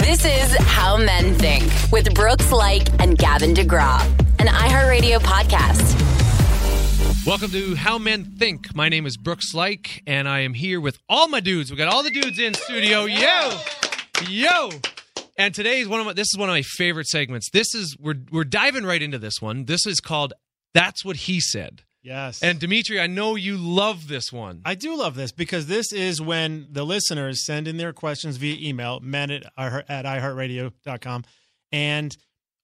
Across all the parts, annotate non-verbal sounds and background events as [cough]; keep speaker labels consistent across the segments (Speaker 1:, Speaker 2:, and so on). Speaker 1: This is How Men Think with Brooks Like and Gavin DeGraw, an iHeartRadio podcast.
Speaker 2: Welcome to How Men Think. My name is Brooks Like, and I am here with all my dudes. We got all the dudes in studio. Yo, yo. And today is one of my, this is one of my favorite segments. This is we're we're diving right into this one. This is called "That's What He Said."
Speaker 3: Yes.
Speaker 2: And Dimitri, I know you love this one.
Speaker 3: I do love this because this is when the listeners send in their questions via email, men at, iHeart- at iHeartRadio.com. And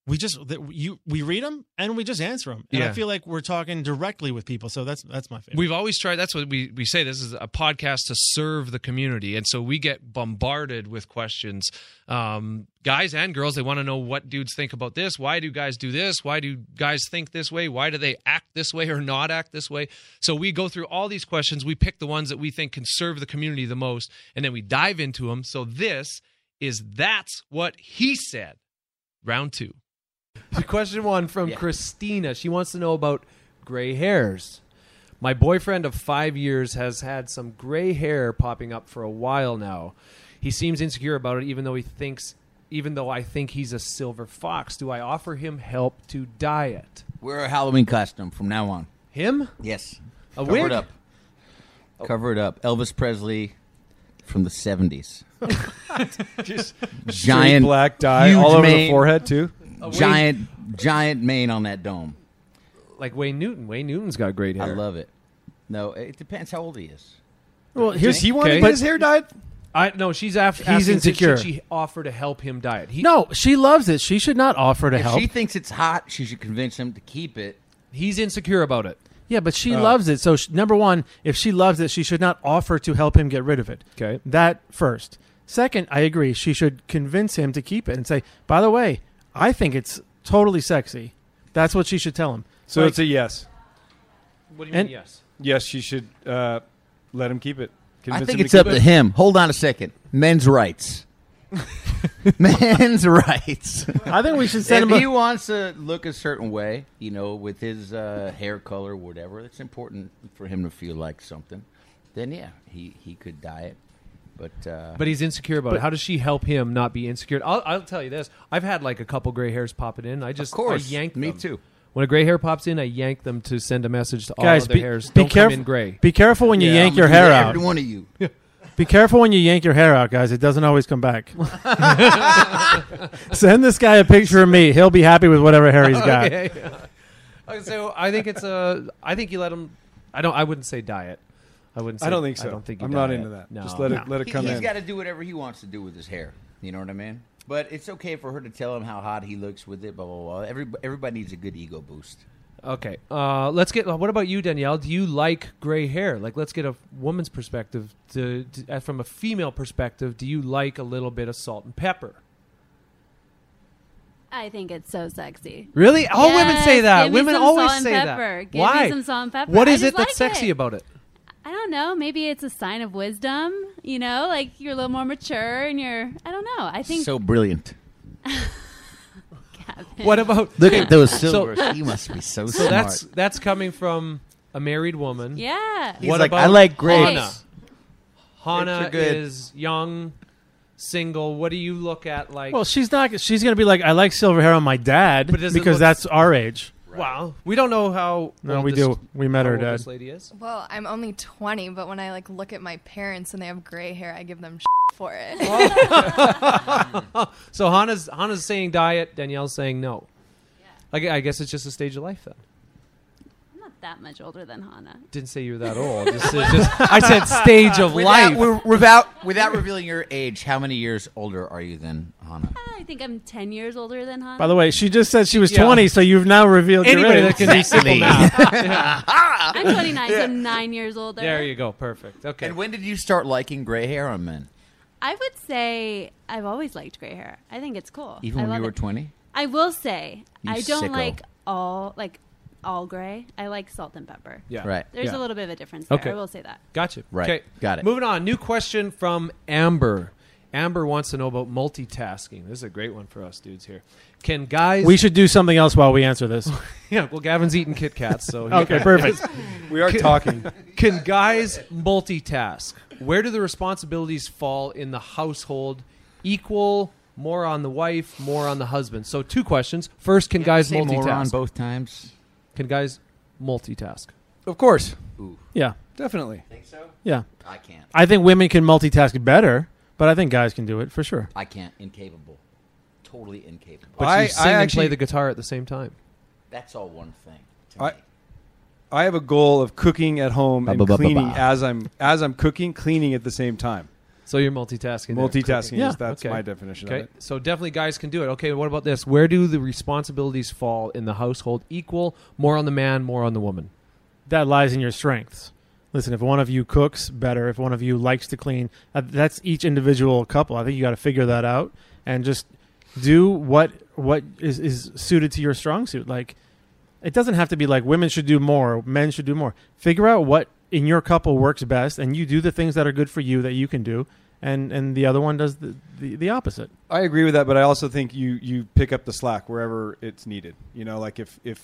Speaker 3: we just that you we read them and we just answer them. And I
Speaker 2: Yeah.
Speaker 3: feel like we're talking directly with people. So that's that's my favorite.
Speaker 2: We've always tried. That's what we, we say. This is a podcast to serve the community, and so we get bombarded with questions, um, guys and girls. They want to know what dudes think about this. Why do guys do this? Why do guys think this way? Why do they act this way or not act this way? So we go through all these questions. We pick the ones that we think can serve the community the most, and then we dive into them. So this is that's what he said. Round two.
Speaker 4: Question one from Christina. She wants to know about gray hairs. My boyfriend of five years has had some gray hair popping up for a while now. He seems insecure about it, even though he thinks, even though I think he's a silver fox. Do I offer him help to dye it?
Speaker 5: We're a Halloween costume from now on.
Speaker 4: Him?
Speaker 5: Yes.
Speaker 4: A
Speaker 5: Cover
Speaker 4: wig?
Speaker 5: it up. Oh. Cover it up. Elvis Presley from the
Speaker 6: [laughs]
Speaker 5: 70s. giant
Speaker 6: black dye
Speaker 5: huge
Speaker 6: all over
Speaker 5: mane,
Speaker 6: the forehead too.
Speaker 5: Giant giant mane on that dome.
Speaker 4: Like Wayne Newton. Wayne Newton's got great hair.
Speaker 5: I love it. No, it depends how old he is.
Speaker 6: Well, here's he
Speaker 4: wanted
Speaker 6: wanted
Speaker 4: his
Speaker 6: his hair dyed.
Speaker 4: I no. She's af- asking,
Speaker 7: insecure.
Speaker 4: Should she offer to help him dye it? He,
Speaker 7: No, she loves it. She should not offer to
Speaker 5: If
Speaker 7: help.
Speaker 5: she thinks it's hot, she should convince him to keep it.
Speaker 4: he's insecure about it.
Speaker 7: yeah, but she loves it. So sh number one, if she loves it, she should not offer to help him get rid of it.
Speaker 4: Okay.
Speaker 7: that first. Second, I agree. She should convince him to keep it and say, "By the way, I think it's totally sexy." That's what she should tell him.
Speaker 6: So
Speaker 7: Like,
Speaker 6: it's a yes.
Speaker 4: What do you
Speaker 7: And-
Speaker 4: mean? Yes.
Speaker 6: Yes, she should uh, let him keep it.
Speaker 5: I
Speaker 6: Convince
Speaker 5: think
Speaker 6: him
Speaker 5: it's up
Speaker 6: keep
Speaker 5: to
Speaker 6: it.
Speaker 5: him. Hold on a second. Men's
Speaker 6: [laughs]
Speaker 5: rights. Men's rights.
Speaker 7: I think we should send him.
Speaker 5: if
Speaker 7: A,
Speaker 5: he wants to look a certain way, you know, with his uh, hair color, whatever, it's important for him to feel like something. Then yeah, he he could dye it, but uh,
Speaker 4: But he's insecure about it. How does she help him not be insecure? I'll, I'll tell you this: I've had like a couple gray hairs popping in. I just
Speaker 5: course.
Speaker 4: I yank
Speaker 5: Me
Speaker 4: them.
Speaker 5: too.
Speaker 4: When a gray hair pops in, I yank them to send a message to all
Speaker 7: [laughs] guys,
Speaker 4: other
Speaker 7: be,
Speaker 4: Oh, hairs.
Speaker 7: be
Speaker 4: Don't
Speaker 7: careful.
Speaker 4: come in gray.
Speaker 7: Be careful when you
Speaker 5: Yeah,
Speaker 7: yank
Speaker 5: I'm
Speaker 7: your
Speaker 5: gonna do
Speaker 7: hair
Speaker 5: that,
Speaker 7: out.
Speaker 5: Every one of
Speaker 7: [laughs]
Speaker 5: you.
Speaker 7: Be careful when you yank your hair out, guys. It doesn't always
Speaker 3: [laughs]
Speaker 7: come back. [laughs] Send this guy a picture of me. He'll be happy with whatever hair he's got.
Speaker 4: okay. Okay, so I think it's a. I think you let him. I don't. I wouldn't say diet. I wouldn't. Say,
Speaker 6: I don't think so.
Speaker 4: I don't think you
Speaker 6: I'm not
Speaker 4: dye it.
Speaker 6: into that.
Speaker 4: No.
Speaker 6: Just let it let it
Speaker 5: He,
Speaker 6: come
Speaker 5: has
Speaker 6: in.
Speaker 5: got to do whatever he wants to do with his hair. You know what I mean? But it's okay for her to tell him how hot he looks with it. Blah blah blah. Every, everybody needs a good ego boost.
Speaker 4: Okay. Uh, let's get. What about you, Danielle? Do you like gray hair? Like, let's get a woman's perspective. To, to, uh, from a female perspective, do you like a little bit of salt and pepper?
Speaker 8: I think it's so sexy.
Speaker 4: Really? All women say
Speaker 8: Yes,
Speaker 4: that.
Speaker 8: give me
Speaker 4: women
Speaker 8: some
Speaker 4: always
Speaker 8: salt and
Speaker 4: say
Speaker 8: pepper.
Speaker 4: that.
Speaker 8: Give me
Speaker 4: Why?
Speaker 8: some salt and pepper.
Speaker 4: What
Speaker 8: I
Speaker 4: is
Speaker 8: just
Speaker 4: it that's
Speaker 8: like
Speaker 4: sexy
Speaker 8: it. [laughs]
Speaker 4: about it?
Speaker 8: I don't know. Maybe it's a sign of wisdom. You know, like you're a little more mature and you're. I don't know. I think.
Speaker 5: so brilliant.
Speaker 4: What about
Speaker 5: Look at those
Speaker 4: So-
Speaker 5: silvers. he must be so,
Speaker 4: so
Speaker 5: smart.
Speaker 4: that's that's coming from a married woman.
Speaker 8: yeah.
Speaker 5: He's
Speaker 4: what
Speaker 5: like,
Speaker 4: about
Speaker 5: I like grapes.
Speaker 4: Hannah? Hannah
Speaker 5: Picture good.
Speaker 4: is young, single. What do you look at like?
Speaker 7: Well, she's not. She's gonna be like, I like silver hair on my dad
Speaker 4: But does it
Speaker 7: because
Speaker 4: look-
Speaker 7: that's our age.
Speaker 4: wow, we don't know how.
Speaker 7: No,
Speaker 4: old
Speaker 7: we
Speaker 4: this-
Speaker 7: do. We met
Speaker 4: how
Speaker 7: her
Speaker 4: old
Speaker 7: dad.
Speaker 4: This lady is.
Speaker 9: Well, I'm only 20, but when I like look at my parents and they have gray hair, I give them for it.
Speaker 4: So Hannah's Hannah's saying diet. Danielle's saying no. Like, I guess it's just a stage of life then.
Speaker 8: I'm not that much older than Hannah.
Speaker 4: Didn't say you were that old. Just, just- I said stage of life.
Speaker 5: Without, without without revealing your age, how many years older are you than Hannah?
Speaker 8: I think I'm 10 years older than Hannah.
Speaker 7: By the way, she just said she was
Speaker 4: Yeah.
Speaker 7: 20, so you've now revealed your
Speaker 4: Anybody
Speaker 7: age.
Speaker 4: [laughs] that can do simple math.
Speaker 8: I'm 29, so I'm nine years older.
Speaker 4: There you go. Perfect. Okay.
Speaker 5: And when did you start liking gray hair on men?
Speaker 8: I would say I've always liked gray hair. I think it's cool.
Speaker 5: Even
Speaker 8: I
Speaker 5: when you
Speaker 8: love
Speaker 5: were
Speaker 8: it.
Speaker 5: twenty?
Speaker 8: I will say
Speaker 5: You
Speaker 8: I don't
Speaker 5: sicko.
Speaker 8: like all like all gray. I like salt and pepper.
Speaker 4: yeah.
Speaker 5: Right.
Speaker 8: There's
Speaker 4: Yeah.
Speaker 8: a little bit of a difference there.
Speaker 4: Okay.
Speaker 8: I will say that.
Speaker 4: Gotcha.
Speaker 5: Right.
Speaker 4: Okay.
Speaker 5: Got it.
Speaker 4: Moving on. New question from Amber. Amber wants to know about multitasking. This is a great one for us dudes here. Can guys?
Speaker 7: We should do something else while we answer this.
Speaker 4: [laughs] Yeah. Well, Gavin's eating Kit Kats, so
Speaker 6: [laughs]
Speaker 4: he-
Speaker 7: Okay, perfect.
Speaker 6: We are talking.
Speaker 4: [laughs] Can guys multitask? Where do the responsibilities fall in the household? Equal, more on the wife, more on the husband. So two questions. First, can guys
Speaker 5: Say moron
Speaker 4: multitask?
Speaker 5: both times.
Speaker 4: Can guys multitask?
Speaker 6: [laughs] Of course.
Speaker 5: Ooh,
Speaker 7: Yeah,
Speaker 6: Definitely.
Speaker 5: think so?
Speaker 7: yeah.
Speaker 5: I can't.
Speaker 7: I think women can multitask better, but I think guys can do it for sure.
Speaker 5: I can't. Incapable. Totally incapable.
Speaker 4: But
Speaker 6: I-
Speaker 4: you sing
Speaker 6: I
Speaker 4: and
Speaker 6: actually-
Speaker 4: play the guitar at the same time.
Speaker 5: That's all one thing. To
Speaker 6: I-
Speaker 5: me.
Speaker 6: I have a goal of cooking at home and
Speaker 4: Ba-ba-ba-ba-ba.
Speaker 6: cleaning as I'm as I'm cooking, cleaning at the same time.
Speaker 4: So you're multitasking. there.
Speaker 6: Multitasking
Speaker 7: Yeah,
Speaker 6: is that's
Speaker 4: okay.
Speaker 6: my definition
Speaker 4: Okay,
Speaker 6: of it.
Speaker 4: so definitely guys can do it. Okay, what about this? Where do the responsibilities fall in the household? Equal, more on the man, more on the woman.
Speaker 7: that lies in your strengths. Listen, if one of you cooks better, if one of you likes to clean, uh, that's each individual couple. I think you got to figure that out and just do what what is, is suited to your strong suit. Like it doesn't have to be like women should do more, men should do more. Figure out what in your couple works best, and you do the things that are good for you that you can do, and and the other one does the the, the opposite.
Speaker 6: I agree with that, but I also think you you pick up the slack wherever it's needed. You know, like if if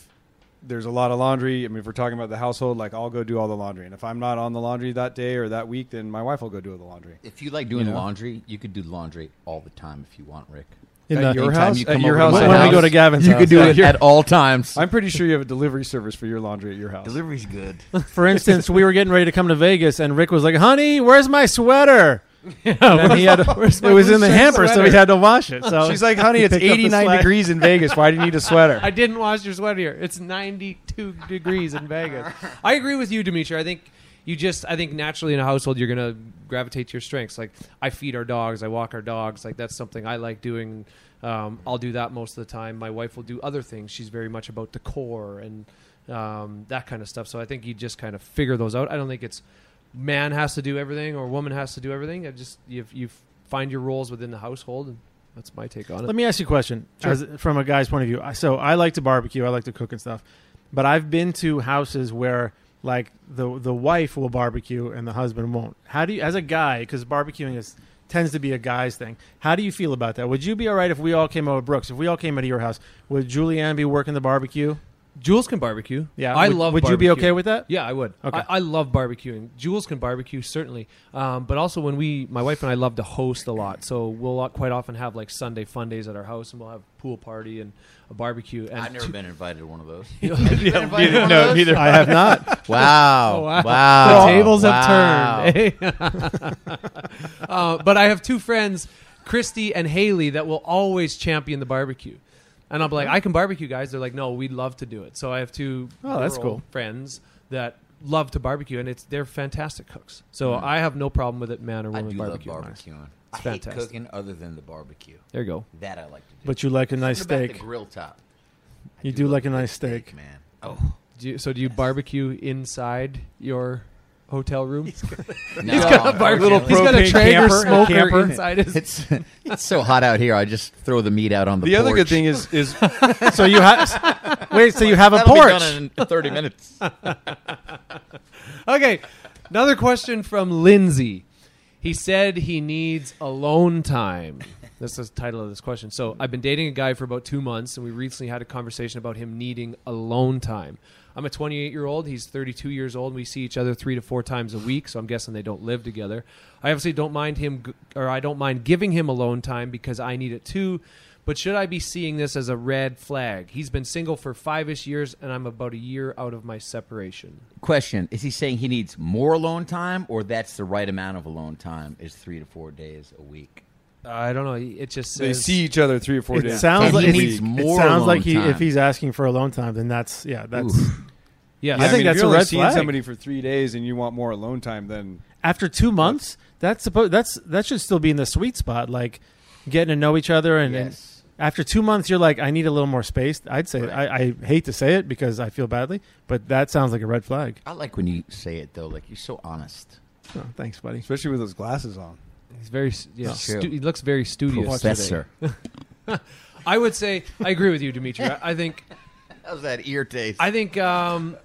Speaker 6: there's a lot of laundry, I mean, if we're talking about the household, like I'll go do all the laundry, and if I'm not on the laundry that day or that week, then my wife will go do all the laundry.
Speaker 5: if you like doing
Speaker 6: know?
Speaker 5: laundry, you could do laundry all the time if you want, Rick.
Speaker 7: In
Speaker 6: at
Speaker 7: the-
Speaker 6: your
Speaker 5: Anytime
Speaker 6: house,
Speaker 5: you
Speaker 6: at
Speaker 5: come
Speaker 6: your
Speaker 5: over
Speaker 6: house,
Speaker 5: my
Speaker 7: when we
Speaker 5: house,
Speaker 7: go to Gavin's,
Speaker 5: you
Speaker 7: house.
Speaker 5: could do it at all times.
Speaker 6: I'm pretty sure you have a delivery service for your laundry at your house.
Speaker 5: Delivery's good.
Speaker 7: For instance, we were getting ready to come to Vegas, and Rick was like, "Honey, where's my
Speaker 5: [laughs]
Speaker 7: sweater?" and he had it was in the
Speaker 6: blue
Speaker 7: hamper, so
Speaker 6: sweater?
Speaker 7: he had to wash it. So
Speaker 6: She's like, honey, it's
Speaker 7: Pick up the
Speaker 6: 89
Speaker 7: slack.
Speaker 6: degrees in Vegas. Why do you need a
Speaker 5: [laughs]
Speaker 6: sweater?
Speaker 4: I didn't wash your sweater here. It's 92 degrees in Vegas. I agree with you, Dimitri. I think you just, I think naturally in a household, you're going to gravitate to your strengths. Like, I feed our dogs, I walk our dogs. Like, that's something I like doing. Um, I'll do that most of the time. My wife will do other things. She's very much about decor and um, that kind of stuff. So I think you just kind of figure those out. I don't think it's man has to do everything or woman has to do everything. I just, you, you find your roles within the household. And that's my take on it.
Speaker 7: Let me ask you a question as, from a guy's point of view. I- So I like to barbecue, I like to cook and stuff, but I've been to houses where like the the wife will barbecue and the husband won't. How do you, as a guy, because barbecuing is tends to be a guy's thing. How do you feel about that? Would you be all right if we all came over Brooks? If we all came out of your house, would Julianne be working the barbecue?
Speaker 4: Jules can barbecue.
Speaker 7: Yeah,
Speaker 4: I
Speaker 7: would-
Speaker 4: love.
Speaker 7: Would
Speaker 4: barbecue.
Speaker 7: you be okay with that?
Speaker 4: Yeah, I would.
Speaker 7: Okay.
Speaker 4: I, I love barbecuing. Jules can barbecue certainly, um, but also when we, my wife and I, love to host a lot. So we'll uh, quite often have like Sunday fun days at our house, and we'll have pool party and a barbecue. And
Speaker 5: I've never been invited to one of
Speaker 4: [laughs]
Speaker 5: those.
Speaker 7: No, neither. I have not.
Speaker 5: Wow.
Speaker 4: wow.
Speaker 5: wow.
Speaker 4: The tables
Speaker 5: Wow.
Speaker 4: have [laughs] turned. eh? uh, but I have two friends, Christy and Haley, that will always champion the barbecue. And I'm like, I can barbecue, guys. They're like, no, we'd love to do it. So I have two
Speaker 7: Oh, that's
Speaker 4: girl
Speaker 7: cool.
Speaker 4: friends that love to barbecue, and it's they're fantastic cooks. So
Speaker 7: Mm.
Speaker 4: I have no problem with it, man or
Speaker 5: I
Speaker 4: woman
Speaker 5: do
Speaker 4: barbecue.
Speaker 5: love barbecuing. I hate
Speaker 4: fantastic.
Speaker 5: cooking other than the barbecue.
Speaker 4: There you go.
Speaker 5: That I like to do.
Speaker 7: But you like a nice
Speaker 5: What about
Speaker 7: steak.
Speaker 5: the grill top. I
Speaker 7: You do
Speaker 5: love
Speaker 7: like a
Speaker 5: a good
Speaker 7: nice steak.
Speaker 5: man. Oh,
Speaker 4: Do you, so do you barbecue inside your hotel room?
Speaker 5: no.
Speaker 4: He's got a barbecue.
Speaker 6: Little
Speaker 4: He's got a
Speaker 6: propane
Speaker 4: Traeger
Speaker 6: camper-
Speaker 4: smoker
Speaker 6: camper.
Speaker 4: inside [laughs] his.
Speaker 5: It's, [laughs] it's so hot out here. I just throw the meat out on the.
Speaker 6: The other good
Speaker 5: porch.
Speaker 6: thing is is [laughs]
Speaker 7: so you have wait. So you have a
Speaker 5: That'll be
Speaker 7: porch.
Speaker 5: done in thirty minutes.
Speaker 4: Okay, another question from Lindsay. He said he needs alone
Speaker 6: [laughs]
Speaker 4: time. That's the title of this question. So I've been dating a guy for about two months, and we recently had a conversation about him needing alone time. I'm a 28 year old. He's 32 years old. We see each other three to four times a week, so I'm guessing they don't live together. I obviously don't mind him, g- or I don't mind giving him alone time because I need it too. But should I be seeing this as a red flag? He's been single for five ish years, and I'm about a year out of my separation.
Speaker 5: Question: Is he saying he needs more alone time, or that's the right amount of alone time? Is three to four days a week?
Speaker 4: I don't know. It just says
Speaker 6: they see each other three or four
Speaker 7: It
Speaker 6: days.
Speaker 7: sounds
Speaker 5: And
Speaker 7: like
Speaker 5: he
Speaker 7: it-
Speaker 5: needs
Speaker 7: it
Speaker 5: more
Speaker 7: sounds like
Speaker 5: alone
Speaker 7: he,
Speaker 5: time.
Speaker 7: if he's asking for alone time, then that's yeah, that's
Speaker 5: Oof.
Speaker 4: Yes.
Speaker 6: Yeah,
Speaker 7: I think
Speaker 6: mean, if
Speaker 7: that's
Speaker 6: you're
Speaker 7: a
Speaker 6: only
Speaker 7: red
Speaker 6: seeing
Speaker 7: flag.
Speaker 6: somebody for three days and you want more alone time, then
Speaker 7: after two months. That's supposed that's that should still be in the sweet spot, like getting to know each other. And, and
Speaker 5: Yes.
Speaker 7: after two months, you're like, I need a little more space. I'd say
Speaker 5: Right.
Speaker 7: I, I hate to say it because I feel badly, but that sounds like a red flag.
Speaker 5: I like when you say it though. Like you're so honest.
Speaker 7: Oh, thanks, buddy.
Speaker 6: especially with those glasses on.
Speaker 4: he's very yeah,
Speaker 5: That's true.
Speaker 4: stu- he looks very studious.
Speaker 5: Professor.
Speaker 4: today. I would say I agree with you, Dimitri. I I think
Speaker 5: How's that ear taste?
Speaker 4: I think um,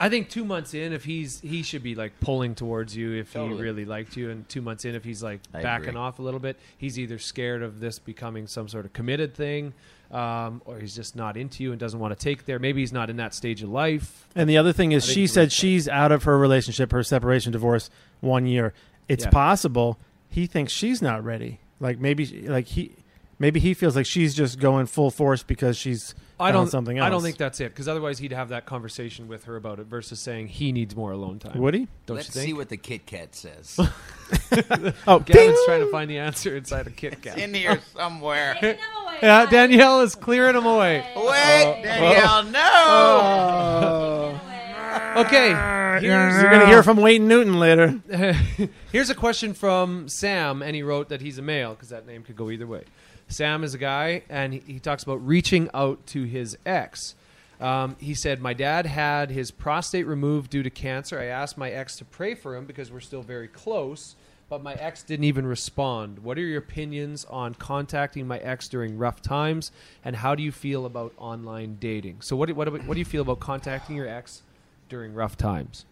Speaker 4: I think two months in, if he's he should be like pulling towards you if
Speaker 5: Totally.
Speaker 4: he really liked you, and two months in, if he's like
Speaker 5: I
Speaker 4: backing
Speaker 5: agree.
Speaker 4: off a little bit, he's either scared of this becoming some sort of committed thing, um, or he's just not into you and doesn't want to take there. Maybe he's not in that stage of life.
Speaker 7: And the other thing is,
Speaker 4: I think
Speaker 7: she
Speaker 4: it's a red
Speaker 7: said she's out of her relationship, her separation, divorce, one year. It's
Speaker 4: Yeah.
Speaker 7: possible he thinks she's not ready. Like maybe, like he, Maybe he feels like she's just going full force because she's
Speaker 4: I
Speaker 7: found
Speaker 4: don't.
Speaker 7: something else.
Speaker 4: I don't think that's it because otherwise he'd have that conversation with her about it versus saying he needs more alone time.
Speaker 7: Would he?
Speaker 4: Don't
Speaker 10: Let's
Speaker 4: you think?
Speaker 10: see what the Kit Kat says.
Speaker 7: Oh,
Speaker 4: Gavin's trying to find the answer inside a Kit Kat.
Speaker 10: in here somewhere. Wait,
Speaker 4: Yeah, Danielle is clearing them away.
Speaker 10: Danielle, no.
Speaker 4: Okay,
Speaker 7: You're
Speaker 4: here's,
Speaker 7: gonna hear from Wayne Newton later.
Speaker 4: here's a question from Sam, and he wrote that he's a male because that name could go either way. Sam is a guy, and he, he talks about reaching out to his ex. Um, he said, My dad had his prostate removed due to cancer. I asked my ex to pray for him because we're still very close, but my ex didn't even respond. What are your opinions on contacting my ex during rough times, and how do you feel about online dating? So, what do, what do, what do you feel about contacting your ex during rough times?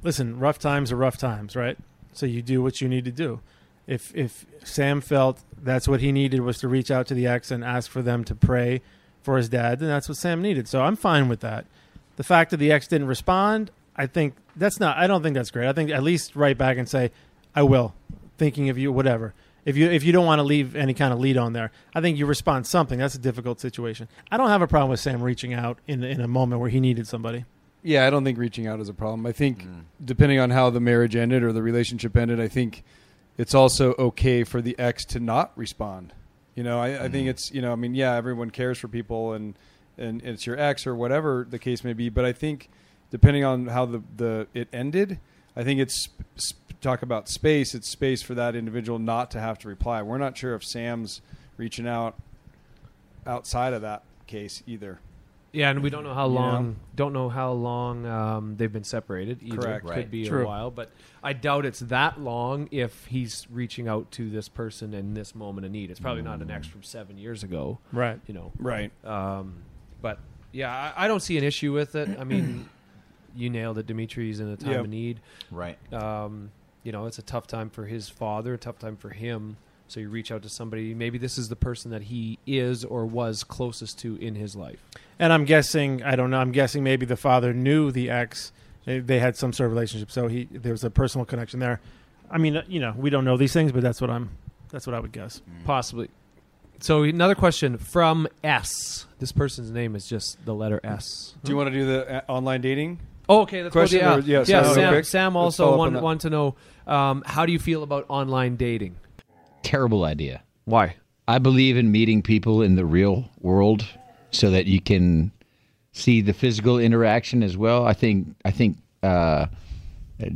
Speaker 7: listen, rough times are rough times, right? So you do what you need to do. If if Sam felt that's what he needed was to reach out to the ex and ask for them to pray for his dad, then that's what Sam needed. So I'm fine with that. The fact that the ex didn't respond, I think that's not I don't think that's great. I think at least write back and say, I will, thinking of you, whatever. If you if you don't want to leave any kind of lead on there, I think you respond something. That's a difficult situation. I don't have a problem with Sam reaching out in in a moment where he needed somebody.
Speaker 11: Yeah, I don't think reaching out is a problem. I think depending on how the marriage ended or the relationship ended, I think it's also okay for the ex to not respond. You know, I, I think it's you know, I mean, yeah, everyone cares for people and and it's your ex or whatever the case may be, but I think depending on how the the it ended, I think it's sp- sp- talk about space. It's space for that individual not to have to reply. We're not sure if Sam's reaching out outside of that case either.
Speaker 4: Yeah, and we don't know how
Speaker 11: You know?
Speaker 4: long don't know how long um, they've been separated. Either.
Speaker 11: Correct.
Speaker 4: could
Speaker 10: Right.
Speaker 4: be a
Speaker 7: True.
Speaker 4: while, but I doubt it's that long. If he's reaching out to this person in this moment of need, it's probably not
Speaker 11: Mm.
Speaker 4: an ex from seven years ago.
Speaker 7: Right.
Speaker 4: You know,
Speaker 11: Right.
Speaker 4: um, but yeah, I, I don't see an issue with it. I mean, [clears throat] you nailed it, Dimitri. He's in a time
Speaker 11: Yeah.
Speaker 4: of need.
Speaker 10: Right.
Speaker 4: Um, you know, it's a tough time for his father, a tough time for him. So you reach out to somebody. Maybe this is the person that he is or was closest to in his life.
Speaker 7: And I'm guessing, I don't know, I'm guessing maybe the father knew the ex. They, they had some sort of relationship, so he there was a personal connection there. I mean, uh, you know, we don't know these things, but that's what I'm that's what I would guess.
Speaker 4: Possibly. So another question from S. This person's name is just the letter S.
Speaker 11: Do you want to do the uh, online dating?
Speaker 4: Oh, okay, that's
Speaker 11: Question
Speaker 4: yeah.
Speaker 11: or- yeah,
Speaker 4: yeah,
Speaker 11: sorry, real
Speaker 4: Sam,
Speaker 11: quick.
Speaker 4: Sam
Speaker 11: Let's
Speaker 4: also
Speaker 11: follow up on
Speaker 4: wanted
Speaker 11: that.
Speaker 4: want to know um, how do you feel about online dating?
Speaker 5: Terrible idea.
Speaker 4: Why?
Speaker 5: I believe in meeting people in the real world so that you can see the physical interaction as well. I think I think uh,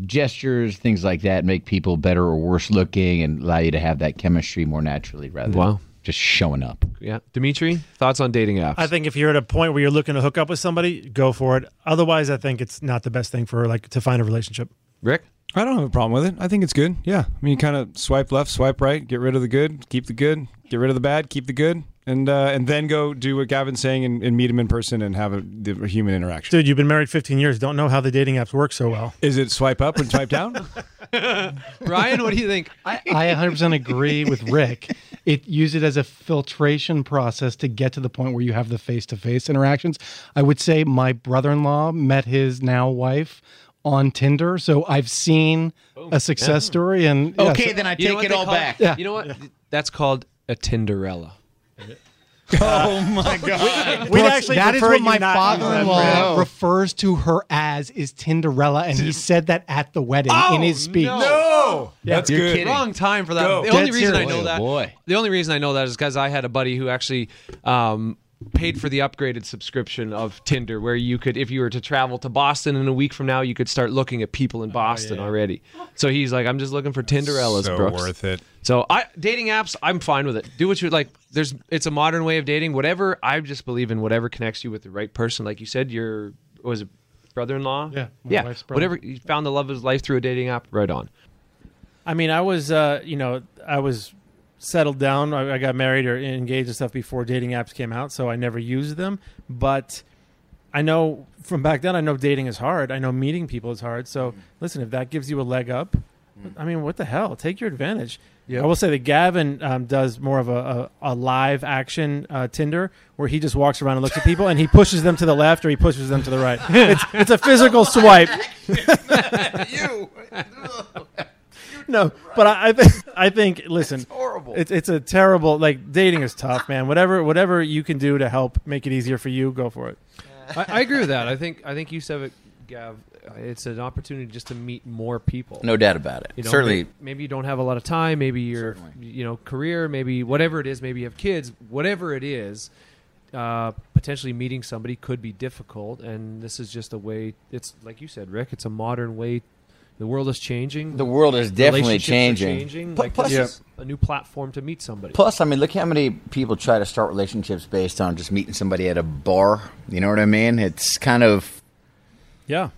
Speaker 5: gestures, things like that, make people better or worse looking, and allow you to have that chemistry more naturally rather
Speaker 4: Wow.
Speaker 5: than just showing up.
Speaker 4: Yeah, Dimitri, thoughts on dating apps?
Speaker 7: I think if you're at a point where you're looking to hook up with somebody, go for it. Otherwise, I think it's not the best thing for like to find a relationship.
Speaker 4: Rick.
Speaker 11: I don't have a problem with it. I think it's good. Yeah. I mean, kind of swipe left, swipe right, get rid of the good, keep the good, get rid of the bad, keep the good, and uh, and then go do what Gavin's saying and, and meet him in person and have a, the a human interaction.
Speaker 7: Dude, you've been married 15 years. Don't know how the dating apps work so well.
Speaker 11: Is it swipe up and swipe
Speaker 6: [laughs]
Speaker 11: down?
Speaker 4: Ryan, what do you
Speaker 10: [laughs]
Speaker 4: think?
Speaker 12: I, [laughs] I 100% agree with Rick. It use it as a filtration process to get to the point where you have the face-to-face interactions. I would say my brother-in-law met his now wife on Tinder, so I've seen
Speaker 4: Oh,
Speaker 12: a success story. And yeah,
Speaker 10: Okay,
Speaker 12: so-
Speaker 10: then I
Speaker 4: You know
Speaker 10: take
Speaker 4: what
Speaker 10: it
Speaker 4: they
Speaker 10: all
Speaker 4: call
Speaker 10: back.
Speaker 12: Yeah.
Speaker 4: You know what? That's called a Tinderella.
Speaker 10: Oh
Speaker 11: [laughs]
Speaker 10: my god.
Speaker 7: We
Speaker 12: Brooks, that is what my father-in-law refers to her as is Tinderella, and he said that at the wedding in his speech.
Speaker 11: Oh, no. Oh! That's
Speaker 5: You're
Speaker 11: good.
Speaker 5: kidding.
Speaker 4: Wrong time for that.
Speaker 11: Go.
Speaker 4: The only
Speaker 12: Dead
Speaker 4: reason I
Speaker 12: serious.
Speaker 4: know that.
Speaker 5: Boy.
Speaker 4: The only reason I know that is because I had a buddy who actually um, paid for the upgraded subscription of Tinder, where you could, if you were to travel to Boston in a week from now, you could start looking at people in Boston already. So he's like, I'm just looking for Tinderellas,
Speaker 13: so
Speaker 4: Brooks.
Speaker 13: worth it.
Speaker 4: So I dating apps, I'm fine with it. Do what you like. There's it's a modern way of dating. Whatever I just believe in whatever connects you with the right person. Like you said, your what was it brother-in-law?
Speaker 12: Yeah, my
Speaker 4: yeah.
Speaker 12: wife's brother.
Speaker 4: whatever you found the love of his life through a dating app. Right on.
Speaker 7: I mean, I was, uh, you know, I was settled down. I, I got married or engaged and stuff before dating apps came out, so I never used them. But I know from back then, I know dating is hard. I know meeting people is hard. So listen, if that gives you a leg up, I mean, what the hell? Take your advantage. I will say that Gavin um, does more of a, a, a live action uh, Tinder where he just walks around and looks at people and he pushes them to the left or he pushes them to the right. it's, it's a physical swipe.
Speaker 10: you. you
Speaker 7: no, but I, I think
Speaker 5: [laughs]
Speaker 7: I think listen, it's
Speaker 5: horrible.
Speaker 7: It's it's a terrible like dating is tough, man. Whatever whatever you can do to help make it easier for you, go for it.
Speaker 4: I, I agree with that. I think I think you said it, Gav. It's an opportunity just to meet more people.
Speaker 5: No doubt about it.
Speaker 4: You know,
Speaker 5: Certainly.
Speaker 4: may- Maybe, you don't have a lot of time. Maybe your you know career. Maybe whatever it is. Maybe you have kids. Whatever it is, uh, potentially meeting somebody could be difficult. And this is just a way. It's like you said, Rick. It's a modern way. The world is changing.
Speaker 5: The world is definitely
Speaker 4: Relationships are
Speaker 5: changing.
Speaker 4: changing.
Speaker 5: Pl-
Speaker 4: Like,
Speaker 5: plus-
Speaker 4: this is a new platform to meet somebody.
Speaker 5: Plus, I mean, look how many people try to start relationships based on just meeting somebody at a bar. You know what I mean? It's kind of
Speaker 7: yeah.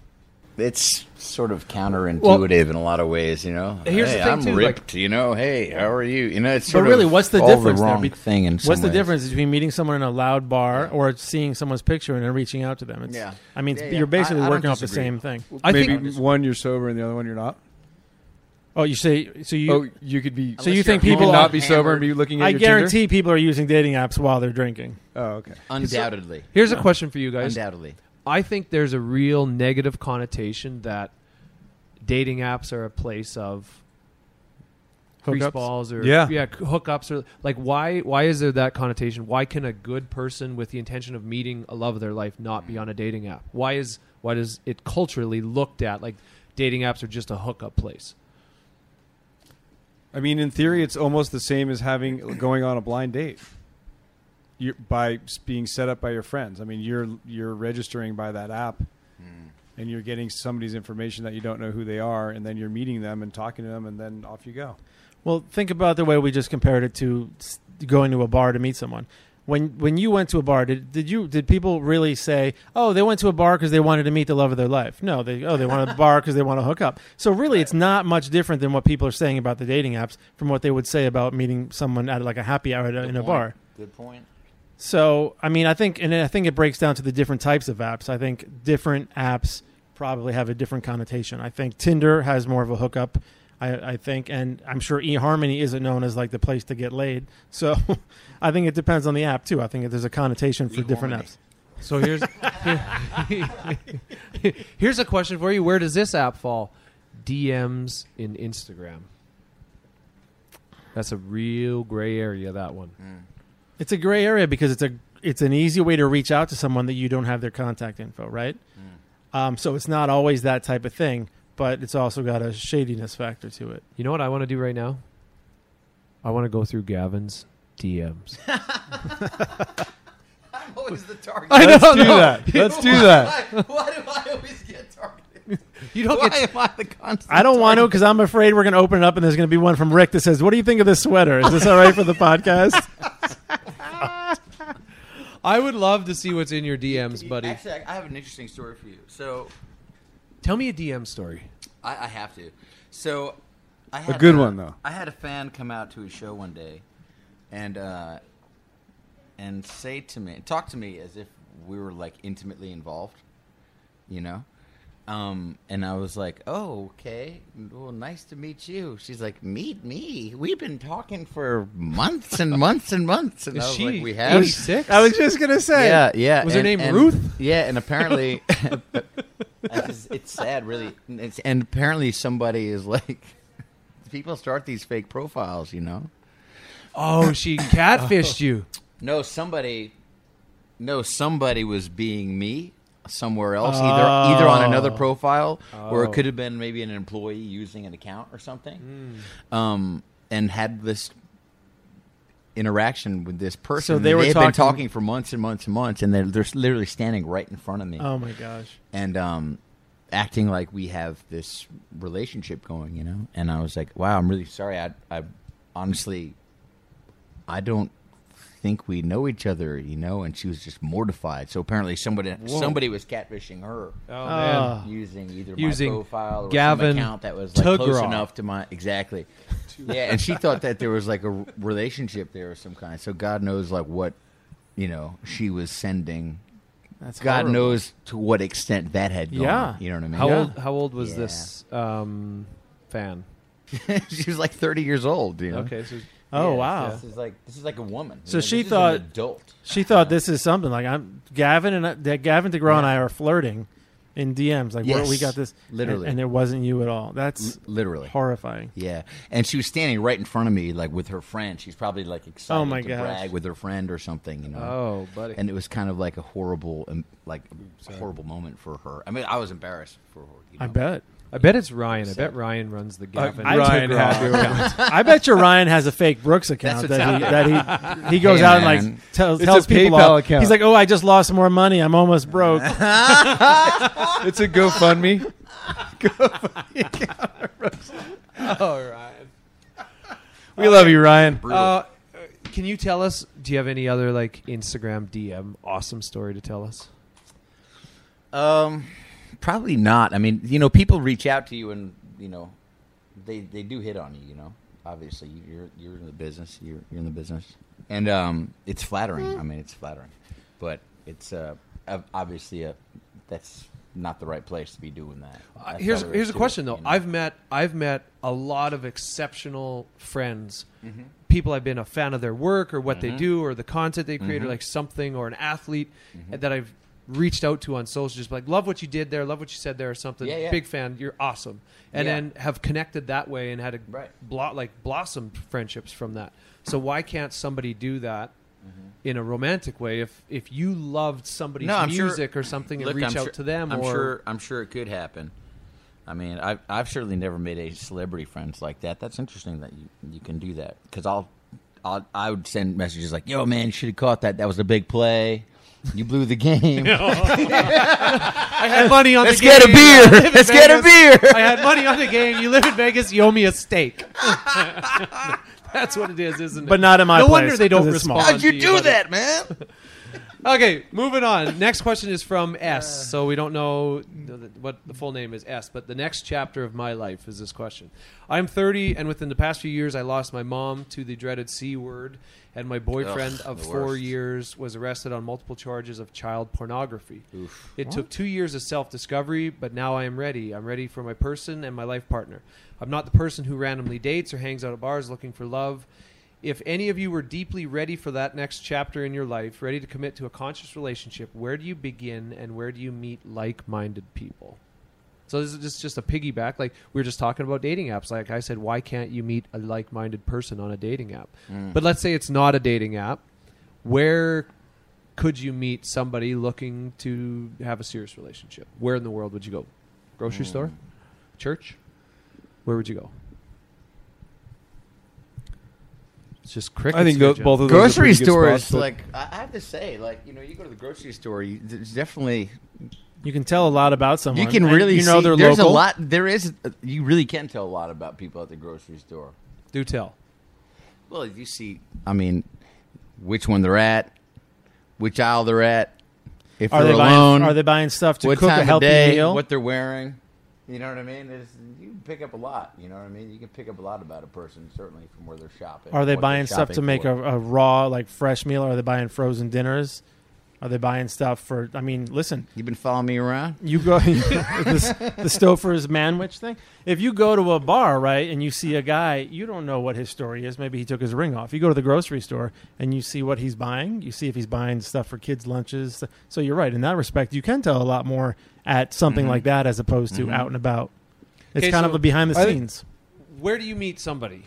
Speaker 5: It's sort of counterintuitive
Speaker 4: Well-
Speaker 5: in a lot of ways. You know,
Speaker 4: Here's the
Speaker 5: hey,
Speaker 4: thing,
Speaker 5: I'm
Speaker 4: too, like-
Speaker 5: ripped. you know, hey, how are you? You know, it's
Speaker 7: But
Speaker 5: sort
Speaker 7: really,
Speaker 5: of
Speaker 7: what's the
Speaker 5: all the
Speaker 7: difference?
Speaker 5: wrong
Speaker 7: there? Be-
Speaker 5: thing in some
Speaker 7: what's the
Speaker 5: ways.
Speaker 7: difference between meeting someone in a loud bar or seeing someone's picture and then reaching out to them? It's,
Speaker 5: Yeah.
Speaker 7: I mean,
Speaker 5: Yeah,
Speaker 7: it's-
Speaker 5: yeah.
Speaker 7: you're
Speaker 5: I-
Speaker 7: basically
Speaker 5: I don't
Speaker 7: working off the
Speaker 5: disagree.
Speaker 7: same thing.
Speaker 5: I
Speaker 6: Maybe
Speaker 5: think-
Speaker 6: one you're sober and the other one you're not.
Speaker 7: Oh, you say so you.
Speaker 6: Oh, you could be.
Speaker 7: So you think
Speaker 6: you
Speaker 7: people
Speaker 6: could
Speaker 7: are-
Speaker 6: not be sober and be looking at
Speaker 7: I
Speaker 6: your
Speaker 7: guarantee people are using dating apps while they're drinking.
Speaker 6: Oh, okay.
Speaker 5: Undoubtedly.
Speaker 4: Here's a question for you guys.
Speaker 5: Undoubtedly.
Speaker 4: I think there's a real negative connotation that dating apps are a place of grease
Speaker 7: Hookups?
Speaker 4: balls or
Speaker 6: Yeah.
Speaker 4: c- hookups or like why why is there that connotation? Why can a good person with the intention of meeting a love of their life not be on a dating app? Why is why does it culturally looked at like dating apps are just a hookup place?
Speaker 6: I mean, in theory, it's almost the same as having going on a blind date. You by s- being set up by your friends. I mean, you're you're registering by that app, and you're getting somebody's information that you don't know who they are, and then you're meeting them and talking to them, and then off you [laughs] go.
Speaker 7: Well, think about the way we just compared it to s- going to a bar to meet someone. When when you went to a bar, did, did you did people really say, "Oh, they went to a bar because they wanted to meet the love of their life"? No, they oh they wanted a bar because they want to hook up. So really, it's not much different than what people are saying about the dating apps from what they would say about meeting someone at like a happy hour at a- in a bar.
Speaker 5: Good [laughs] point.
Speaker 7: So, I mean, I think, and I think it breaks down to the different types of apps. I think different apps probably have a different connotation. I think Tinder has more of a hookup. I, I think, and I'm sure eHarmony isn't known as like the place to get laid. [laughs] So, I think it depends on the app too. I think there's a connotation for different apps.
Speaker 4: So here's [laughs] here's a question for you. Where does this app fall? DMs in Instagram. That's a real gray area. That one.
Speaker 7: It's a gray area because it's a it's an easy way to reach out to someone that you don't have their contact info, right? Um, so it's not always that type of thing, but it's also got a shadiness factor to it.
Speaker 4: You know what I want to do right now? I want to go through Gavin's DMs.
Speaker 5: I'm always the target.
Speaker 4: I know,
Speaker 6: Let's do
Speaker 4: no.
Speaker 6: that.
Speaker 4: You
Speaker 6: Let's do
Speaker 4: know
Speaker 6: [laughs] that.
Speaker 5: Why, why do I always get targeted?
Speaker 4: You don't
Speaker 5: Why
Speaker 4: get-
Speaker 5: am I the constant?
Speaker 7: I don't want to because I'm afraid we're going to open it up and there's going to be one from Rick that says, "What do you think of this sweater? Is this all right for the podcast?"
Speaker 4: I would love to see what's in
Speaker 5: [laughs]
Speaker 4: your DMs, buddy.
Speaker 5: Actually, I I have an interesting story for you. So
Speaker 4: Tell me a DM story.
Speaker 5: I, I have to. So, I had
Speaker 6: good one, though.
Speaker 5: I had a fan come out to a show one day, and uh, and say to me, talk to me as if we were like intimately involved, you know. Um, and I was like, "Oh, okay. Well, nice to meet you." She's like, "Meet me. We've been talking for months and months and months." And I
Speaker 4: Is
Speaker 5: was
Speaker 4: she
Speaker 5: like, "We have."
Speaker 4: 86?
Speaker 7: I was just going to say,
Speaker 5: Yeah, yeah.
Speaker 4: Was her
Speaker 5: and-
Speaker 4: name
Speaker 5: and-
Speaker 4: Ruth?
Speaker 5: Yeah, and apparently, it's, it's sad, really. And It's, and apparently, somebody is like, [laughs] people start these fake profiles, you know?
Speaker 4: Oh, she catfished you.
Speaker 5: No, somebody, no, somebody was being me somewhere else, either either on another profile, or it could have been maybe an employee using an account or something, um, and had this interaction with this person.
Speaker 7: So they were
Speaker 5: have been
Speaker 7: talking-
Speaker 5: talking for months and months and months, and they're, they're literally standing right in front of me
Speaker 7: "Oh my gosh."
Speaker 5: and um, acting like we have this relationship going, you know. And I was like, "Wow, I'm really sorry. I, I honestly, I don't think we know each other, you know." And she was just mortified. So apparently, somebody somebody was catfishing her
Speaker 4: Oh man.
Speaker 5: using either
Speaker 4: Using
Speaker 5: my profile or
Speaker 4: Gavin
Speaker 5: some account that was like close
Speaker 4: Tugra.
Speaker 5: enough to my
Speaker 4: [laughs]
Speaker 5: exactly. yeah, and she thought that there was like a r- relationship there of some kind. So God knows like what you know she was sending.
Speaker 7: That's
Speaker 5: God
Speaker 7: horrible.
Speaker 5: knows to what extent that had gone.
Speaker 7: Yeah.
Speaker 5: you know what I mean.
Speaker 4: How
Speaker 7: Yeah.
Speaker 4: old? How old was
Speaker 5: Yeah.
Speaker 4: this um, fan?
Speaker 5: [laughs] she was like thirty years old. You know.
Speaker 4: Okay, so
Speaker 7: Oh
Speaker 5: Yeah,
Speaker 7: wow.
Speaker 5: This is like this is like a woman.
Speaker 7: So
Speaker 5: you know,
Speaker 7: she
Speaker 5: this is an
Speaker 7: thought-
Speaker 5: adult.
Speaker 7: She thought this is something like I'm Gavin and I, that Gavin DeGraw and I are flirting, in DMs like, "Bro, we
Speaker 5: Yes.
Speaker 7: got this," and-
Speaker 5: Literally.
Speaker 7: and it wasn't you at all. That's
Speaker 5: L- literally.
Speaker 7: horrifying.
Speaker 5: Yeah, and she was standing right in front of me, like with her friend. She's probably like excited
Speaker 7: Oh, my
Speaker 5: to
Speaker 7: gosh.
Speaker 5: brag with her friend or something, you know.
Speaker 4: Oh, buddy.
Speaker 5: And it was kind of like a horrible, um, like horrible moment for her. I mean, I was embarrassed for her. You know?
Speaker 7: I bet.
Speaker 4: I bet it's Ryan. I bet Ryan runs the Gavin.
Speaker 7: I
Speaker 6: Ryan
Speaker 7: took
Speaker 6: had
Speaker 7: Ryan.
Speaker 6: to
Speaker 7: [laughs] I bet you Ryan has a fake Brooks account
Speaker 5: what's
Speaker 7: that he,
Speaker 5: out
Speaker 7: that he he goes
Speaker 12: Hey,
Speaker 7: out and
Speaker 12: man.
Speaker 7: like tells,
Speaker 6: It's
Speaker 7: tells
Speaker 6: a
Speaker 7: people
Speaker 6: PayPal
Speaker 7: all-
Speaker 6: account.
Speaker 7: He's like, "Oh, I just lost more money. I'm almost broke."
Speaker 6: It's
Speaker 4: [laughs]
Speaker 6: a GoFundMe.
Speaker 4: oh, Ryan.
Speaker 6: We love you, Ryan.
Speaker 4: Uh, can you tell us? Do you have any other like Instagram DM awesome story to tell us?
Speaker 5: Um, probably not. I mean, you know, people reach out to you, and you know, they they do hit on you. You know, obviously, you're you're in the business. You're you're in the business, and um, it's flattering. I mean, it's flattering, but it's uh, ob- obviously a that's not the right place to be doing that. That's
Speaker 4: Uh, here's
Speaker 5: all there
Speaker 4: here's
Speaker 5: is
Speaker 4: a
Speaker 5: to
Speaker 4: question
Speaker 5: it,
Speaker 4: though.
Speaker 5: you know?
Speaker 4: I've met I've met a lot of exceptional friends,
Speaker 5: Mm-hmm.
Speaker 4: people I've been a fan of their work or what they do or the content they
Speaker 5: Mm-hmm.
Speaker 4: create or like something or an athlete that I've reached out to on social, just like love what you did there, love what you said there or something.
Speaker 5: Yeah, yeah.
Speaker 4: Big fan, you're awesome, and
Speaker 5: Yeah.
Speaker 4: then have connected that way and had a
Speaker 5: Right.
Speaker 4: blo- like blossomed friendships from that. So why can't somebody do that? In a romantic way, if if you loved somebody's
Speaker 5: Mm-hmm. No, I'm sure-
Speaker 4: music or something and
Speaker 5: Look,
Speaker 4: reach
Speaker 5: I'm
Speaker 4: out
Speaker 5: sure-
Speaker 4: to them,
Speaker 5: I'm
Speaker 4: or
Speaker 5: sure I'm sure it could happen. I mean, I've I've certainly never made any celebrity friends like that. That's interesting that you you can do that because I'll. I'll, I would send messages like, "Yo, man, you should have caught that. That was a big play. You blew the game.
Speaker 4: I had money on
Speaker 5: Let's
Speaker 4: the
Speaker 5: get a
Speaker 4: game. I
Speaker 5: beer.
Speaker 4: live
Speaker 5: [laughs]
Speaker 4: in
Speaker 5: Let's get a
Speaker 4: Vegas.
Speaker 5: beer."
Speaker 4: I had money on the game. You live in Vegas, you owe me a steak. That's what it is, isn't it?
Speaker 7: But not in my
Speaker 4: No
Speaker 7: place,
Speaker 4: wonder they don't
Speaker 7: 'cause it's small.
Speaker 5: [laughs] How'd
Speaker 4: respond. to
Speaker 5: you do
Speaker 4: about it.
Speaker 5: that, [laughs] man?
Speaker 4: Okay, moving on. Next question
Speaker 5: [sighs]
Speaker 4: is from S. So we don't know th- what the full name is S, but the next chapter of my life is this question. I'm 30, and within the past few years, I lost my mom to the dreaded C word, and my boyfriend
Speaker 5: Ugh,
Speaker 4: of
Speaker 5: the
Speaker 4: four
Speaker 5: worst.
Speaker 4: years was arrested on multiple charges of child pornography. It took two years of self discovery, but now I am ready. I'm ready for my person and my life partner. I'm not the person who randomly dates or hangs out at bars looking for love. If any of you were deeply ready for that next chapter in your life, ready to commit to a conscious relationship, where do you begin and where do you meet like minded people? So this is just, just a piggyback. Like we were just talking about dating apps. Like I said, why can't you meet a like minded person on a dating app? But let's say it's not a dating app. Where could you meet somebody looking to have a serious relationship? Where in the world would you go? Grocery store? Church? Where would you go? It's just crickets.
Speaker 6: I think
Speaker 4: here,
Speaker 6: tho-
Speaker 4: Jim.
Speaker 6: both of those are
Speaker 5: grocery
Speaker 6: pretty good
Speaker 5: store
Speaker 6: spots,
Speaker 5: is
Speaker 6: but
Speaker 5: like I I have to say, like you know, you go to the grocery store, you, there's definitely
Speaker 7: You can tell a lot about someone.
Speaker 5: you can
Speaker 7: and
Speaker 5: really
Speaker 7: you know
Speaker 5: see-
Speaker 7: they're
Speaker 5: there's a
Speaker 7: local.
Speaker 5: lot there is you really can tell a lot about people at the grocery store.
Speaker 4: Do tell.
Speaker 5: Well, if you see, I mean, which one they're at, which aisle they're at, if
Speaker 7: Are
Speaker 5: they're
Speaker 7: they
Speaker 5: alone,
Speaker 7: buying? Are they buying stuff to
Speaker 5: what
Speaker 7: cook
Speaker 5: time
Speaker 7: a
Speaker 5: of
Speaker 7: healthy
Speaker 5: day,
Speaker 7: meal?
Speaker 5: what they're wearing. You know what I mean? It's, you can pick up a lot. You know what I mean? You can pick up a lot about a person, certainly from where they're shopping.
Speaker 7: Are they
Speaker 5: what they're
Speaker 7: buying stuff to
Speaker 5: shopping
Speaker 7: make
Speaker 5: for.
Speaker 7: a, a raw, like fresh meal? Are they buying frozen dinners? Are they buying stuff for? I mean, listen,
Speaker 5: You been following me around?
Speaker 7: you go [laughs] this, the Stouffer's manwich thing. If you go to a bar, right, and you see a guy, you don't know what his story is. Maybe he took his ring off. You go to the grocery store and you see what he's buying. You see if he's buying stuff for kids' lunches. So you're right in that respect. You can tell a lot more at something like that as opposed to out and about. It's
Speaker 4: Okay,
Speaker 7: kind
Speaker 4: so
Speaker 7: of a behind the
Speaker 6: I think-
Speaker 7: scenes.
Speaker 4: Where do you meet somebody?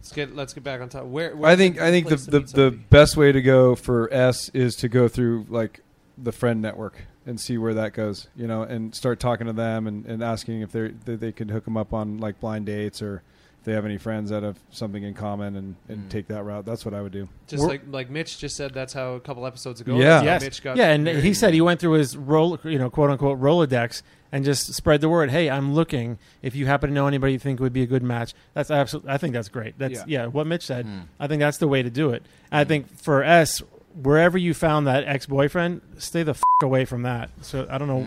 Speaker 4: Let's get let's get back on top. Where, where's
Speaker 6: I think I think the
Speaker 4: place to
Speaker 6: the,
Speaker 4: meet
Speaker 6: the
Speaker 4: somebody?
Speaker 6: best way to go for S is to go through like the friend network and see where that goes, you know, and start talking to them and, and asking if they they they could hook them up on like blind dates or if they have any friends that have something in common and, and take that route. That's what I would do.
Speaker 4: Mm. just
Speaker 6: We're-
Speaker 4: like like Mitch just said that's how a couple episodes ago that's
Speaker 6: Yeah.
Speaker 4: how
Speaker 7: Yes.
Speaker 4: Mitch got
Speaker 7: yeah, and
Speaker 4: married.
Speaker 7: he said he went through his roll, you know, quote unquote Rolodex, and just spread the word. Hey, I'm looking. If you happen to know anybody you think would be a good match, that's absolutely. I think that's great. That's yeah.
Speaker 4: Yeah.
Speaker 7: what Mitch said. I think that's the way to do it. I think for us, wherever you found that ex boyfriend, stay the f- away from that. So I don't know.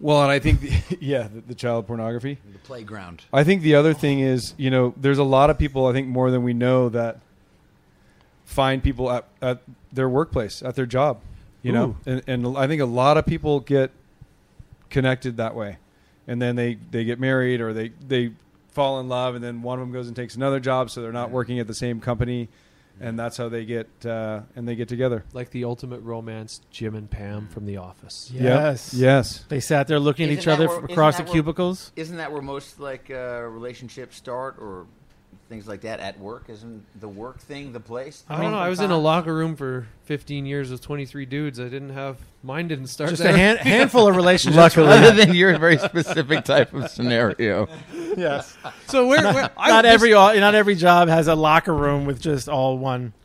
Speaker 6: Well, and I think the, [laughs] yeah, the, the child pornography.
Speaker 5: The playground.
Speaker 6: I think the other thing is, you know, there's a lot of people I think more than we know that find people at, at their workplace, at their job, you know, and, and I think a lot of people get connected that way, and then they they get married or they they fall in love, and then one of them goes and takes another job, so they're not working at the same company,
Speaker 14: and that's how they get uh, and they get together.
Speaker 10: Like the ultimate romance, Jim and Pam from The Office.
Speaker 14: Yep. Yes.
Speaker 9: They sat there looking at
Speaker 5: Isn't
Speaker 9: each
Speaker 5: that
Speaker 9: other
Speaker 5: where-
Speaker 9: f-
Speaker 5: isn't
Speaker 9: across the
Speaker 5: that where-
Speaker 9: cubicles.
Speaker 5: Isn't that where most like uh, relationships start or things like that at work? Isn't the work thing the place?
Speaker 10: I don't know. I was in a
Speaker 5: [laughs]
Speaker 10: locker room for 15 years with 23 dudes. I didn't have mine. Didn't start
Speaker 9: Just
Speaker 10: there.
Speaker 9: a hand, handful of relationships.
Speaker 15: Luckily,
Speaker 9: were-
Speaker 15: other than your very specific type of scenario.
Speaker 9: yes.
Speaker 10: So where?
Speaker 7: [laughs]
Speaker 10: where I
Speaker 9: not
Speaker 10: was-
Speaker 9: every all, not every job has a locker room with just all one.
Speaker 10: [laughs]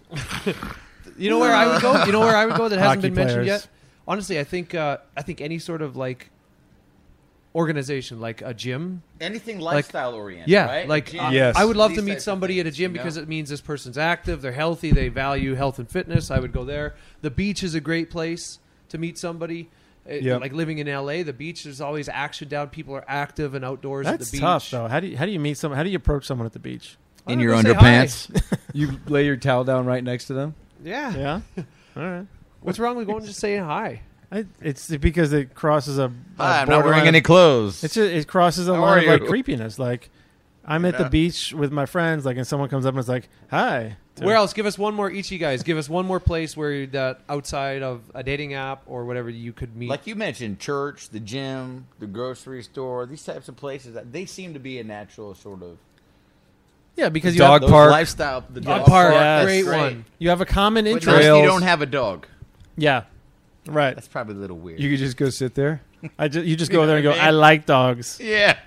Speaker 10: You know where I would go? You know where I would go that hasn't
Speaker 9: Hockey
Speaker 10: been mentioned
Speaker 9: players.
Speaker 10: yet? Honestly, I think uh, I think any sort of like organization, like a gym.
Speaker 5: anything lifestyle oriented.
Speaker 10: Yeah,
Speaker 5: right?
Speaker 10: like
Speaker 5: Gym,
Speaker 4: uh,
Speaker 10: I-
Speaker 14: Yes.
Speaker 10: I would love to
Speaker 5: these
Speaker 10: meet
Speaker 5: types of
Speaker 10: somebody at a
Speaker 5: things,
Speaker 10: gym
Speaker 5: you know?
Speaker 10: because it means this person's active, they're healthy, they value health and fitness. I would go there. The beach is a great place to meet somebody. It-
Speaker 14: Yep.
Speaker 10: Like living in LA, the beach there's always action down. People are active and outdoors at
Speaker 9: That's
Speaker 10: the beach.
Speaker 9: tough though. How do you how do you meet someone? How do you approach someone at the beach?
Speaker 10: Why
Speaker 15: In
Speaker 10: don't
Speaker 15: your
Speaker 10: they say
Speaker 15: underpants.
Speaker 14: You lay your towel down right next to them.
Speaker 10: Yeah.
Speaker 9: Yeah. all right.
Speaker 10: What's wrong with going to just saying hi?
Speaker 9: I, it's because it crosses a. a
Speaker 7: uh,
Speaker 15: Hi, I'm not
Speaker 9: borderline
Speaker 15: wearing
Speaker 9: of-
Speaker 15: any clothes.
Speaker 9: It's just, it crosses a
Speaker 15: How
Speaker 9: line of
Speaker 15: are
Speaker 9: like
Speaker 15: you?
Speaker 9: creepiness. Like I'm at the
Speaker 5: Yeah.
Speaker 9: beach with my friends, like, and someone comes up and is like, "Hi." to-
Speaker 10: Where else? Give us one more Ichi guys. Give us one more place where you- that outside of a dating app or whatever you could meet.
Speaker 5: Like you mentioned, church, the gym, the grocery store, these types of places. that- They seem to be a natural sort of
Speaker 9: Yeah, because you
Speaker 14: Dog
Speaker 9: have,
Speaker 14: park.
Speaker 5: lifestyle. The
Speaker 10: a
Speaker 5: dog
Speaker 10: park,
Speaker 9: Yes.
Speaker 10: great
Speaker 5: Great.
Speaker 10: one.
Speaker 9: you have a common
Speaker 5: But
Speaker 9: interest.
Speaker 5: notice you
Speaker 14: Trails.
Speaker 5: don't have a dog.
Speaker 9: Yeah, right.
Speaker 5: That's probably a little weird.
Speaker 14: You could just go sit there.
Speaker 9: I just, you just go there and go.
Speaker 5: what I
Speaker 9: I like dogs.
Speaker 5: [laughs] yeah.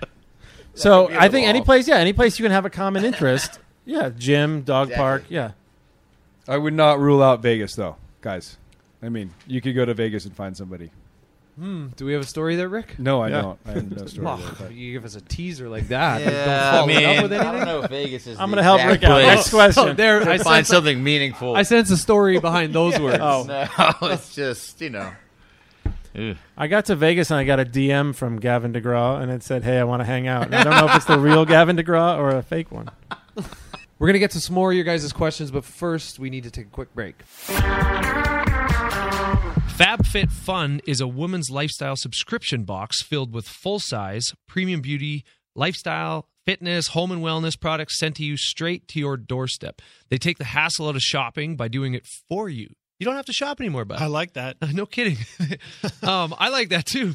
Speaker 9: So
Speaker 5: be a
Speaker 9: I think
Speaker 5: little
Speaker 9: any
Speaker 5: off.
Speaker 9: place, yeah, any place you can have a common interest. yeah, gym, dog
Speaker 5: Exactly.
Speaker 9: park. Yeah,
Speaker 14: I would not rule out Vegas though, guys. I mean, you could go to Vegas and find somebody.
Speaker 10: Hmm, do we have a story there, Rick?
Speaker 14: No, I
Speaker 9: Yeah.
Speaker 14: don't. I have no story.
Speaker 10: Oh,
Speaker 14: there, but-
Speaker 10: you give us a teaser like that.
Speaker 5: Yeah,
Speaker 10: don't follow it up with
Speaker 5: I don't
Speaker 10: anything.
Speaker 5: know if Vegas is.
Speaker 9: I'm
Speaker 5: the
Speaker 9: gonna help
Speaker 5: exact
Speaker 9: Rick out.
Speaker 5: place
Speaker 9: Next question.
Speaker 10: Oh, there, I
Speaker 5: To find
Speaker 10: sense,
Speaker 5: something meaningful.
Speaker 10: I sense a story behind those words.
Speaker 9: Oh.
Speaker 5: no, [laughs] it's just you know.
Speaker 9: I got to Vegas and I got a DM from Gavin DeGraw, and it said, "Hey, I want to hang out." And I don't know if it's
Speaker 7: [laughs]
Speaker 9: the real Gavin DeGraw or a fake one.
Speaker 10: We're gonna get to some more of your guys' questions, but first we need to take a quick break.
Speaker 4: FabFitFun is a woman's lifestyle subscription box filled with full size, premium beauty, lifestyle, fitness, home and wellness products sent to you straight to your doorstep. They take the hassle out of shopping by doing it for you. You don't have to shop anymore, bud.
Speaker 7: I like that.
Speaker 4: [laughs] No kidding. um, I like that
Speaker 7: [laughs]
Speaker 4: too.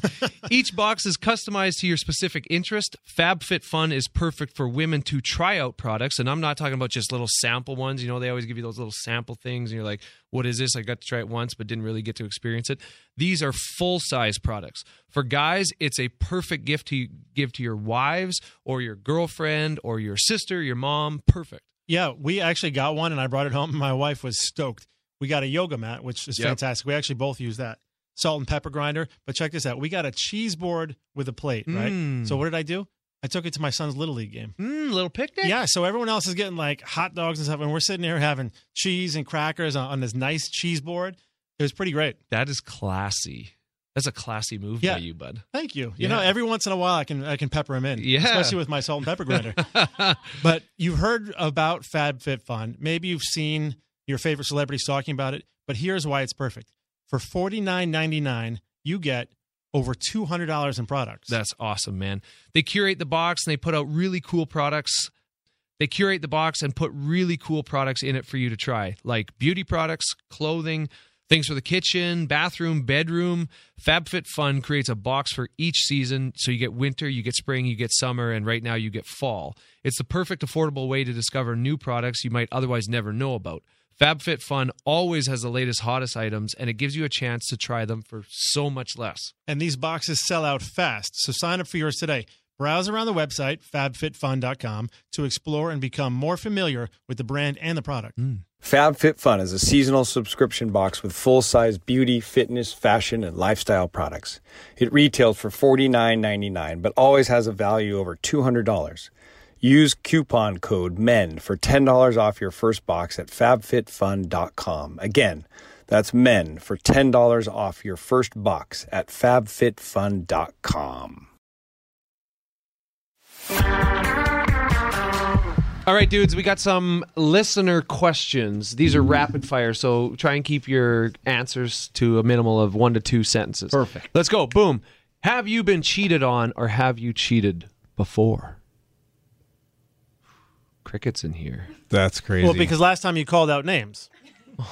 Speaker 4: Each box is customized to your specific interest. FabFitFun is perfect for women to try out products, and I'm not talking about just little sample ones. You know, they always give you those little sample things, and you're like, "What is this?" I got to try it once, but didn't really get to experience it. These are full size products for guys. It's a perfect gift to give to your wives or your girlfriend or your sister, your mom. Perfect.
Speaker 7: Yeah, we actually got one and I brought it home. and My wife was stoked. We got a yoga mat, which is
Speaker 4: Yep.
Speaker 7: fantastic. We actually both use that salt and pepper grinder. But check this out: we got a cheese board with a plate,
Speaker 4: Mm.
Speaker 7: right? So what did I do? I took it to my son's little league game.
Speaker 4: Mm, little picnic.
Speaker 7: Yeah, so everyone else is getting like hot dogs and stuff, and we're sitting here having cheese and crackers on, on this nice cheese board. It was pretty great.
Speaker 4: that is classy. That's a classy move
Speaker 7: Yeah.
Speaker 4: by you, bud. [laughs]
Speaker 7: Thank you. You
Speaker 4: Yeah.
Speaker 7: know, every once in a while I can I can pepper them in,
Speaker 4: Yeah.
Speaker 7: especially with my salt and pepper
Speaker 5: [laughs]
Speaker 7: grinder. But you've heard about FabFitFun. Maybe you've seen your favorite celebrities talking about it, but here's why it's perfect. For $49.99, you get over $200 in products.
Speaker 4: That's awesome, man. They curate the box and they put out really cool products. They curate the box and put really cool products in it for you to try, like beauty products, clothing, things for the kitchen, bathroom, bedroom. FabFitFun creates a box for each season. So you get winter, you get spring, you get summer, and right now you get fall. It's the perfect affordable way to discover new products you might otherwise never know about. FabFitFun always has the latest, hottest items, and it gives you a chance to try them for so much less.
Speaker 7: and these boxes sell out fast. So sign up for yours today. Browse around the website, fabfitfun.com, to explore and become more familiar with the brand and the product.
Speaker 6: FabFitFun is a seasonal subscription box with full-size beauty, fitness, fashion, and lifestyle products. It retails for $49.99, but always has a value over $200. Use coupon code MEN for $10 off your first box at fabfitfun.com. Again, that's MEN for $10 off your first box at fabfitfun.com.
Speaker 10: All right, dudes, we got some listener questions. These
Speaker 2: Mm-hmm.
Speaker 10: are rapid fire, so try and keep your answers to a minimal of one to two sentences.
Speaker 15: Perfect.
Speaker 10: Let's go. Boom. Have you been cheated on or have you cheated before?
Speaker 2: crickets in [laughs] here.
Speaker 6: That's crazy.
Speaker 3: Well, because last time you called out
Speaker 5: [laughs]
Speaker 3: names.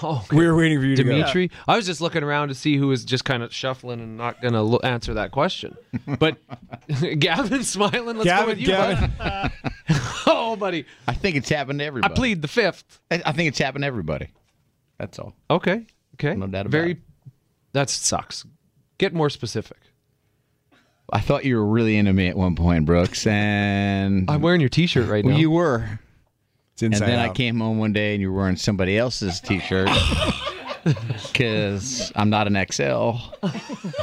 Speaker 4: Oh,
Speaker 3: we were waiting for you,
Speaker 2: Dimitri.
Speaker 3: To go.
Speaker 4: I was just looking around to see who was just kind of shuffling and not going to lo- answer that question. But [laughs] Gavin smiling. Let's go
Speaker 2: Gavin,
Speaker 4: with you.
Speaker 2: Gavin.
Speaker 4: bud. [laughs] oh, buddy.
Speaker 5: I think it's happened to everybody.
Speaker 4: plead the fifth.
Speaker 5: I, I think it's happened to everybody. That's all.
Speaker 4: Okay. Okay.
Speaker 5: No doubt about
Speaker 4: Very.
Speaker 5: it.
Speaker 4: That sucks. Get more specific.
Speaker 5: I thought you were really into me at one point, Brooks, and I'm
Speaker 4: wearing your T-shirt right
Speaker 5: Well,
Speaker 4: now.
Speaker 5: you were. It's
Speaker 6: inside
Speaker 5: and then I
Speaker 6: out.
Speaker 5: came home one day and you were wearing somebody else's T-shirt because I'm not an XL.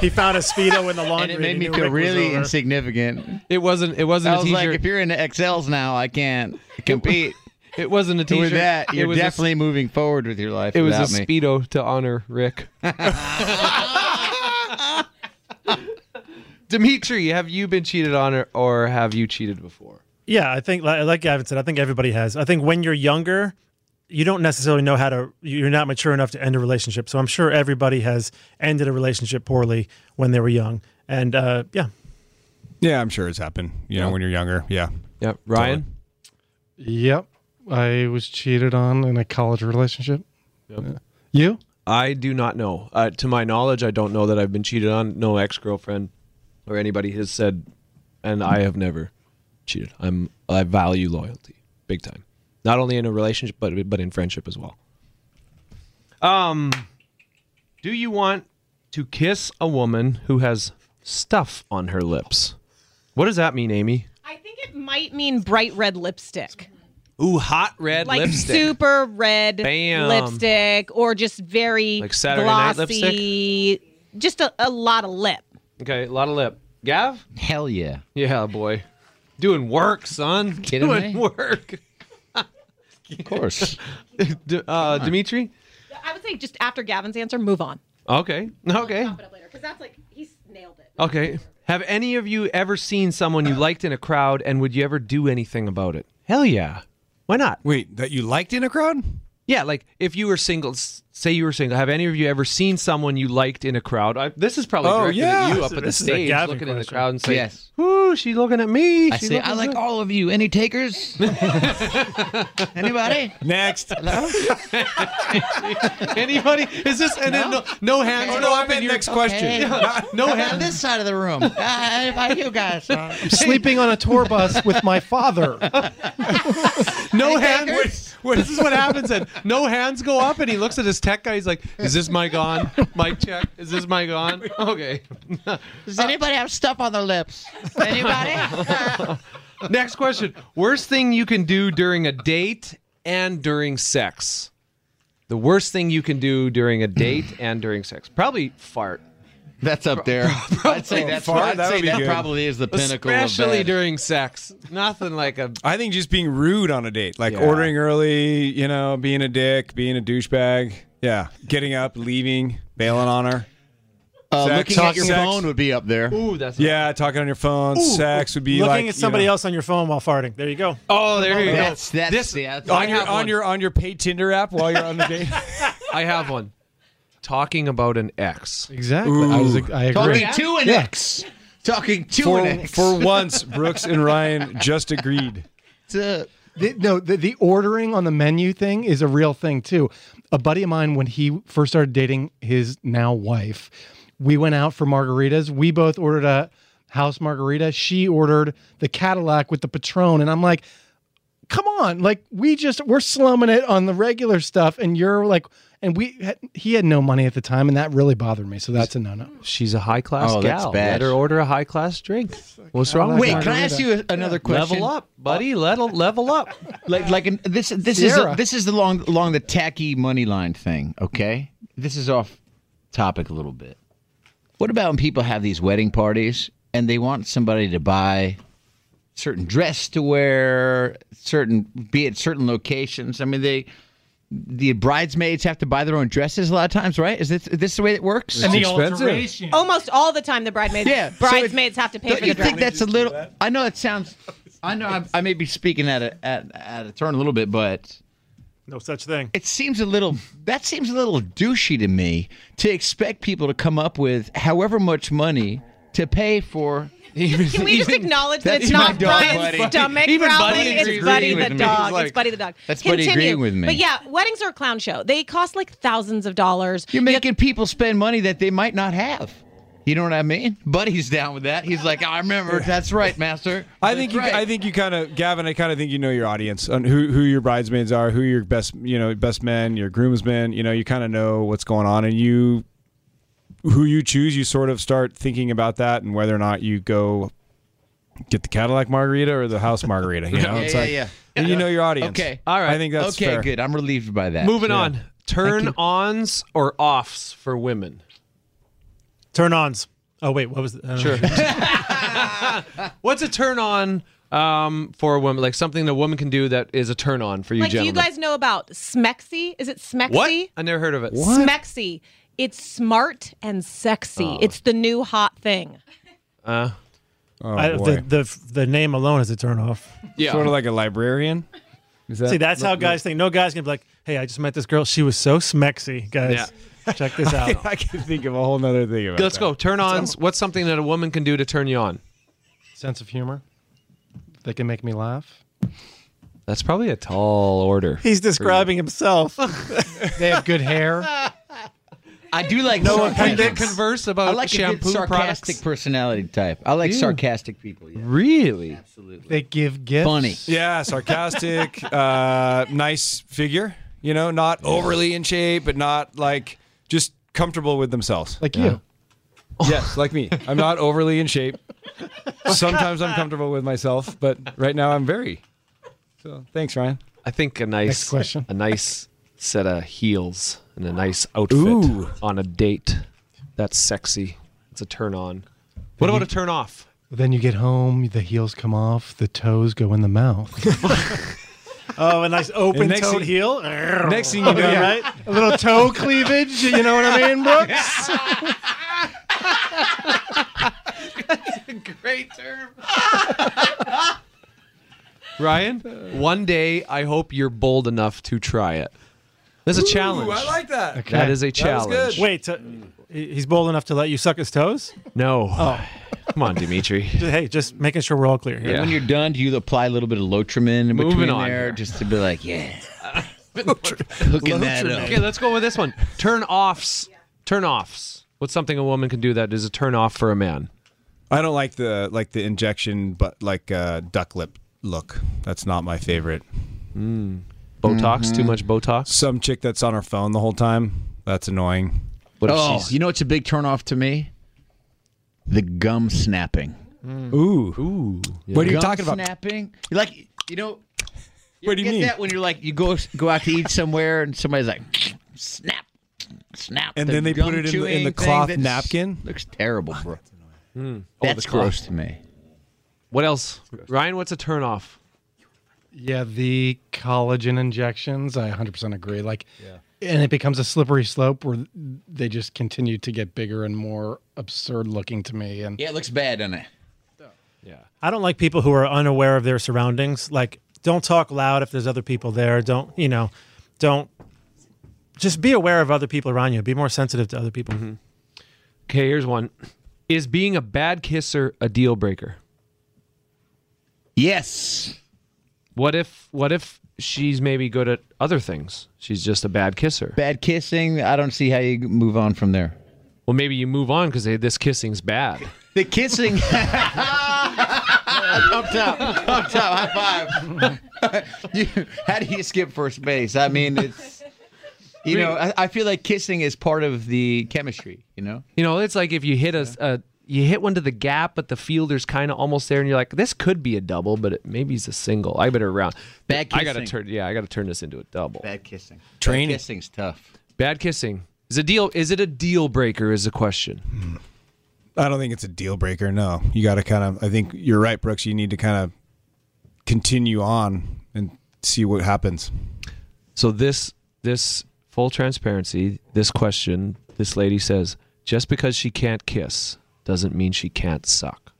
Speaker 3: He found a speedo in the laundry.
Speaker 5: [laughs] And it made
Speaker 3: he
Speaker 5: me
Speaker 3: knew
Speaker 5: feel
Speaker 3: Rick was
Speaker 5: really
Speaker 3: over.
Speaker 5: insignificant.
Speaker 4: It wasn't. It wasn't
Speaker 5: I
Speaker 4: a
Speaker 5: was like,
Speaker 4: t-shirt.
Speaker 5: if you're into XLs now, I can't compete.
Speaker 4: It wasn't a
Speaker 5: With
Speaker 4: t-shirt.
Speaker 5: that,
Speaker 4: It
Speaker 5: you're
Speaker 4: was a-
Speaker 5: definitely moving forward with your life.
Speaker 4: It was a
Speaker 5: without me.
Speaker 4: speedo to honor
Speaker 5: [laughs]
Speaker 4: Rick. Dimitri, have you been cheated on, or, or have you cheated before?
Speaker 3: Yeah, I think like, like Gavin said, I think everybody has. I think when you're younger, you don't necessarily know how to. You're not mature enough to end a relationship. So I'm sure everybody has ended a relationship poorly when they were young. And uh, yeah,
Speaker 6: Yeah, I'm sure it's happened. You know,
Speaker 12: Yeah.
Speaker 6: when you're younger. Yeah.
Speaker 4: Yep.
Speaker 12: Ryan? Yep. I was cheated on in a college relationship. Yeah. You?
Speaker 4: I do not know. Uh, to my knowledge, I don't know that I've been cheated on. No ex girlfriend or anybody has said, and I have never cheated. I'm I value loyalty big time, not only in a relationship but but in friendship as well. Um, do you want to kiss a woman who has stuff on her lips? What does that mean, Amy?
Speaker 16: I think it might mean bright red lipstick.
Speaker 4: Ooh, hot red
Speaker 16: like
Speaker 4: lipstick.
Speaker 16: super red
Speaker 4: Bam.
Speaker 16: lipstick or just very
Speaker 4: Like Saturday night
Speaker 16: glossy. Just a, a lot of lip.
Speaker 4: Okay, a lot of lip. Gav?
Speaker 5: Hell yeah.
Speaker 4: Yeah, boy. Doing work, son. [laughs]
Speaker 5: Kidding
Speaker 4: Doing
Speaker 5: me?
Speaker 4: work.
Speaker 5: of course.
Speaker 4: [laughs] D- uh,
Speaker 5: on.
Speaker 4: Dimitri?
Speaker 16: I would say just after Gavin's answer, move on.
Speaker 4: Okay. Okay.
Speaker 16: Because that's like, he's nailed it.
Speaker 4: Okay. Have any of you ever seen someone you liked in a crowd and would you ever do anything about it? Hell yeah. Why not?
Speaker 6: Wait, that you liked in a crowd?
Speaker 4: Yeah, like if you were single, s- say you were single, have any of you ever seen someone you liked in a crowd? I, this is probably
Speaker 6: Oh,
Speaker 4: directed
Speaker 6: yeah.
Speaker 4: at you up
Speaker 6: This-
Speaker 4: at the
Speaker 6: this is a
Speaker 4: stage
Speaker 6: Gavin
Speaker 4: looking in the
Speaker 6: question.
Speaker 4: crowd and saying,
Speaker 6: Yes.
Speaker 4: Ooh, she's looking at
Speaker 5: [laughs]
Speaker 4: me.
Speaker 5: I
Speaker 4: She's
Speaker 5: say,
Speaker 4: looking
Speaker 5: I like
Speaker 4: good."
Speaker 5: all of you. Any takers? Anybody?
Speaker 6: Next.
Speaker 4: Anybody? Is this and then no, no hands?
Speaker 5: Okay.
Speaker 4: go up and you're- Yeah.
Speaker 5: Okay.
Speaker 4: no
Speaker 5: How about
Speaker 4: hands.
Speaker 5: this side of the room. Ah, How about you guys?
Speaker 12: I'm sleeping on a tour bus with my father.
Speaker 4: No
Speaker 12: Any
Speaker 4: hands.
Speaker 12: takers?
Speaker 4: Wait, wait, this is what happens. And no hands go up, and he looks at his tech guy. He's like, "Is this mic on? Mic check. Is this mic on? Okay." [laughs]
Speaker 5: Does anybody have stuff on their
Speaker 6: [laughs]
Speaker 5: lips? Anybody?
Speaker 4: Next question. Worst thing you can do during a date and during sex. The worst thing you can do during a date and during sex. Probably fart.
Speaker 5: [laughs] That's up there. I'd say that's
Speaker 6: Fart,
Speaker 5: I'd
Speaker 6: that
Speaker 5: say
Speaker 6: would be
Speaker 5: that
Speaker 6: good.
Speaker 5: probably is the pinnacle
Speaker 4: Especially
Speaker 5: of bed.
Speaker 4: during sex. Nothing like a
Speaker 6: I think just being rude on a date, like
Speaker 4: Yeah.
Speaker 6: ordering early, you know, being a dick, being a douchebag. Yeah. Getting up, leaving, bailing on her.
Speaker 5: Uh,
Speaker 6: Sex,
Speaker 5: looking at your
Speaker 6: sex.
Speaker 5: phone would be up there.
Speaker 4: Ooh, that's
Speaker 6: Yeah, talking on your phone.
Speaker 3: Ooh,
Speaker 6: sex would be
Speaker 3: looking
Speaker 6: like
Speaker 3: at somebody
Speaker 6: you know,
Speaker 3: else on your phone while farting. There you go.
Speaker 4: Oh, there you
Speaker 5: That's
Speaker 4: go.
Speaker 5: that's
Speaker 4: This-
Speaker 5: yeah, that's-
Speaker 6: on, your,
Speaker 4: have
Speaker 6: on
Speaker 4: one.
Speaker 6: your on your pay Tinder app while you're on the date.
Speaker 4: I have one. Talking about an ex.
Speaker 12: Exactly. I, was, I agree.
Speaker 5: Talking to an
Speaker 12: Yeah.
Speaker 5: ex. Talking to
Speaker 6: for
Speaker 5: an ex.
Speaker 6: for once, Brooks and Ryan just agreed.
Speaker 5: It's, uh,
Speaker 12: The, no, the, the ordering on the menu thing is a real thing too. A buddy of mine, when he first started dating his now wife, we went out for margaritas. We both ordered a house margarita. She ordered the Cadillac with the Patron, and I'm like, "Come on! Like we just we're slumming it on the regular stuff, and you're like." And we, had, he had no money at the time, and that really bothered me. So that's a no-no.
Speaker 4: She's a high class
Speaker 5: Oh, that's
Speaker 4: gal.
Speaker 5: bad.
Speaker 4: Let her order a high class drink. What's wrong? with
Speaker 5: Wait,
Speaker 4: that?
Speaker 5: can I ask you a- another question?
Speaker 4: Level up, buddy. Level level up.
Speaker 5: like like an, this this
Speaker 12: Sierra.
Speaker 5: is this is along along the tacky money line thing. Okay, this is off topic a little bit. What about when people have these wedding parties and they want somebody to buy certain dress to wear, certain be at certain locations? I mean, they the bridesmaids have to buy their own dresses a lot of times, right? Is this this the way it works?
Speaker 6: It's expensive.
Speaker 16: Almost all the time, the bridesmaids,
Speaker 5: Yeah, so it-
Speaker 16: bridesmaids have to pay
Speaker 5: Don't
Speaker 16: for
Speaker 5: you
Speaker 16: the dress.
Speaker 5: think that's a little? I know it sounds. I know I'm, I may be speaking at a at, at a turn a little bit, but
Speaker 3: No such thing.
Speaker 5: it seems a little. That seems a little douchey to me to expect people to come up with however much money to pay for
Speaker 16: Can we just acknowledge that
Speaker 5: That's
Speaker 16: it's
Speaker 5: my
Speaker 16: not
Speaker 5: dog,
Speaker 16: Brian's
Speaker 5: buddy.
Speaker 16: stomach
Speaker 5: Even
Speaker 16: growling?
Speaker 5: Buddy
Speaker 16: it's
Speaker 5: agreed
Speaker 16: Buddy
Speaker 5: with
Speaker 16: the
Speaker 5: me.
Speaker 16: dog.
Speaker 5: He's like,
Speaker 16: it's Buddy the dog.
Speaker 5: that's Buddy
Speaker 16: Continue.
Speaker 5: agreeing with me.
Speaker 16: But yeah, weddings are a clown show. They cost like thousands of dollars.
Speaker 5: You're making people spend money that they might not have. You know what I mean? Buddy's down with that. He's like, I remember. That's
Speaker 16: [laughs]
Speaker 5: right, master.
Speaker 6: I think you, I think you kind of Gavin. I kind of think you know your audience on who who your bridesmaids are, who your best you know best men, your groomsmen. You know, you kind of know what's going on, and you who you choose. You sort of start thinking about that and whether or not you go get the Cadillac margarita or the house margarita. You
Speaker 5: [laughs]
Speaker 6: know,
Speaker 5: Yeah,
Speaker 6: it's
Speaker 5: yeah,
Speaker 6: like
Speaker 5: yeah.
Speaker 6: and you know your audience.
Speaker 5: Okay.
Speaker 6: all right. I think that's
Speaker 5: okay.
Speaker 6: fair.
Speaker 5: Good. I'm relieved by that.
Speaker 4: Moving
Speaker 5: Yeah.
Speaker 4: on. Turn ons or offs for women?
Speaker 7: Turn ons. Oh wait, what was?
Speaker 3: uh,
Speaker 7: The, I don't
Speaker 4: Sure.
Speaker 7: know.
Speaker 4: What's a turn on um, for a woman? Like something a woman can do that is a turn on for you
Speaker 16: like,
Speaker 4: gentlemen.
Speaker 16: do you guys know about Smexy? Is it Smexy?
Speaker 4: what? I never heard of it.
Speaker 16: Smexy. It's smart and sexy.
Speaker 7: Oh.
Speaker 16: It's the new hot thing.
Speaker 4: Uh,
Speaker 7: I- the, the the name alone is a turnoff.
Speaker 6: Yeah. Oh, Sort of like a librarian. Is
Speaker 7: See, that's how guys think. No guy's gonna be like, "Hey, I just met this girl. She was so smexy, guys. [laughs] Check this out."
Speaker 6: [laughs] I can think of a whole nother thing about.
Speaker 4: Let's go. Turn ons. What's something that a woman can do to turn you on?
Speaker 12: [laughs] Sense of humor. They can make me laugh.
Speaker 4: That's probably a tall order.
Speaker 7: He's describing himself.
Speaker 12: they have good hair.
Speaker 5: I do like
Speaker 4: No one
Speaker 5: sarcasm.
Speaker 4: can converse about
Speaker 5: I like
Speaker 4: shampoo
Speaker 5: a good sarcastic
Speaker 4: products.
Speaker 5: personality type. I like
Speaker 12: Yeah.
Speaker 5: sarcastic people.
Speaker 4: Really?
Speaker 5: Absolutely.
Speaker 12: They give gifts.
Speaker 5: Funny.
Speaker 6: Yeah, sarcastic, [laughs] uh, nice figure. You know, not overly in shape, but not like just comfortable with themselves.
Speaker 12: Like you.
Speaker 6: Yes, like me. I'm not overly in shape. Sometimes I'm comfortable with myself, but right now I'm very. So thanks, Ryan.
Speaker 4: I think a nice
Speaker 6: Next question.
Speaker 4: a nice set of heels and a nice outfit
Speaker 6: Ooh.
Speaker 4: on a date. That's sexy. It's a turn on. What about a turn off?
Speaker 12: Then you get home, the heels come off, the toes go in the mouth. [laughs]
Speaker 7: Oh, a nice open
Speaker 12: next
Speaker 7: toed
Speaker 12: thing-
Speaker 7: heel.
Speaker 6: [laughs]
Speaker 12: next thing
Speaker 6: Oh,
Speaker 12: you know-
Speaker 7: right?
Speaker 12: A little toe cleavage. You know what I mean, Brooks?
Speaker 5: [laughs] Great term.
Speaker 4: Ryan, one day I hope you're bold enough to try it. There's a
Speaker 6: Ooh,
Speaker 4: challenge.
Speaker 6: I like that. Okay.
Speaker 4: That is a
Speaker 6: That was
Speaker 4: challenge.
Speaker 6: good.
Speaker 7: Wait, so he- he's bold enough to let you suck his toes?
Speaker 4: No.
Speaker 7: Oh,
Speaker 4: Come on,
Speaker 6: [laughs]
Speaker 4: Dimitri.
Speaker 7: hey, just making sure we're all clear here.
Speaker 5: When you're done, do you apply a little bit of Lotrimin in
Speaker 4: Moving
Speaker 5: between
Speaker 4: on
Speaker 5: there
Speaker 4: here.
Speaker 5: just to be like,
Speaker 6: [laughs]
Speaker 5: yeah, hooking that up?
Speaker 4: Okay, let's go with this one. Turn offs. Turn offs. What's something a woman can do that is a turn off for a man?
Speaker 6: I don't like the like the injection, but like uh, duck lip look. That's not my favorite.
Speaker 4: Botox?
Speaker 6: Mm-hmm.
Speaker 4: Too much Botox?
Speaker 6: Some chick that's on her phone the whole time. That's annoying.
Speaker 5: oh, you know what's a big turnoff to me? The gum snapping.
Speaker 6: Ooh.
Speaker 4: Ooh.
Speaker 6: What are you
Speaker 5: Gum
Speaker 6: talking about?
Speaker 5: Snapping? You're Like, you know, you
Speaker 6: What do you
Speaker 5: get
Speaker 6: mean?
Speaker 5: that when you're like, you go go out to eat somewhere and somebody's like, snap, snap.
Speaker 6: And
Speaker 5: the
Speaker 6: then they put
Speaker 5: gum
Speaker 6: it in the- in the
Speaker 5: chewing thing
Speaker 6: cloth
Speaker 5: that's-
Speaker 6: napkin? Hmm. Oh,
Speaker 5: Looks terrible, bro.
Speaker 4: Mm.
Speaker 5: That's gross to me.
Speaker 4: What else? Ryan, what's a turn off?
Speaker 12: Yeah, the collagen injections. I 100% agree. Like, and it becomes a slippery slope where they just continue to get bigger and more absurd looking to me. And
Speaker 5: Yeah, it looks bad, doesn't it?
Speaker 7: I don't like people who are unaware of their surroundings. Like, don't talk loud if there's other people there. Don't, you know, don't. Just be aware of other people around you. Be more sensitive to other people.
Speaker 5: Mm-hmm.
Speaker 4: Okay, here's one. Is being a bad kisser a deal breaker?
Speaker 5: Yes.
Speaker 4: What if what if she's maybe good at other things? She's just a bad kisser.
Speaker 5: Bad kissing. I don't see how you move on from there.
Speaker 4: Well, maybe you move on because this
Speaker 5: [laughs]
Speaker 4: kissing's bad.
Speaker 5: The kissing. up top, up top, high five. [laughs] you, how do you skip first base? I mean, it's you know, I, I feel like kissing is part of the chemistry. You know,
Speaker 4: You know, it's like if you hit a, a you hit one to the gap, but the fielder's kind of almost there, and you're like, this could be a double, but it maybe it's a single. I better round.
Speaker 5: Bad
Speaker 4: I gotta
Speaker 5: kissing.
Speaker 4: turn. Yeah, I gotta turn this into a double.
Speaker 5: bad kissing.
Speaker 4: Training.
Speaker 5: Bad kissing's tough.
Speaker 4: Bad kissing is a deal. Is it a deal breaker? Is the question.
Speaker 6: I don't think it's a deal breaker. No, you got to kind of. I think you're right, Brooks. You need to kind of continue on and see what happens.
Speaker 4: So this this full transparency, this question, this lady says, just because she can't kiss doesn't mean she can't suck.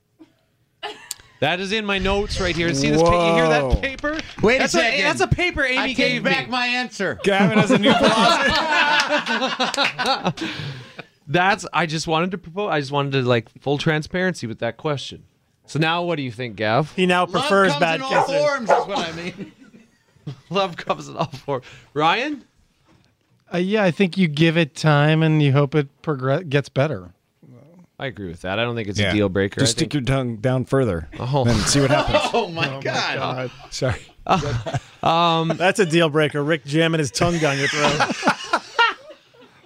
Speaker 4: That is in my notes right here. See this? pa- You hear that
Speaker 5: Whoa.
Speaker 4: paper?
Speaker 5: Wait
Speaker 4: that's
Speaker 5: a second.
Speaker 4: that's a paper Amy
Speaker 5: I take
Speaker 4: gave
Speaker 5: back
Speaker 4: me.
Speaker 5: my answer.
Speaker 6: Gavin has a new
Speaker 4: That's I just wanted to propose. I just wanted to like full transparency with that question. So now, what do you think, Gav?
Speaker 3: He now
Speaker 4: prefers
Speaker 10: comes
Speaker 4: bad
Speaker 10: in all
Speaker 4: kisses.
Speaker 10: forms. That's what I mean.
Speaker 4: [laughs]
Speaker 5: [laughs]
Speaker 4: Love comes in all forms. Ryan,
Speaker 12: Uh, yeah, I think you give it time and you hope it progress gets better.
Speaker 7: [laughs]
Speaker 4: I agree with that. I don't think [laughs] it's
Speaker 12: Yeah.
Speaker 4: a deal breaker.
Speaker 12: Just
Speaker 4: I think-
Speaker 12: stick
Speaker 6: your tongue down further
Speaker 4: [laughs] Oh.
Speaker 6: and see what happens.
Speaker 10: Oh my, god.
Speaker 6: Sorry.
Speaker 4: um,
Speaker 7: That's a deal breaker. Rick jamming his tongue down your
Speaker 5: [laughs]
Speaker 7: throat.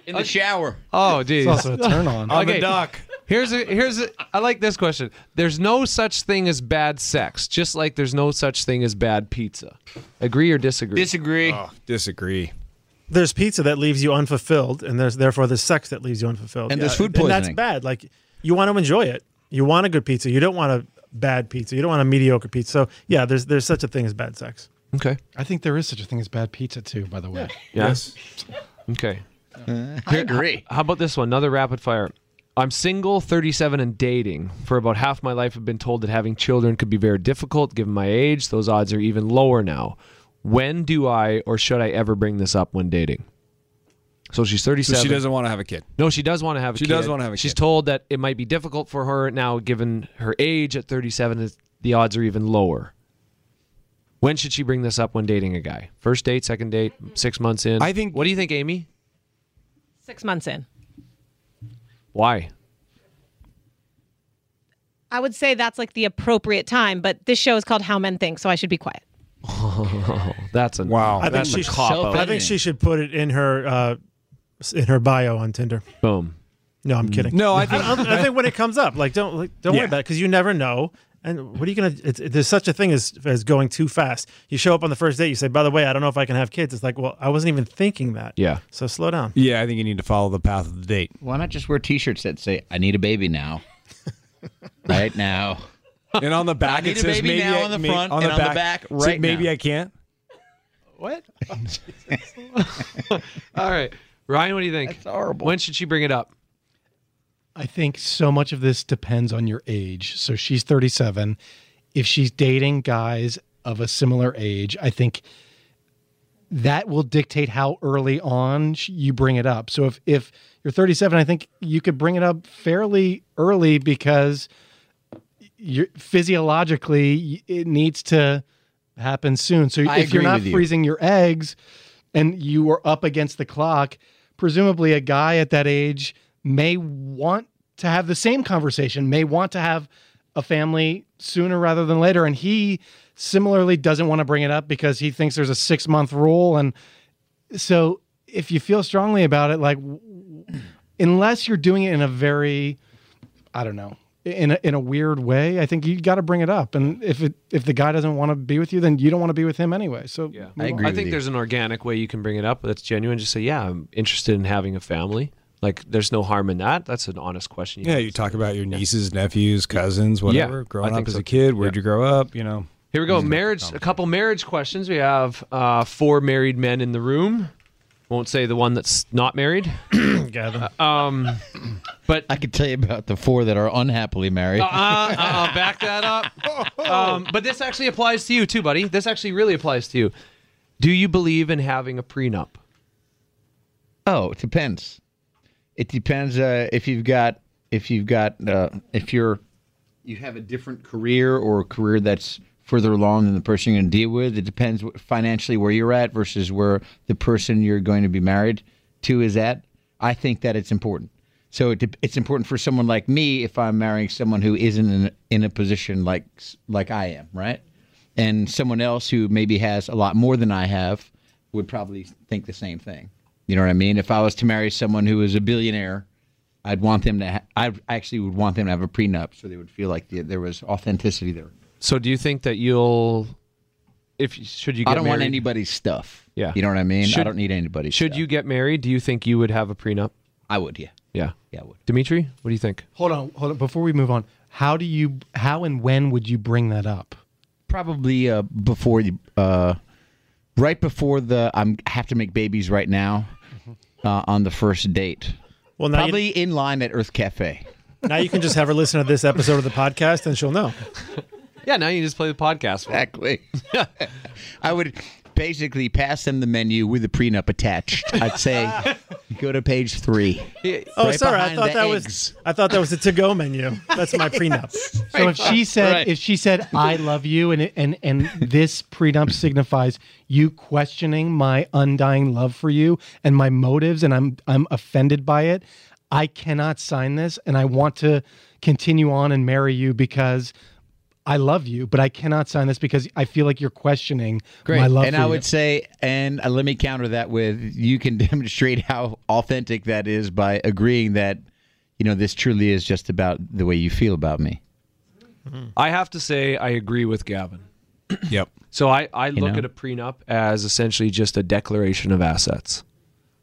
Speaker 10: In the shower.
Speaker 4: Oh, geez.
Speaker 7: also a turn on. On the dock.
Speaker 4: Here's a here's a, I like this question. There's no such thing as bad sex, just like there's no such thing as bad pizza. Agree or disagree?
Speaker 10: Disagree.
Speaker 4: Oh,
Speaker 6: disagree.
Speaker 7: There's pizza that leaves you unfulfilled, and there's therefore there's sex that leaves you unfulfilled.
Speaker 5: And there's food
Speaker 7: And that's
Speaker 5: poisoning.
Speaker 7: bad. Like you want to enjoy it. You want a good pizza. You don't want a bad pizza. You don't want a mediocre pizza. So yeah, there's there's such a thing as bad sex.
Speaker 4: Okay.
Speaker 12: I think there is such a thing as bad pizza too, by the way.
Speaker 4: Yes. Okay.
Speaker 10: I agree.
Speaker 4: How about this one? Another rapid fire. I'm single, 37, and dating. For about half my life, I've been told that having children could be very difficult. Given my age, those odds are even lower now. When do I, or should I ever bring this up when dating? So she's 37.
Speaker 6: So she doesn't want to have a kid.
Speaker 4: No, she does want to have a
Speaker 6: She
Speaker 4: kid.
Speaker 6: does wanna have a
Speaker 4: She's
Speaker 6: kid.
Speaker 4: told that it might be difficult for her now, given her age at 37, is- the odds are even lower. When should she bring this up when dating a guy? First date, second date, six months in? I think. What do you think, Amy?
Speaker 16: Six months in.
Speaker 4: Why?
Speaker 16: I would say that's like the appropriate time, but this show is called How Men Think, so I should be quiet.
Speaker 4: that's a wow.
Speaker 7: I think
Speaker 4: That's
Speaker 7: she
Speaker 4: a cop out.
Speaker 7: I think she should put it in her uh, s- in her bio on Tinder.
Speaker 4: Boom.
Speaker 7: No, I'm kidding.
Speaker 6: No, I think-
Speaker 7: I, I think when it comes up, like don't like, don't
Speaker 6: Yeah.
Speaker 7: worry about it because you never know. And what are you gonna? It's, it- there's such a thing as as going too fast. You show up on the first date, you say, "By the way, I don't know if I can have kids." It's like, well, I wasn't even thinking that.
Speaker 4: Yeah.
Speaker 7: So slow down.
Speaker 6: Yeah, I think you need to follow the path of
Speaker 5: [laughs]
Speaker 6: the date.
Speaker 5: Why not just wear T-shirts that say "I need a baby
Speaker 4: [laughs]
Speaker 5: now"? right now.
Speaker 6: And on the back
Speaker 5: I need
Speaker 6: it
Speaker 5: a
Speaker 6: says
Speaker 5: baby
Speaker 6: maybe
Speaker 5: now
Speaker 6: I-
Speaker 5: on the
Speaker 6: may-
Speaker 5: front
Speaker 6: on
Speaker 5: and
Speaker 6: the
Speaker 5: on the back
Speaker 6: back, so
Speaker 5: right
Speaker 6: maybe
Speaker 5: now.
Speaker 6: I can't.
Speaker 4: What? All right. Ryan, what do you think? That's horrible. When should she bring it up?
Speaker 12: I think so much of this depends on your age. So she's 37. If she's dating guys of a similar age, I think that will dictate how early on sh- you bring it up. So if if you're 37, I think you could bring it up fairly early because you're, physiologically y- it needs to happen soon. So
Speaker 5: I
Speaker 12: if you're
Speaker 5: agree
Speaker 12: not
Speaker 5: with you.
Speaker 12: freezing your eggs and you are up against the clock, presumably a guy at that age may want to have the same conversation, may want to have a family sooner rather than later. And he similarly doesn't want to bring it up because he thinks there's a six month rule. And so if you feel strongly about it, like w- w- unless you're doing it in a very, I don't know, in a, in a weird way, I think you got to bring it up. And if it if the guy doesn't want to be with you, then you don't want to be with him anyway. So yeah,
Speaker 4: I think there's an organic way you can bring it up that's genuine. Just say, yeah, I'm interested in having a family. Like, there's no harm in that. That's an honest question.
Speaker 6: Yeah, you talk about your nieces, nephews, cousins, whatever.
Speaker 4: Yeah, I
Speaker 6: growing up
Speaker 4: think
Speaker 6: as
Speaker 4: so.
Speaker 6: a kid, where'd you grow up? You know.
Speaker 4: Here we go. Marriage. A couple marriage questions. We have uh, four married men in the room. Won't say the one that's not [laughs] married.
Speaker 7: Gavin.
Speaker 4: um, but
Speaker 5: I could tell you about the four that are unhappily married.
Speaker 4: Uh, uh, uh, back that up. [laughs] Um, but this actually applies to you too, buddy. This actually really applies to you. Do you believe in having a prenup?
Speaker 5: Oh, it depends. It depends uh, if you've got if you've got uh, if you're you have a different career or a career that's further along than the person you're going to deal with. It depends wh- financially where you're at versus where the person you're going to be married to is at. I think that it's important. So it, dep- it's important for someone like me if I'm marrying someone who isn't in, in a position like s- like I am, right? And someone else who maybe has a lot more than I have would probably think the same thing. You know what I mean? If I was to marry someone who is a billionaire, I'd want them to. Ha- I actually would want them to have a prenup, so they would feel like the, there was authenticity there.
Speaker 4: So do you think that you'll, if should you? Get
Speaker 5: I don't want
Speaker 4: married-
Speaker 5: anybody's stuff.
Speaker 4: Yeah.
Speaker 5: you know what I mean. I
Speaker 4: Should-
Speaker 5: don't need anybody's.
Speaker 4: Should you get married? Do you think you would have a prenup?
Speaker 5: I would. Yeah.
Speaker 4: Yeah.
Speaker 5: Yeah, I would.
Speaker 4: Dimitri, what do you think?
Speaker 12: Hold on, hold on. Before we move on, how do you, how and when would you bring that up?
Speaker 5: Probably uh, before you, uh, right before the I'm I have to make babies right now, uh, on the first date.
Speaker 7: Well, now you-
Speaker 5: probably in line at Earth Cafe.
Speaker 7: Now you can just have her listen to this episode of the podcast, and she'll know.
Speaker 4: Yeah, now you just play the
Speaker 5: [laughs]
Speaker 4: podcast.
Speaker 5: Exactly. [laughs] I would basically pass them the menu with the prenup attached. I'd say, Go to page three.
Speaker 7: Oh,
Speaker 5: Right
Speaker 7: sorry. I
Speaker 5: behind
Speaker 7: thought
Speaker 5: the
Speaker 7: that
Speaker 5: eggs.
Speaker 7: was I thought that was the to-go menu. That's my prenup.
Speaker 12: So if she said
Speaker 7: Right.
Speaker 12: if she said I love you and it- and and this prenup signifies you questioning my undying love for you and my motives and I'm I'm offended by it, I cannot sign this and I want to continue on and marry you because I love you, but I cannot sign this because I feel like you're questioning
Speaker 5: Great.
Speaker 12: my love
Speaker 5: and
Speaker 12: for
Speaker 5: I
Speaker 12: you.
Speaker 5: would say, and uh, let me counter that with you can [laughs] demonstrate how authentic that is by agreeing that, you know, this truly is just about the way you feel about me.
Speaker 4: [laughs] I have to say I agree with Gavin.
Speaker 6: Yep.
Speaker 4: So I, I
Speaker 5: You
Speaker 4: look
Speaker 5: know?
Speaker 4: at a prenup as essentially just a declaration of assets.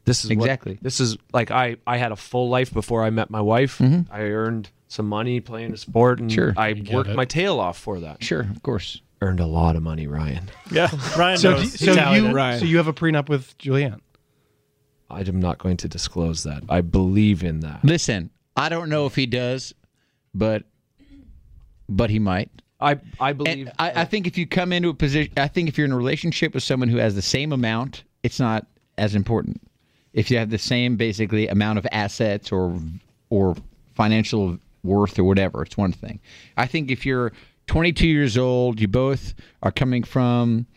Speaker 4: This is what-
Speaker 5: Exactly.
Speaker 4: this is like I, I had a full life before I met my wife. I earned some money playing a sport and
Speaker 5: Sure.
Speaker 4: I
Speaker 5: You get
Speaker 4: worked
Speaker 5: it.
Speaker 4: my tail off for that.
Speaker 5: Sure, of course.
Speaker 4: Earned a lot of money, Ryan.
Speaker 7: Yeah, Ryan
Speaker 12: so
Speaker 7: knows.
Speaker 12: do- so you
Speaker 4: Right.
Speaker 12: so you have a prenup with Julianne.
Speaker 4: I am not going to disclose that. I believe in that.
Speaker 5: Listen, I don't know if he does, but but he might.
Speaker 4: I I believe.
Speaker 5: I, I think if you come into a position, I think if you're in a relationship with someone who has the same amount, it's not as important. If you have the same basically amount of assets or or financial worth or whatever, it's one thing. I think if you're 22 years old, you both are coming from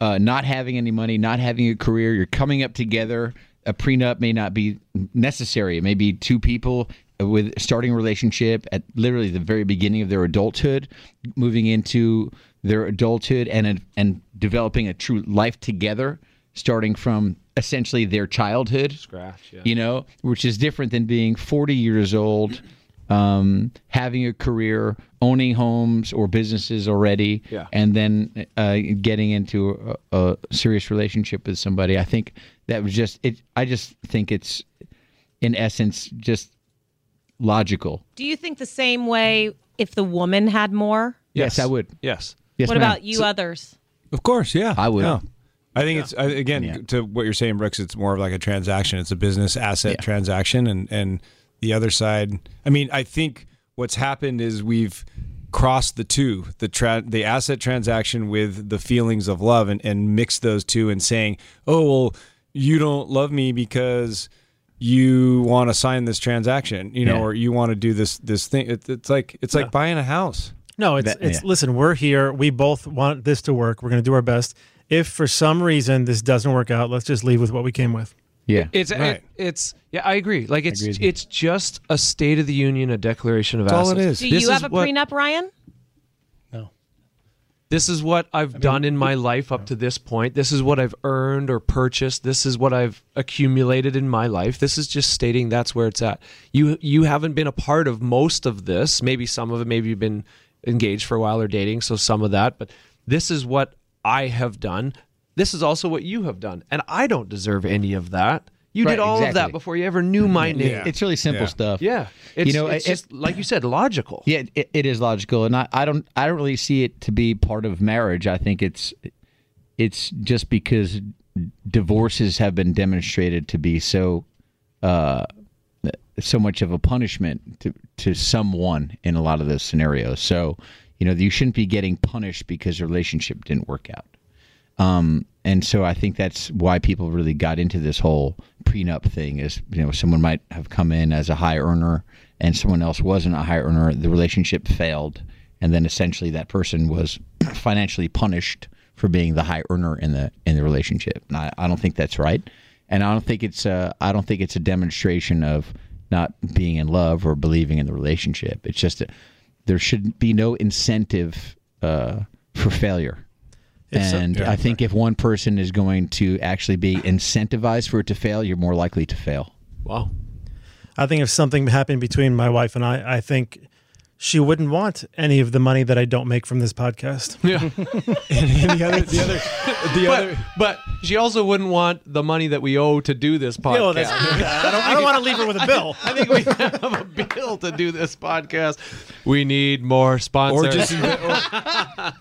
Speaker 5: uh, not having any money, not having a career, you're coming up together. A prenup may not be necessary. It may be two people with starting a relationship at literally the very beginning of their adulthood, moving into their adulthood and and developing a true life together, starting from essentially their childhood.
Speaker 4: Scratch, yeah.
Speaker 5: You know, which is different than being 40 years old, um, having a career, owning homes or businesses already,
Speaker 4: Yeah.
Speaker 5: and then uh, getting into a, a serious relationship with somebody. I think that was just it. I just think it's, in essence, just logical.
Speaker 16: Do you think the same way if the woman had more?
Speaker 5: Yes, I would.
Speaker 4: Yes.
Speaker 5: Yes,
Speaker 16: what
Speaker 5: ma'am.
Speaker 16: about you others?
Speaker 6: Of course, yeah. I
Speaker 5: would.
Speaker 6: I think it's I- again to what you're saying, Brooks. It's more of like a transaction. It's a business asset transaction, and and the other side. I mean, I think what's happened is we've crossed the two, the tra- the asset transaction with the feelings of love, and and mixed those two, and saying, oh well, you don't love me because you want to sign this transaction, you know,
Speaker 7: Yeah.
Speaker 6: or you want to do this this thing. It, it's like it's like buying a house.
Speaker 7: No, it's
Speaker 6: That-
Speaker 7: it's
Speaker 6: yeah.
Speaker 7: listen, we're here. We both want this to work. We're going to do our best. If for some reason this doesn't work out, let's just leave with what we came with.
Speaker 5: Yeah.
Speaker 4: It's it, it's yeah, I agree. Like it's it's just a state of the union, a declaration of
Speaker 16: That's
Speaker 4: assets.
Speaker 16: Do
Speaker 4: This
Speaker 16: you
Speaker 4: is
Speaker 16: have a
Speaker 4: what-
Speaker 16: prenup, Ryan?
Speaker 4: This is what I've done in my life up to this point. This is what I've earned or purchased. This is what I've accumulated in my life. This is just stating that's where it's at. You you haven't been a part of most of this. Maybe some of it. Maybe you've been engaged for a while or dating, so some of that. But this is what I have done. This is also what you have done, and I don't deserve any of that. You
Speaker 5: Right,
Speaker 4: did all
Speaker 5: exactly.
Speaker 4: of that before you ever knew my name.
Speaker 5: It's really simple stuff.
Speaker 4: Yeah, it's,
Speaker 5: you know,
Speaker 4: it's
Speaker 5: it-
Speaker 4: just like you said, logical.
Speaker 5: Yeah, it, it is logical, and I, I don't I don't really see it to be part of marriage. I think it's it's just because divorces have been demonstrated to be so uh, so much of a punishment to to someone in a lot of those scenarios. So you know you shouldn't be getting punished because your relationship didn't work out. Um, and so I think that's why people really got into this whole prenup thing is, you know, someone might have come in as a high earner and someone else wasn't a high earner. The relationship failed. And then essentially that person was [clears throat] financially punished for being the high earner in the, in the relationship. And I, I don't think that's right. And I don't think it's a, I don't think it's a demonstration of not being in love or believing in the relationship. It's just that there should be no incentive uh, for failure.
Speaker 7: If so-
Speaker 5: And
Speaker 7: yeah.
Speaker 5: I think if one person is going to actually be incentivized for it to fail, you're more likely to fail.
Speaker 4: Wow.
Speaker 7: I think if something happened between my wife and I, I think she wouldn't want any of the money that I don't make from this podcast.
Speaker 4: Yeah.
Speaker 6: the other, the other, the
Speaker 4: but, but she also wouldn't want the money that we owe to do this podcast.
Speaker 3: [laughs]
Speaker 7: Oh, that's- I don't, I don't want to leave her with a bill.
Speaker 4: I think we have a bill to do this podcast. We need more sponsors.
Speaker 6: Or just
Speaker 4: [laughs]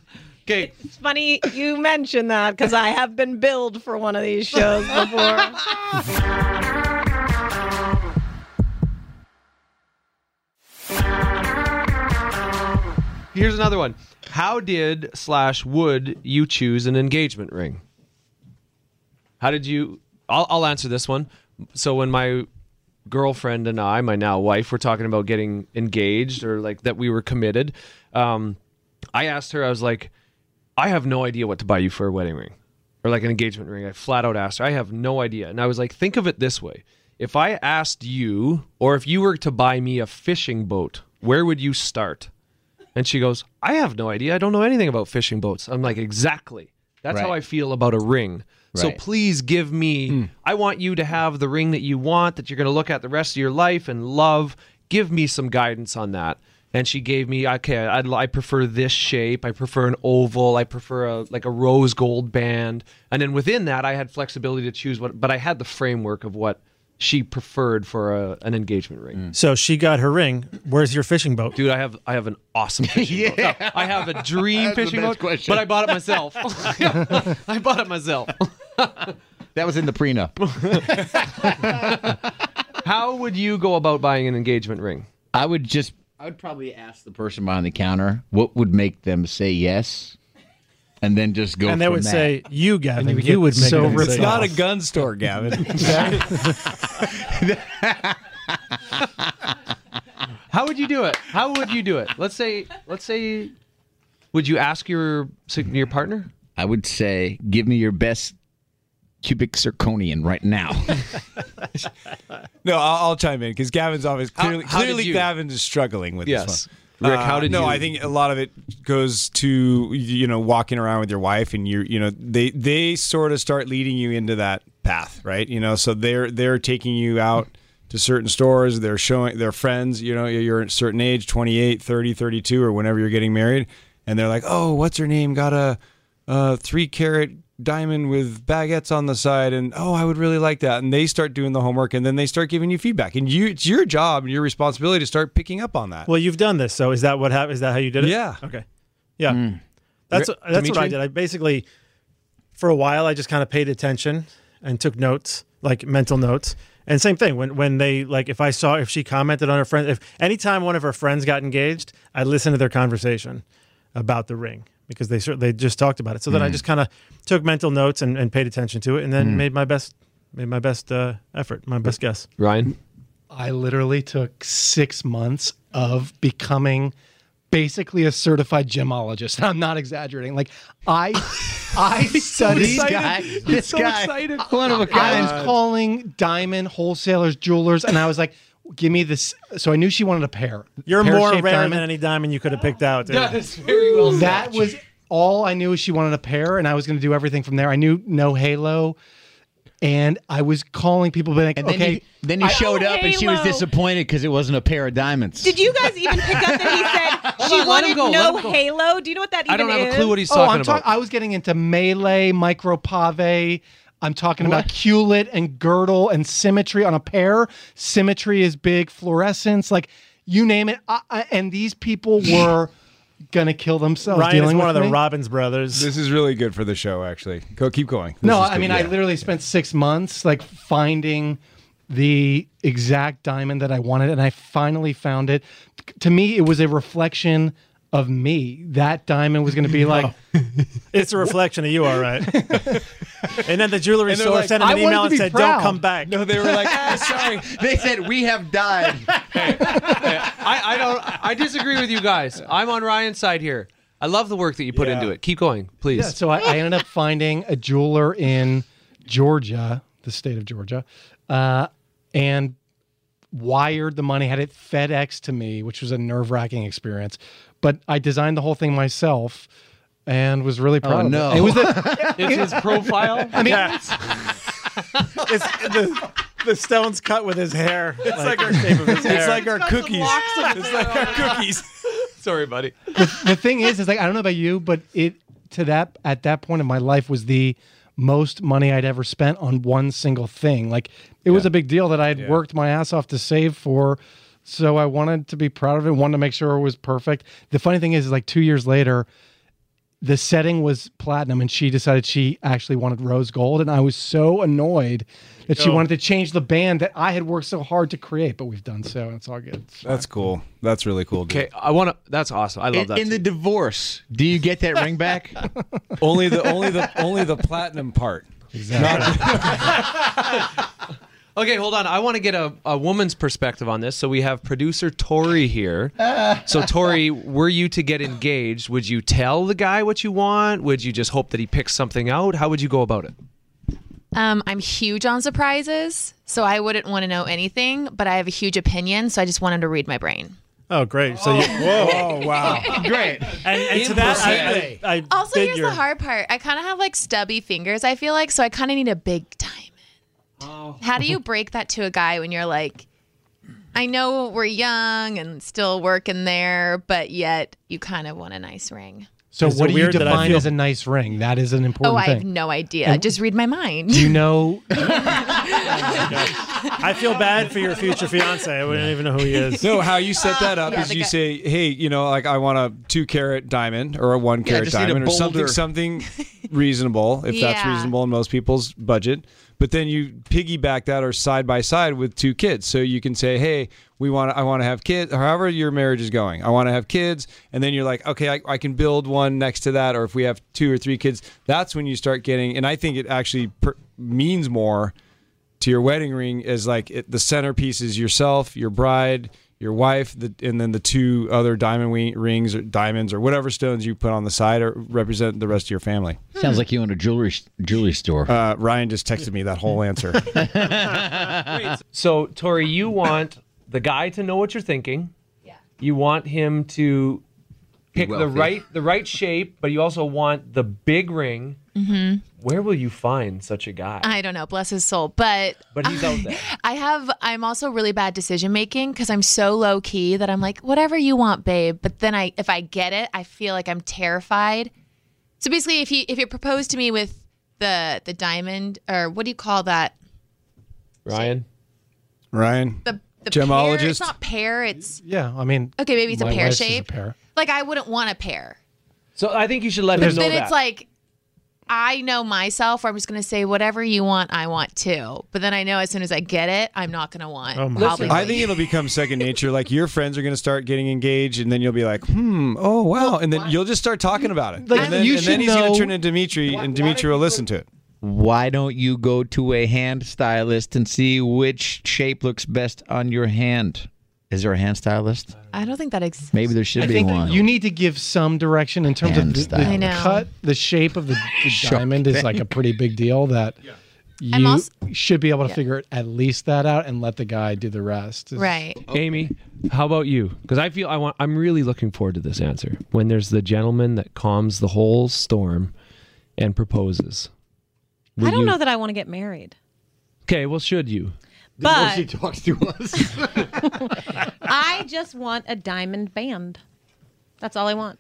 Speaker 4: okay.
Speaker 16: It's funny you mentioned that because I have been billed for one of these shows [laughs] before.
Speaker 4: Here's another one. How did slash would you choose an engagement ring? How did you? I'll, I'll answer this one. so when my girlfriend and I, my now wife, were talking about getting engaged or like that we were committed, um, I asked her, I was like, I have no idea what to buy you for a wedding ring or like an engagement ring. I flat out asked her, I have no idea. And I was like, think of it this way if I asked you, or if you were to buy me a fishing boat, where would you start? And she goes, I have no idea. I don't know anything about fishing boats. I'm like, exactly. That's how
Speaker 2: Right.
Speaker 4: I feel about a ring. So
Speaker 2: Right.
Speaker 4: please give me,
Speaker 3: Hmm.
Speaker 4: I want you to have the ring that you want, that you're going to look at the rest of your life and love. Give me some guidance on that. And she gave me, okay, I, I prefer this shape. I prefer an oval. I prefer a, like a rose gold band. And then within that, I had flexibility to choose what, but I had the framework of what she preferred for a, an engagement ring.
Speaker 3: So she got her ring. Where's your fishing boat?
Speaker 4: Dude, I have I have an
Speaker 3: [laughs]
Speaker 4: awesome fishing boat. No, I have a dream
Speaker 3: That's the
Speaker 4: fishing
Speaker 3: best
Speaker 4: boat,
Speaker 3: question.
Speaker 4: but I bought
Speaker 3: [laughs]
Speaker 4: it myself. [laughs] I bought it myself.
Speaker 5: That was in the prenup.
Speaker 4: How would you go about buying an engagement ring?
Speaker 5: I would just I would probably ask the person behind the counter what would make them say yes, and then just go.
Speaker 3: and they
Speaker 5: from
Speaker 3: would
Speaker 5: that.
Speaker 3: say, "You, Gavin, you would make them say yes."
Speaker 6: gun store, Gavin.
Speaker 4: How would you do it? How would you do it? Let's say let's say would you ask your your partner?
Speaker 5: I would say, give me your best cubic zirconian right now. [laughs]
Speaker 6: No, I'll, I'll chime in because Gavin's obvious. Clearly,
Speaker 5: how did
Speaker 6: clearly
Speaker 5: you-
Speaker 6: Gavin is struggling with
Speaker 5: Yes.
Speaker 6: this one.
Speaker 5: Rick, how did
Speaker 6: Uh,
Speaker 4: Uh,
Speaker 6: no,
Speaker 5: you-
Speaker 6: I think a lot of it goes to you know walking around with your wife, and you're you know they they sort of start leading you into that path, right? You know, so they're they're taking you out to certain stores. They're showing their friends. You know, you're at a certain age, 28, 30, 32, or whenever you're getting married, and they're like, oh, what's her name? Got a uh, three carat diamond with baguettes on the side and oh i would really like that and they start doing the homework and then they start giving you feedback and you it's your job and your responsibility to start picking up on that
Speaker 3: Well, you've done this, so is that what hap- is that how you did it?
Speaker 6: Yeah.
Speaker 3: Okay. Yeah. That's that's
Speaker 6: Ri-
Speaker 3: what I
Speaker 6: Dimitri?
Speaker 3: did. I basically, for a while, I just kind of paid attention and took notes, like mental notes. And same thing when when they like if I saw if she commented on her friend if anytime one of her friends got engaged, I listened to their conversation about the ring because they cer- they just talked about it. So then I
Speaker 7: Mm.
Speaker 3: just kind of took mental notes and, and paid attention to it, and then
Speaker 7: Mm.
Speaker 3: made my best made my best uh, effort, my best guess.
Speaker 4: Ryan,
Speaker 12: I literally took six months of becoming basically a certified gemologist. [laughs] I'm not exaggerating. Like I, I studied.
Speaker 5: This guy-
Speaker 12: I'm
Speaker 5: this
Speaker 12: so
Speaker 5: guy,
Speaker 12: excited.
Speaker 5: one of a
Speaker 12: I
Speaker 5: kind.
Speaker 12: was calling diamond wholesalers, jewelers, and I was like, "Give me this." So I knew she wanted a pair.
Speaker 3: You're
Speaker 12: Pear
Speaker 3: more
Speaker 12: shaped
Speaker 3: rare
Speaker 12: diamond.
Speaker 3: than any diamond you could have picked out. dude.
Speaker 12: very
Speaker 3: well said.
Speaker 12: That was all I knew. is She wanted a pair, and I was going to do everything from there. I knew no halo, and I was calling people, being like,
Speaker 5: And then
Speaker 12: "Okay."
Speaker 5: you, then you
Speaker 12: I-
Speaker 5: showed up, and she was
Speaker 12: Halo.
Speaker 5: disappointed because it wasn't a pair of diamonds.
Speaker 16: Did you guys even pick up that he said
Speaker 12: [laughs] Hold
Speaker 16: she
Speaker 12: on, let
Speaker 16: wanted
Speaker 12: him go, let
Speaker 16: no
Speaker 12: him go.
Speaker 16: halo? Do you know what that even is?
Speaker 12: oh, I'm talk- I was getting into melee, micro pave. I'm talking about culet and girdle and symmetry on a pair. Symmetry is big, fluorescence, like you name it. I, I, and
Speaker 3: [laughs]
Speaker 12: these people were gonna kill themselves.
Speaker 3: Ryan is
Speaker 12: dealing
Speaker 3: one of
Speaker 12: with
Speaker 3: the
Speaker 12: me.
Speaker 3: Robbins brothers.
Speaker 6: this is really good for the show actually go keep going This
Speaker 12: No,
Speaker 6: is
Speaker 12: I
Speaker 6: good.
Speaker 12: mean, I
Speaker 6: Yeah.
Speaker 12: literally spent six months like finding the exact diamond that I wanted, and I finally found it. To me, it was a reflection of me. That diamond
Speaker 6: [laughs]
Speaker 12: was going to be like,
Speaker 3: It's a reflection of you, all
Speaker 12: [laughs]
Speaker 3: right. and then the jewelry
Speaker 12: And they're
Speaker 3: store
Speaker 12: like,
Speaker 3: sent him
Speaker 12: "I
Speaker 3: an
Speaker 12: wanted
Speaker 3: email
Speaker 12: to
Speaker 3: and
Speaker 12: be
Speaker 3: said,
Speaker 12: proud."
Speaker 3: "Don't come back." No,
Speaker 6: they were like, "Ah, "Sorry."
Speaker 5: they said we have died.
Speaker 4: [laughs]
Speaker 5: [laughs]
Speaker 4: I, I don't I disagree with you guys. I'm on Ryan's side here. I love the work that you put into it. Keep going, please.
Speaker 12: Yeah, so I, I ended up finding a jeweler in Georgia, the state of Georgia, uh, and wired the money, had it FedEx to me, which was a nerve wracking experience. But I designed the whole thing myself and was really
Speaker 6: Oh,
Speaker 12: proud. of
Speaker 5: Oh, no.
Speaker 12: it. it was
Speaker 5: [laughs]
Speaker 12: the,
Speaker 4: It's his profile.
Speaker 12: I mean,
Speaker 3: it's the, the stone's cut with his hair. It's
Speaker 6: like our- it's like our Got some cookies. locks of It's like hair our on it. cookies.
Speaker 4: Sorry, buddy.
Speaker 12: the, the thing is, is like I don't know about you, but it to that at that point in my life was the most money I'd ever spent on one single thing. Like it was a big deal that I had worked my ass off to save for. So I wanted to be proud of it, wanted to make sure it was perfect. The funny thing is, is like two years later, the setting was platinum and she decided she actually wanted rose gold. And I was so annoyed that she
Speaker 6: Oh.
Speaker 12: wanted to change the band that I had worked so hard to create, but we've done so and it's all good.
Speaker 6: that's cool that's really cool dude.
Speaker 4: Okay, I want to. That's awesome. I love
Speaker 6: In-
Speaker 4: that.
Speaker 6: in
Speaker 4: the
Speaker 5: divorce, do you get that ring back?
Speaker 6: only the only the only the platinum part exactly
Speaker 4: Okay, hold on. I want to get a, a woman's perspective on this. So we have producer Tori here. so Tori, were you to get engaged, would you tell the guy what you want? Would you just hope that he picks something out? How would you go about it?
Speaker 17: Um, I'm huge on surprises, so I wouldn't want to know anything, but I have a huge opinion, so I just want him to read my brain.
Speaker 7: Oh, great. So you,
Speaker 17: Whoa.
Speaker 7: wow.
Speaker 17: Great.
Speaker 7: And, and to that, I, I, I
Speaker 17: Also,
Speaker 7: beg
Speaker 17: here's
Speaker 7: your-
Speaker 17: the hard part. I kind of have like stubby fingers, I feel like, so I kind of need a big diamond. How do you break that to a guy when you're like, I know we're young and still working there, but yet you kind of want a nice ring?
Speaker 12: So
Speaker 7: Is it
Speaker 12: what do you
Speaker 7: weird that I
Speaker 12: define
Speaker 7: feel-
Speaker 12: as a nice ring? That is an
Speaker 17: Oh,
Speaker 12: important
Speaker 17: I have [laughs]
Speaker 12: thing.
Speaker 17: no idea.
Speaker 12: And-
Speaker 17: just read my mind.
Speaker 12: [laughs] You know,
Speaker 7: I feel bad for your future fiance. I wouldn't even know who he is.
Speaker 6: [laughs] No, how you set that up
Speaker 7: yeah,
Speaker 6: is
Speaker 7: the
Speaker 6: you
Speaker 7: guy-
Speaker 6: say, "Hey, you know, like I want a two carat diamond or a one
Speaker 7: Yeah, I
Speaker 6: carat
Speaker 7: just need a
Speaker 6: diamond or something,
Speaker 7: boulder." [laughs]
Speaker 6: something reasonable, if that's
Speaker 17: Yeah.
Speaker 6: reasonable in most people's budget." But then you piggyback that or side by side with two kids, so you can say, "Hey, we want, I want to have kids." However, your marriage is going, I want to have kids, and then you're like, "Okay, I, I can build one next to that." Or if we have two or three kids, that's when you start getting. And I think it actually per- means more to your wedding ring is like it, the centerpiece is yourself, your bride, your wife, the, and then the two other diamond wi- rings or diamonds or whatever stones you put on the side or represent the rest of your family.
Speaker 5: Sounds like you own a jewelry jewelry store.
Speaker 6: Uh, Ryan just texted me that
Speaker 5: [laughs]
Speaker 6: whole answer.
Speaker 4: So, Tori, you want the guy to know what you're thinking. Yeah. You want him to pick the
Speaker 10: wealthy.
Speaker 4: right the right shape, but you also want the big ring.
Speaker 17: hmm
Speaker 4: Where will you find such a guy?
Speaker 17: I don't know, bless his soul, but
Speaker 4: But he's out
Speaker 17: [laughs]
Speaker 4: there.
Speaker 17: I have I'm also really bad decision making because I'm so low key that I'm like whatever you want, babe. But then I if I get it, I feel like I'm terrified. So basically, if he if he proposed to me with the the diamond or what do you call that?
Speaker 4: Ryan.
Speaker 6: Ryan.
Speaker 17: The the Pear, it's
Speaker 12: Gemologist?
Speaker 17: not pear. It's
Speaker 12: [laughs] yeah, I mean,
Speaker 17: okay, maybe it's a
Speaker 12: my
Speaker 17: pear
Speaker 12: wife's is a
Speaker 17: shape.
Speaker 12: pear.
Speaker 17: Like I wouldn't want a pear.
Speaker 4: So I think you should let
Speaker 17: But
Speaker 4: him know
Speaker 17: then
Speaker 4: that.
Speaker 17: it's like I know myself, where I'm just gonna say whatever you want, I want too. But then I know as soon as I get it, I'm not gonna want.
Speaker 12: Oh
Speaker 17: probably
Speaker 6: I think it'll become second nature. Like your friends are going to start getting engaged, and then you'll be like, "Hmm, oh wow," and then you'll just start talking about it.
Speaker 5: Like,
Speaker 6: and then,
Speaker 5: you
Speaker 6: and then
Speaker 5: should
Speaker 6: he's going
Speaker 5: know-
Speaker 6: to turn into Dimitri, and Dimitri will listen to it.
Speaker 5: Why don't you go to a hand stylist and see which shape looks best on your hand? Is there a hand stylist?
Speaker 17: I don't think that exists.
Speaker 5: Maybe there should
Speaker 12: I
Speaker 5: be
Speaker 12: think
Speaker 5: one.
Speaker 12: you need to give some direction in terms
Speaker 5: Hand
Speaker 12: of the, the
Speaker 5: style. I know.
Speaker 12: cut. The shape of the, the diamond is like a pretty big deal that
Speaker 17: I'm
Speaker 12: you
Speaker 17: also-
Speaker 12: should be able to
Speaker 17: Yeah.
Speaker 12: figure at least that out and let the guy do the rest. Is-
Speaker 17: Right.
Speaker 4: Amy, how about you? Because I feel I want. I'm really looking forward to this answer. When there's the gentleman that calms the whole storm and proposes.
Speaker 16: I
Speaker 4: Would
Speaker 16: don't
Speaker 4: you-
Speaker 16: know that I want to get married.
Speaker 4: Okay, well, should you?
Speaker 16: The more But- she
Speaker 4: talks to us.
Speaker 16: I just want a diamond band. That's all I want.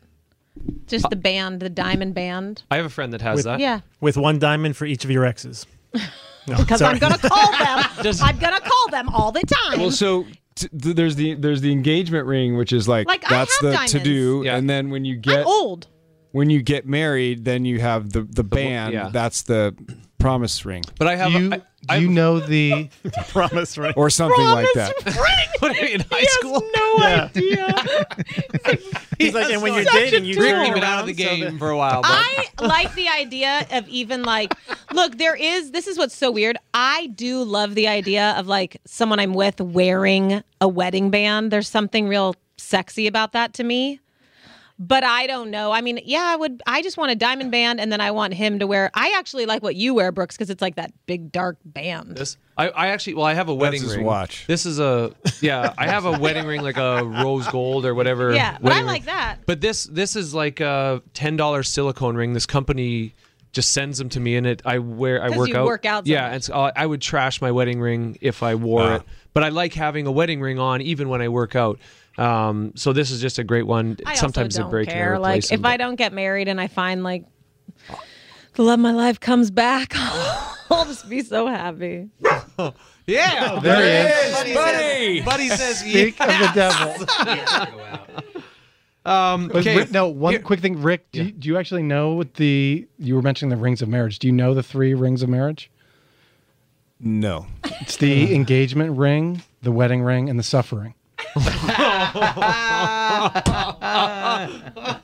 Speaker 16: Just the band, the diamond band.
Speaker 4: I have a friend that has
Speaker 7: with,
Speaker 4: that.
Speaker 16: Yeah.
Speaker 7: With one diamond for each of your exes. No,
Speaker 16: Because
Speaker 7: sorry.
Speaker 16: I'm gonna call them. I'm gonna call them all the time.
Speaker 6: Well, so t- th- there's the there's the engagement ring, which is like,
Speaker 16: Like, I
Speaker 6: that's
Speaker 16: have
Speaker 6: the
Speaker 16: diamonds. oh.
Speaker 6: to do, and then when you get
Speaker 16: old,
Speaker 6: when you get married, then you have the the band.
Speaker 12: yeah.
Speaker 6: That's the promise ring.
Speaker 4: But I have
Speaker 12: you. you know
Speaker 7: [laughs]
Speaker 12: the
Speaker 7: promise ring
Speaker 6: or something like that.
Speaker 16: [laughs]
Speaker 4: what are you in high school?
Speaker 16: No
Speaker 12: [laughs]
Speaker 16: idea.
Speaker 7: He's like, and when you're dating, you
Speaker 4: Rick
Speaker 7: turn
Speaker 4: even out of
Speaker 7: around
Speaker 4: the
Speaker 7: so
Speaker 4: game
Speaker 7: that-
Speaker 4: for a while. But
Speaker 16: I like the idea of even like, look, there is, this is what's so weird. I do love the idea of like someone I'm with wearing a wedding band. There's something real sexy about that to me. But I don't know. I mean, yeah, I would, I just want a diamond band and then I want him to wear, I actually like what you wear, Brooks, because it's like that big dark band.
Speaker 4: this, I, I actually, well, I have a wedding
Speaker 6: his
Speaker 4: ring.
Speaker 6: watch.
Speaker 4: This is a, yeah, I have a wedding ring like a rose gold or whatever.
Speaker 16: Yeah, but I
Speaker 4: wedding ring.
Speaker 16: like that.
Speaker 4: But this this is like a ten dollar silicone ring. This company just sends them to me, and it I wear I
Speaker 16: 'Cause
Speaker 4: work
Speaker 16: you
Speaker 4: out.
Speaker 16: work out so
Speaker 4: yeah, and so uh, I I would trash my wedding ring if I wore it. But I like having a wedding ring on even when I work out. Um, so this is just a great one.
Speaker 16: I
Speaker 4: Sometimes
Speaker 16: also
Speaker 4: they
Speaker 16: don't
Speaker 4: break and I
Speaker 16: care.
Speaker 4: replace
Speaker 16: like,
Speaker 4: them,
Speaker 16: if
Speaker 4: but-
Speaker 16: I don't get married and I find like the love of my life comes back, [laughs] I'll just be so happy.
Speaker 12: [laughs]
Speaker 4: Yeah,
Speaker 12: There he is.
Speaker 4: Buddy,
Speaker 12: Buddy!
Speaker 4: says, buddy says
Speaker 12: Speak of the devil.
Speaker 4: Um,
Speaker 12: But
Speaker 4: okay.
Speaker 12: Rick, no, one quick thing, Rick. Do, you, do you actually know what the you were mentioning the rings of marriage? Do you know the three rings of marriage?
Speaker 6: No,
Speaker 12: it's the engagement ring, the wedding ring, and the suffering.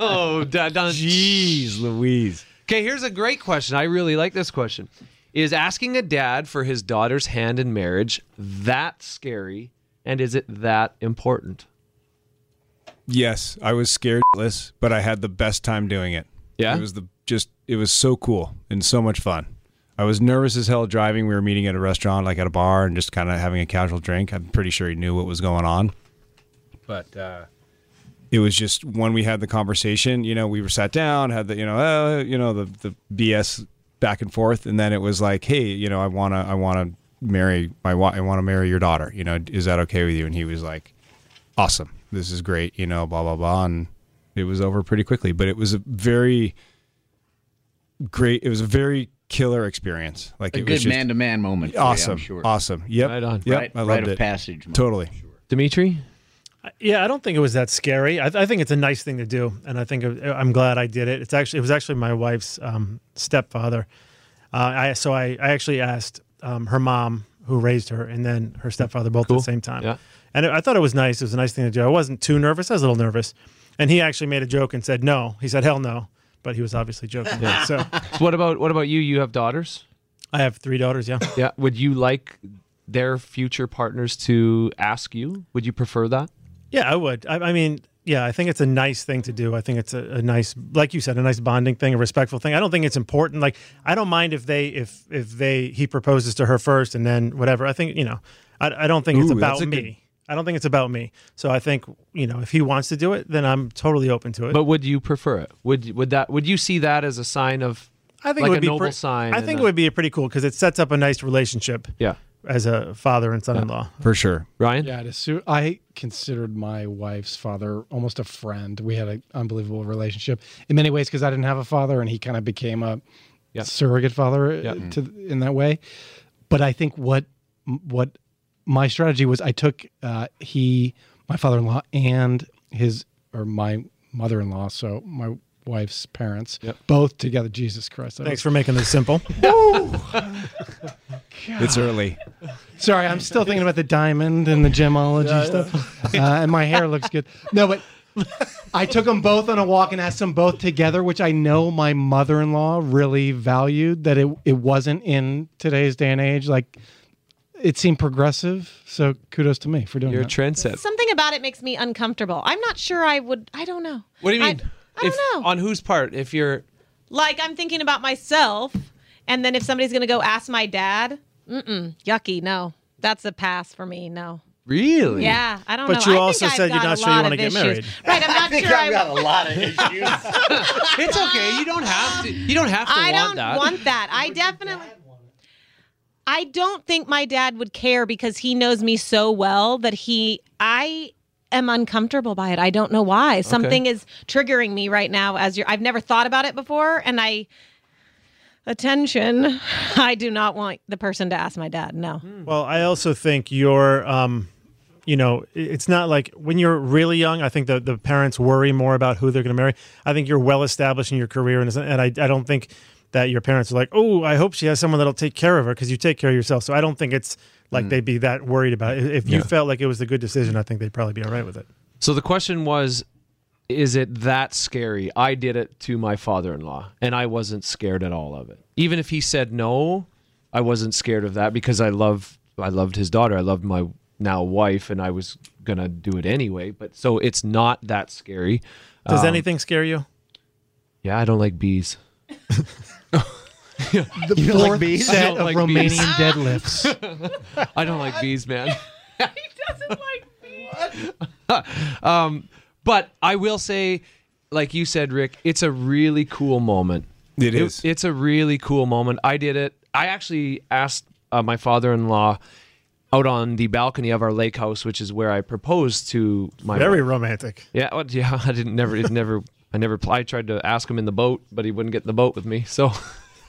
Speaker 4: oh, dun, dun.
Speaker 6: Jeez, Louise.
Speaker 4: Okay, here's a great question. I really like this question. Is asking a dad for his daughter's hand in marriage that scary? And is it that important?
Speaker 6: Yes, I was scaredless, but I had the best time doing it.
Speaker 4: Yeah?
Speaker 6: it was the just it was so cool and so much fun. I was nervous as hell driving. We were meeting at a restaurant, like at a bar, and just kind of having a casual drink. I'm pretty sure he knew what was going on. But uh, it was just when we had the conversation, you know, we were sat down, had the, you know, uh, you know, the the BS back and forth, and then it was like, hey, you know, I wanna, I wanna marry my, wa- I wanna marry your daughter. You know, is that okay with you? And he was like, awesome, this is great. You know, blah blah blah, and it was over pretty quickly. But it was a very great. It was a very killer experience. Like
Speaker 5: A
Speaker 6: it
Speaker 5: good
Speaker 6: was just-
Speaker 5: man-to-man moment for you, I'm
Speaker 6: Awesome,
Speaker 5: sure.
Speaker 6: awesome. Yep,
Speaker 5: Right on.
Speaker 6: Yep,
Speaker 5: Right-
Speaker 6: I loved
Speaker 5: rite of
Speaker 6: it.
Speaker 5: passage moment,
Speaker 6: Totally.
Speaker 4: Dimitri,
Speaker 7: Yeah, I don't think it was that scary. I, I think it's a nice thing to do, and I think it- I'm glad I did it. It's actually it was actually my wife's um, stepfather. Uh, I so I, I actually asked um, her mom who raised her, and then her stepfather both at the same time.
Speaker 4: Yeah.
Speaker 7: And I thought it was nice. It was a nice thing to do. I wasn't too nervous. I was a little nervous, and he actually made a joke and said no. He said hell no, but he was obviously joking.
Speaker 4: Yeah.
Speaker 7: So
Speaker 4: what about what about you? You have daughters.
Speaker 7: I have three daughters. Yeah.
Speaker 4: Yeah. Would you like their future partners to ask you? Would you prefer that?
Speaker 7: Yeah, I would. I, I mean, yeah, I think it's a nice thing to do. I think it's a, a nice, like you said, a nice bonding thing, a respectful thing. I don't think it's important. Like, I don't mind if they, if if they, he proposes to her first and then whatever. I think you know, I, I don't think it's
Speaker 3: Ooh, that's
Speaker 7: about
Speaker 3: a
Speaker 7: me.
Speaker 3: good-
Speaker 7: I don't think it's about me. So I think you know, if he wants to do it, then I'm totally open to it.
Speaker 4: But would you prefer it? Would would that would you see that as a sign of
Speaker 7: I
Speaker 4: like
Speaker 7: think it would
Speaker 4: a
Speaker 7: be
Speaker 4: noble
Speaker 7: pre-
Speaker 4: sign?
Speaker 7: I
Speaker 4: and
Speaker 7: think
Speaker 4: a-
Speaker 7: it would be pretty cool because it sets up a nice relationship.
Speaker 4: Yeah.
Speaker 7: As a father and son-in-law.
Speaker 6: For sure.
Speaker 4: Ryan?
Speaker 12: Yeah, I'd assu- I considered my wife's father almost a friend. We had an unbelievable relationship in many ways because I didn't have a father, and he kind of became a
Speaker 4: Yeah.
Speaker 12: surrogate father uh,
Speaker 4: Yeah.
Speaker 12: to, in that way. But I think what what my strategy was, I took uh, he, my father-in-law, and his or my mother-in-law, so my wife's parents, both together. Jesus Christ! that
Speaker 7: Thanks
Speaker 12: was-
Speaker 7: for making this simple.
Speaker 6: It's early.
Speaker 12: Sorry, I'm still thinking about the diamond and the gemology
Speaker 6: Yeah, yeah.
Speaker 12: stuff, uh, and my hair looks good. No, but I took them both on a walk and asked them both together, which I know my mother-in-law really valued. That it it wasn't in today's day and age. Like, it seemed progressive. So kudos to me for doing
Speaker 4: You're a
Speaker 12: that.
Speaker 4: trendsetter.
Speaker 16: Something about it makes me uncomfortable. I'm not sure I would. I don't know.
Speaker 4: What do you mean?
Speaker 16: I
Speaker 4: if,
Speaker 16: don't know.
Speaker 4: On whose part? If you're
Speaker 16: Like I'm thinking about myself, and then if somebody's gonna go ask my dad, mm-mm, yucky. No, that's a pass for me. No.
Speaker 4: really,
Speaker 16: Yeah, I don't know.
Speaker 7: But you
Speaker 16: I
Speaker 7: also
Speaker 16: think I've
Speaker 7: said you're
Speaker 16: got
Speaker 7: not
Speaker 16: a
Speaker 7: sure you
Speaker 16: lot
Speaker 7: wanna
Speaker 16: of
Speaker 7: get
Speaker 16: issues.
Speaker 7: married.
Speaker 16: Right,
Speaker 7: [laughs]
Speaker 16: I'm not sure I
Speaker 10: got a lot of issues.
Speaker 4: it's okay. You don't have to. You don't have to
Speaker 16: I
Speaker 4: want
Speaker 16: don't
Speaker 4: that.
Speaker 16: want that. I definitely. I don't think my dad would care because he knows me so well that he I am uncomfortable by it. I don't know why. Something is triggering me right now as you are I've never thought about it before and I attention. [sighs] I do not want the person to ask my dad. No.
Speaker 7: Well, I also think you're, um, you know, i- it's not like when you're really young. I think the, the parents worry more about who they're going to marry. I think you're well established in your career, and, it's- and I, I don't think that your parents are like, oh, I hope she has someone that'll take care of her because you take care of yourself. So I don't think it's like
Speaker 4: Mm.
Speaker 7: they'd be that worried about it. If if you
Speaker 4: Yeah.
Speaker 7: felt like it was the good decision, I think they'd probably be all right with it.
Speaker 4: So the question was, is it that scary? I did it to my father-in-law, and I wasn't scared at all of it. Even if he said no, I wasn't scared of that because I love I loved his daughter. I loved my now wife, and I was gonna do it anyway. But so it's not that scary.
Speaker 7: Does
Speaker 4: Um,
Speaker 7: anything scare you?
Speaker 4: Yeah, I don't like bees.
Speaker 12: The
Speaker 4: You don't like
Speaker 12: fourth
Speaker 4: bees? I
Speaker 12: set
Speaker 4: don't
Speaker 12: of
Speaker 4: like [laughs]
Speaker 12: Romanian
Speaker 4: bees.
Speaker 12: deadlifts.
Speaker 4: I don't like bees, man. [laughs] um, but I will say, like you said, Rick, it's a really cool moment.
Speaker 6: It is.
Speaker 4: It's a really cool moment. I did it. I actually asked uh, my father-in-law out on the balcony of our lake house, which is where I proposed to my
Speaker 7: Very
Speaker 4: wife.
Speaker 7: romantic.
Speaker 4: Yeah, well, [laughs] yeah. I didn't never. It never. I never. pl- I tried to ask him in the boat, but he wouldn't get in the boat with me. So.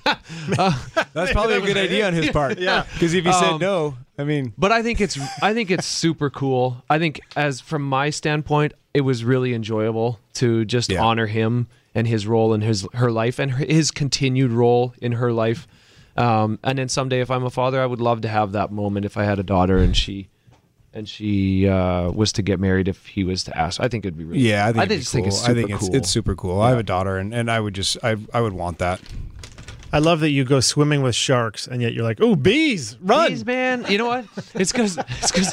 Speaker 4: [laughs]
Speaker 6: That's probably a good idea on his [laughs] part.
Speaker 4: Yeah.
Speaker 6: because if he
Speaker 4: Um,
Speaker 6: said no, I mean,
Speaker 4: But I think it's I think it's super cool. I think as from my standpoint, it was really enjoyable to just honor him and his role in his her life and her, his continued role in her life. Um, and then someday, if I'm a father, I would love to have that moment if I had a daughter and she and she uh, was to get married. If he was to ask, I think it'd be really.
Speaker 6: yeah, I think
Speaker 4: I
Speaker 6: it'd be
Speaker 4: just think
Speaker 6: cool.
Speaker 4: it's super
Speaker 6: I think
Speaker 4: cool.
Speaker 6: It's, it's super cool. I have a daughter, and, and I would just I I would want that.
Speaker 7: I love that you go swimming with sharks and yet you're like, oh, bees, run. Bees,
Speaker 4: man. You know what? It's because it's because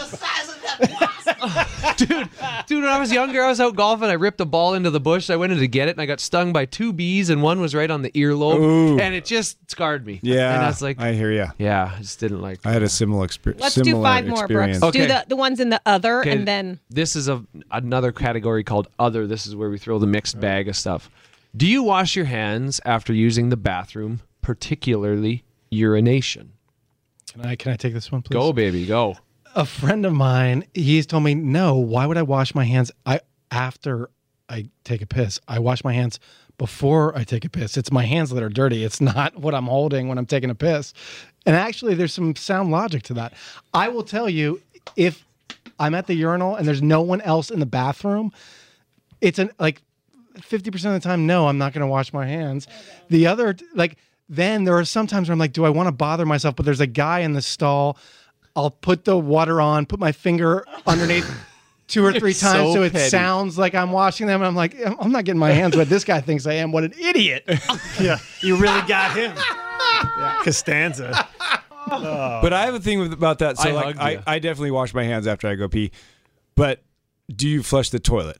Speaker 4: [laughs] dude, dude, when I was younger, I was out golfing. I ripped a ball into the bush. I went in to get it, and I got stung by two bees, and one was right on the earlobe,
Speaker 6: Ooh.
Speaker 4: and it just scarred me.
Speaker 6: Yeah,
Speaker 4: and I was like,
Speaker 6: I hear you.
Speaker 4: Yeah, I just didn't like.
Speaker 6: I had a similar, exper-
Speaker 16: Let's
Speaker 6: similar
Speaker 16: do five more,
Speaker 6: experience.
Speaker 16: Brooks. Do the, the ones in the other,
Speaker 4: Okay.
Speaker 16: and then
Speaker 4: this is a another category called other. This is where we throw the mixed bag of stuff. Do you wash your hands after using the bathroom, particularly urination?
Speaker 12: Can I can I take this one, please?
Speaker 4: Go, baby, go.
Speaker 12: a friend of mine, he's told me, no, why would I wash my hands I after I take a piss? I wash my hands before I take a piss. It's my hands that are dirty. It's not what I'm holding when I'm taking a piss. And actually, there's some sound logic to that. I will tell you, if I'm at the urinal and there's no one else in the bathroom, it's an like 50% of the time no i'm not going to wash my hands the other like then there are sometimes where i'm like do i want to bother myself but there's a guy in the stall i'll put the water on put my finger underneath two or
Speaker 13: You're
Speaker 12: three times
Speaker 13: so
Speaker 12: so it
Speaker 13: petty.
Speaker 12: sounds like i'm washing them and i'm like i'm I'm not getting my hands wet this guy thinks i am what an idiot yeah
Speaker 7: you really got [laughs] him Costanza.
Speaker 6: But I have a thing with, about that. So
Speaker 12: I
Speaker 6: like,
Speaker 12: hugged
Speaker 6: I,
Speaker 12: ya.
Speaker 6: I definitely wash my hands after I go pee. But do you flush the toilet?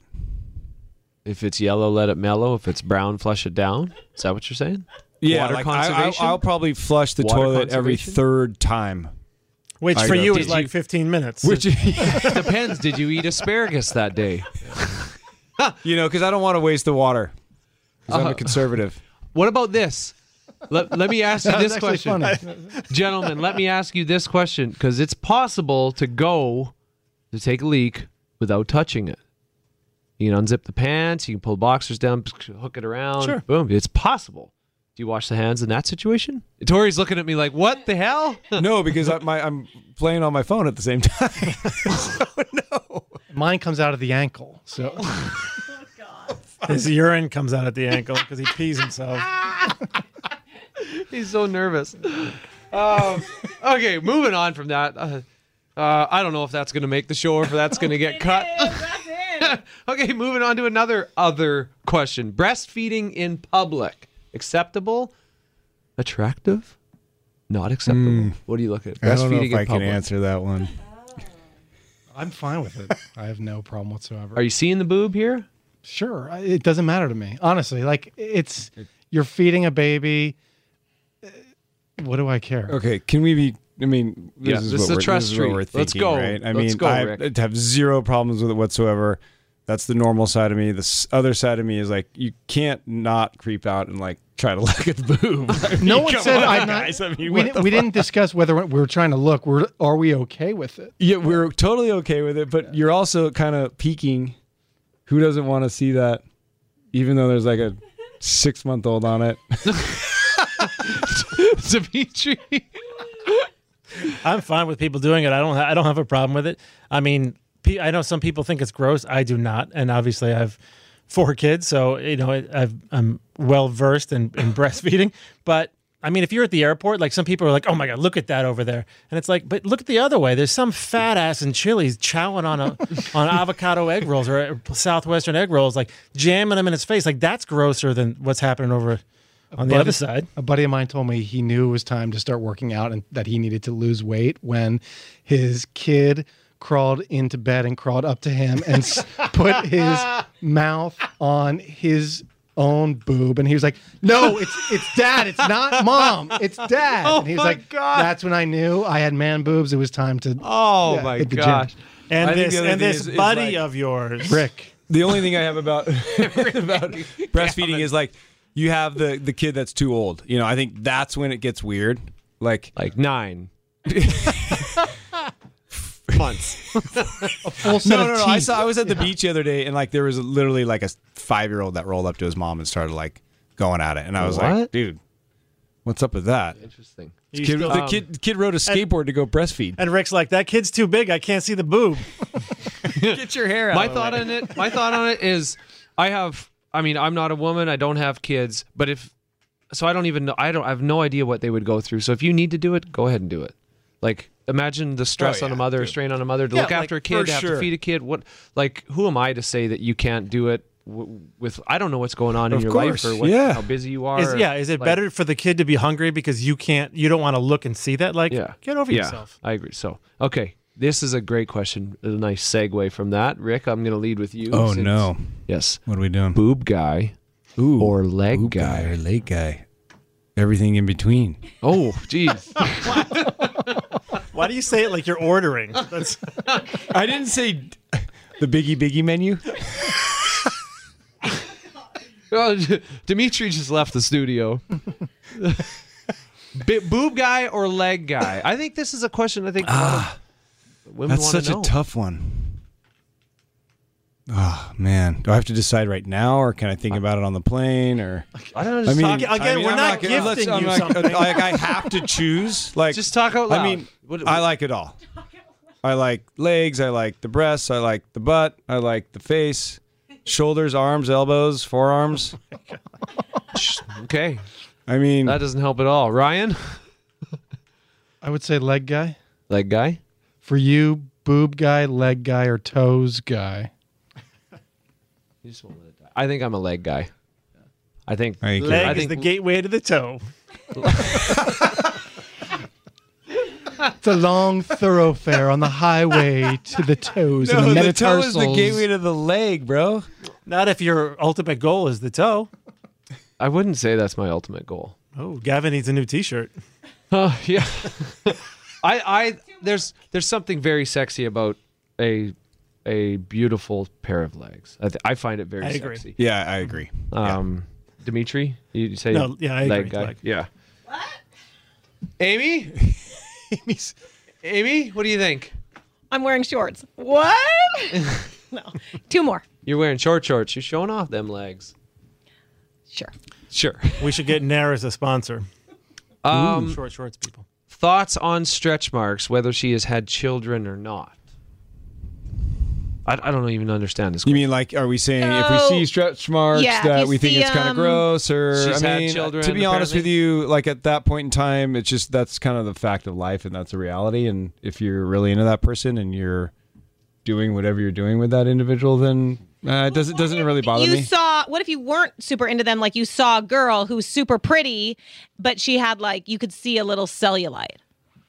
Speaker 4: If it's yellow, let it mellow. If it's brown, flush it down. Is that what you're saying?
Speaker 6: Yeah,
Speaker 4: Water
Speaker 6: like, I- I-
Speaker 4: conservation.
Speaker 6: I'll probably flush the
Speaker 4: Water
Speaker 6: toilet every
Speaker 4: conservation?
Speaker 6: third time.
Speaker 7: Which
Speaker 6: I
Speaker 7: for
Speaker 6: go
Speaker 7: you
Speaker 6: pee.
Speaker 7: is like 15 minutes.
Speaker 6: Which-
Speaker 4: depends. Did you eat asparagus that day?
Speaker 6: [laughs] you know, because I don't want to waste the water. 'Cause I'm
Speaker 4: Uh,
Speaker 6: a conservative.
Speaker 4: What about this? Let, let me ask you
Speaker 6: That was
Speaker 4: this
Speaker 6: actually
Speaker 4: question.
Speaker 6: funny.
Speaker 4: Gentlemen, let me ask you this question because it's possible to go to take a leak without touching it. You can unzip the pants, you can pull boxers down, hook it around.
Speaker 2: Sure.
Speaker 4: Boom. It's possible. Do you wash the hands in that situation? Tori's looking at me like, what the hell?
Speaker 6: no, because I, my, I'm playing on my phone at the same [laughs] time.
Speaker 12: mine comes out of the ankle [laughs] so Oh,
Speaker 7: His urine comes out at the ankle because he pees himself.
Speaker 4: He's so nervous. [laughs] Um, okay, moving on from that. Uh, uh, I don't know if that's going to make the show or if that's going to get cut. [laughs] okay, moving on to another other question. Breastfeeding in public acceptable? Attractive? Not acceptable. What do you look at?
Speaker 6: Hmm. I don't know
Speaker 4: Breastfeeding
Speaker 6: if
Speaker 4: in
Speaker 6: I can
Speaker 4: public.
Speaker 6: answer that one.
Speaker 12: i'm fine with it i have no problem whatsoever
Speaker 4: Are you seeing the boob
Speaker 6: [laughs]
Speaker 4: here?
Speaker 12: Sure, I- it doesn't matter to me. Honestly, like it's you're feeding a baby. Uh, What do I care?
Speaker 6: Okay, can we be? I mean, this
Speaker 12: Yeah,
Speaker 6: is
Speaker 12: this
Speaker 6: what
Speaker 12: is a
Speaker 6: we're,
Speaker 12: trust
Speaker 6: this is what
Speaker 12: tree.
Speaker 6: we're thinking,
Speaker 12: Let's go.
Speaker 6: Right? I
Speaker 12: Let's
Speaker 6: mean,
Speaker 12: go,
Speaker 6: I
Speaker 12: Rick.
Speaker 6: have zero problems with it whatsoever. That's the normal side of me. The s- other side of me is like, you can't not creep out and like try to [laughs] look at the boob. [laughs] I
Speaker 12: No
Speaker 6: mean,
Speaker 12: one
Speaker 6: come
Speaker 12: said
Speaker 6: on,
Speaker 12: I'm
Speaker 6: guys. I
Speaker 12: not.
Speaker 6: mean,
Speaker 12: we
Speaker 6: what
Speaker 12: didn't-
Speaker 6: the
Speaker 12: we
Speaker 6: fuck?
Speaker 12: didn't discuss whether we are trying to look. We're are we okay with it?
Speaker 6: Yeah, we're totally okay with it, but you're also kind of peeking. Who doesn't want to see that? Even though there's like a six month old on it. [laughs]
Speaker 4: Dimitri.
Speaker 7: I'm fine with people doing it. I don't. Ha- I don't have a problem with it. I mean, pe- I know some people think it's gross. I do not, and obviously, I have four kids, so you know, I- I've, I'm well versed in, in [laughs] breastfeeding. But I mean, if you're at the airport, like some people are like, "Oh my god, look at that over there," and it's like, but look at the other way. There's some fat ass in Chili's chowing on a [laughs] on avocado egg rolls or uh, southwestern egg rolls, like jamming them in his face. Like that's grosser than what's happening over on the
Speaker 12: buddy-
Speaker 7: other side.
Speaker 12: A buddy of mine told me he knew it was time to start working out and that he needed to lose weight when his kid crawled into bed and crawled up to him and s- put his mouth on his own boob and he was like no it's it's dad it's not mom it's dad
Speaker 7: Oh
Speaker 12: and he was
Speaker 7: my
Speaker 12: like
Speaker 7: God.
Speaker 12: that's when i knew i had man boobs it was time to
Speaker 7: Oh
Speaker 12: yeah,
Speaker 7: my
Speaker 12: hit the gym."
Speaker 7: gosh. And
Speaker 6: I think
Speaker 7: this
Speaker 6: the other
Speaker 7: and
Speaker 6: thing
Speaker 7: this
Speaker 6: is- is
Speaker 7: buddy
Speaker 6: like-
Speaker 7: of yours,
Speaker 12: Rick.
Speaker 6: The only thing I have about [laughs] about breastfeeding is like you have the the kid that's too old. You know, I think that's when it gets weird. Like
Speaker 4: like nine [laughs] months.
Speaker 12: full set
Speaker 6: no,
Speaker 12: of
Speaker 6: no, no. I
Speaker 12: teeth.
Speaker 6: saw. I was at the
Speaker 12: Yeah.
Speaker 6: beach the other day, and like there was literally like a five year old that rolled up to his mom and started like going at it, and I was like,
Speaker 4: What?
Speaker 6: dude, what's up with that?
Speaker 4: Interesting.
Speaker 6: This kid- the kid kid rode a skateboard to go breastfeed.
Speaker 7: And Rick's like, that kid's too big. I can't see the boob.
Speaker 6: Get your hair
Speaker 4: my thought on it my thought on it is i have i mean i'm not a woman i don't have kids but if so i don't even know i don't i have no idea what they would go through so if you need to do it go ahead and do it like imagine the stress
Speaker 2: Oh,
Speaker 4: on a
Speaker 2: yeah,
Speaker 4: mother
Speaker 2: dude.
Speaker 4: strain on a mother to
Speaker 2: Yeah,
Speaker 4: look
Speaker 2: like,
Speaker 4: after a
Speaker 2: for
Speaker 4: kid to have
Speaker 2: sure.
Speaker 4: to feed a kid what like who am i to say that you can't do it w- with I don't know what's going on in
Speaker 7: Of
Speaker 4: your
Speaker 7: course,
Speaker 4: life or what,
Speaker 7: yeah.
Speaker 4: how busy you are.
Speaker 7: Is,
Speaker 4: or,
Speaker 7: yeah, is it
Speaker 4: like-
Speaker 7: better for the kid to be hungry because you can't, you don't want to look and see that? Like,
Speaker 4: Yeah.
Speaker 7: get over
Speaker 4: Yeah,
Speaker 7: yourself.
Speaker 4: I agree. So, okay. This is a great question. A nice segue from that. Rick, I'm going to lead with you.
Speaker 6: Oh,
Speaker 4: since-
Speaker 6: no.
Speaker 4: Yes.
Speaker 6: What are we doing?
Speaker 4: Boob guy
Speaker 6: or
Speaker 4: leg
Speaker 6: guy. [laughs] or leg guy. Everything in between.
Speaker 4: Oh,
Speaker 6: [laughs]
Speaker 4: jeez.
Speaker 7: Why do you say it like
Speaker 6: [laughs]
Speaker 7: you're ordering? That's,
Speaker 6: I didn't say [laughs] the biggie biggie menu.
Speaker 4: Oh, Dimitri just left the studio. [laughs] Bi- boob guy or leg guy? I think this is a question I think a lot of women want to
Speaker 6: Ah, That's such a
Speaker 4: know.
Speaker 6: tough one. Oh man, do I have to decide right now, or can I think about it on the plane, or
Speaker 4: I don't know, just talk- Again, we're
Speaker 6: I'm
Speaker 4: not
Speaker 6: gonna- let's-
Speaker 4: gifting
Speaker 6: I'm
Speaker 4: you
Speaker 6: not-
Speaker 4: something.
Speaker 6: [laughs] Like I have to choose. Like
Speaker 4: Just talk out
Speaker 6: I
Speaker 4: loud.
Speaker 6: mean,
Speaker 4: What-
Speaker 6: I like it all. I like legs. I like the breasts. I like the butt. I like the face, shoulders, arms, elbows, forearms.
Speaker 4: okay.
Speaker 6: I mean,
Speaker 4: that doesn't help at all. Ryan,
Speaker 12: I would say leg guy.
Speaker 4: Leg guy?
Speaker 12: For you, boob guy, leg guy, or toes guy.
Speaker 4: You just won't let it die. I think I'm a leg guy. I think
Speaker 7: leg
Speaker 4: I
Speaker 7: is
Speaker 4: think
Speaker 7: the gateway to the toe.
Speaker 12: It's a long thoroughfare on the highway to the
Speaker 4: [laughs]
Speaker 12: toes
Speaker 4: Oh,
Speaker 12: and the metatarsals.
Speaker 6: to the leg, bro.
Speaker 7: Not if your ultimate goal is the toe.
Speaker 4: I wouldn't say that's my ultimate goal.
Speaker 7: Oh, Gavin needs a new T-shirt.
Speaker 4: Oh yeah. [laughs] I I there's there's something very sexy about a a beautiful pair of legs. I, th- I find it very
Speaker 7: I agree.
Speaker 4: sexy.
Speaker 6: Yeah, I agree.
Speaker 4: Um, Dimitri, you say
Speaker 7: No, yeah, I
Speaker 4: leg
Speaker 7: agree,
Speaker 4: guy.
Speaker 7: leg.
Speaker 4: Yeah. What? Amy. [laughs]
Speaker 6: Amy's.
Speaker 4: Amy, what do you think?
Speaker 16: I'm wearing shorts. What? [laughs] no. Two more.
Speaker 4: You're wearing short shorts. You're showing off them legs.
Speaker 16: Sure.
Speaker 4: Sure.
Speaker 7: We should get Nair as a sponsor.
Speaker 4: Um,
Speaker 7: Ooh, short shorts people.
Speaker 4: [laughs] Thoughts on stretch marks, whether she has had children or not. I, I don't even understand this.
Speaker 6: You mean like, are we saying if we
Speaker 4: No.
Speaker 6: see stretch marks
Speaker 4: Yeah, if
Speaker 6: that
Speaker 4: you
Speaker 6: we think
Speaker 4: see,
Speaker 6: it's
Speaker 4: um,
Speaker 6: kind of gross, or
Speaker 4: She's
Speaker 6: I
Speaker 4: had
Speaker 6: mean,
Speaker 4: children,
Speaker 6: to be honest
Speaker 4: apparently.
Speaker 6: with you, like at that point in time, it's just that's kind of the fact of life, and that's a reality. And if you're really into that person and you're doing whatever you're doing with that individual, then uh, it doesn't doesn't really bother
Speaker 16: you
Speaker 6: me.
Speaker 16: saw what if you weren't super into them like you saw a girl who was super pretty but she had like you could see a little cellulite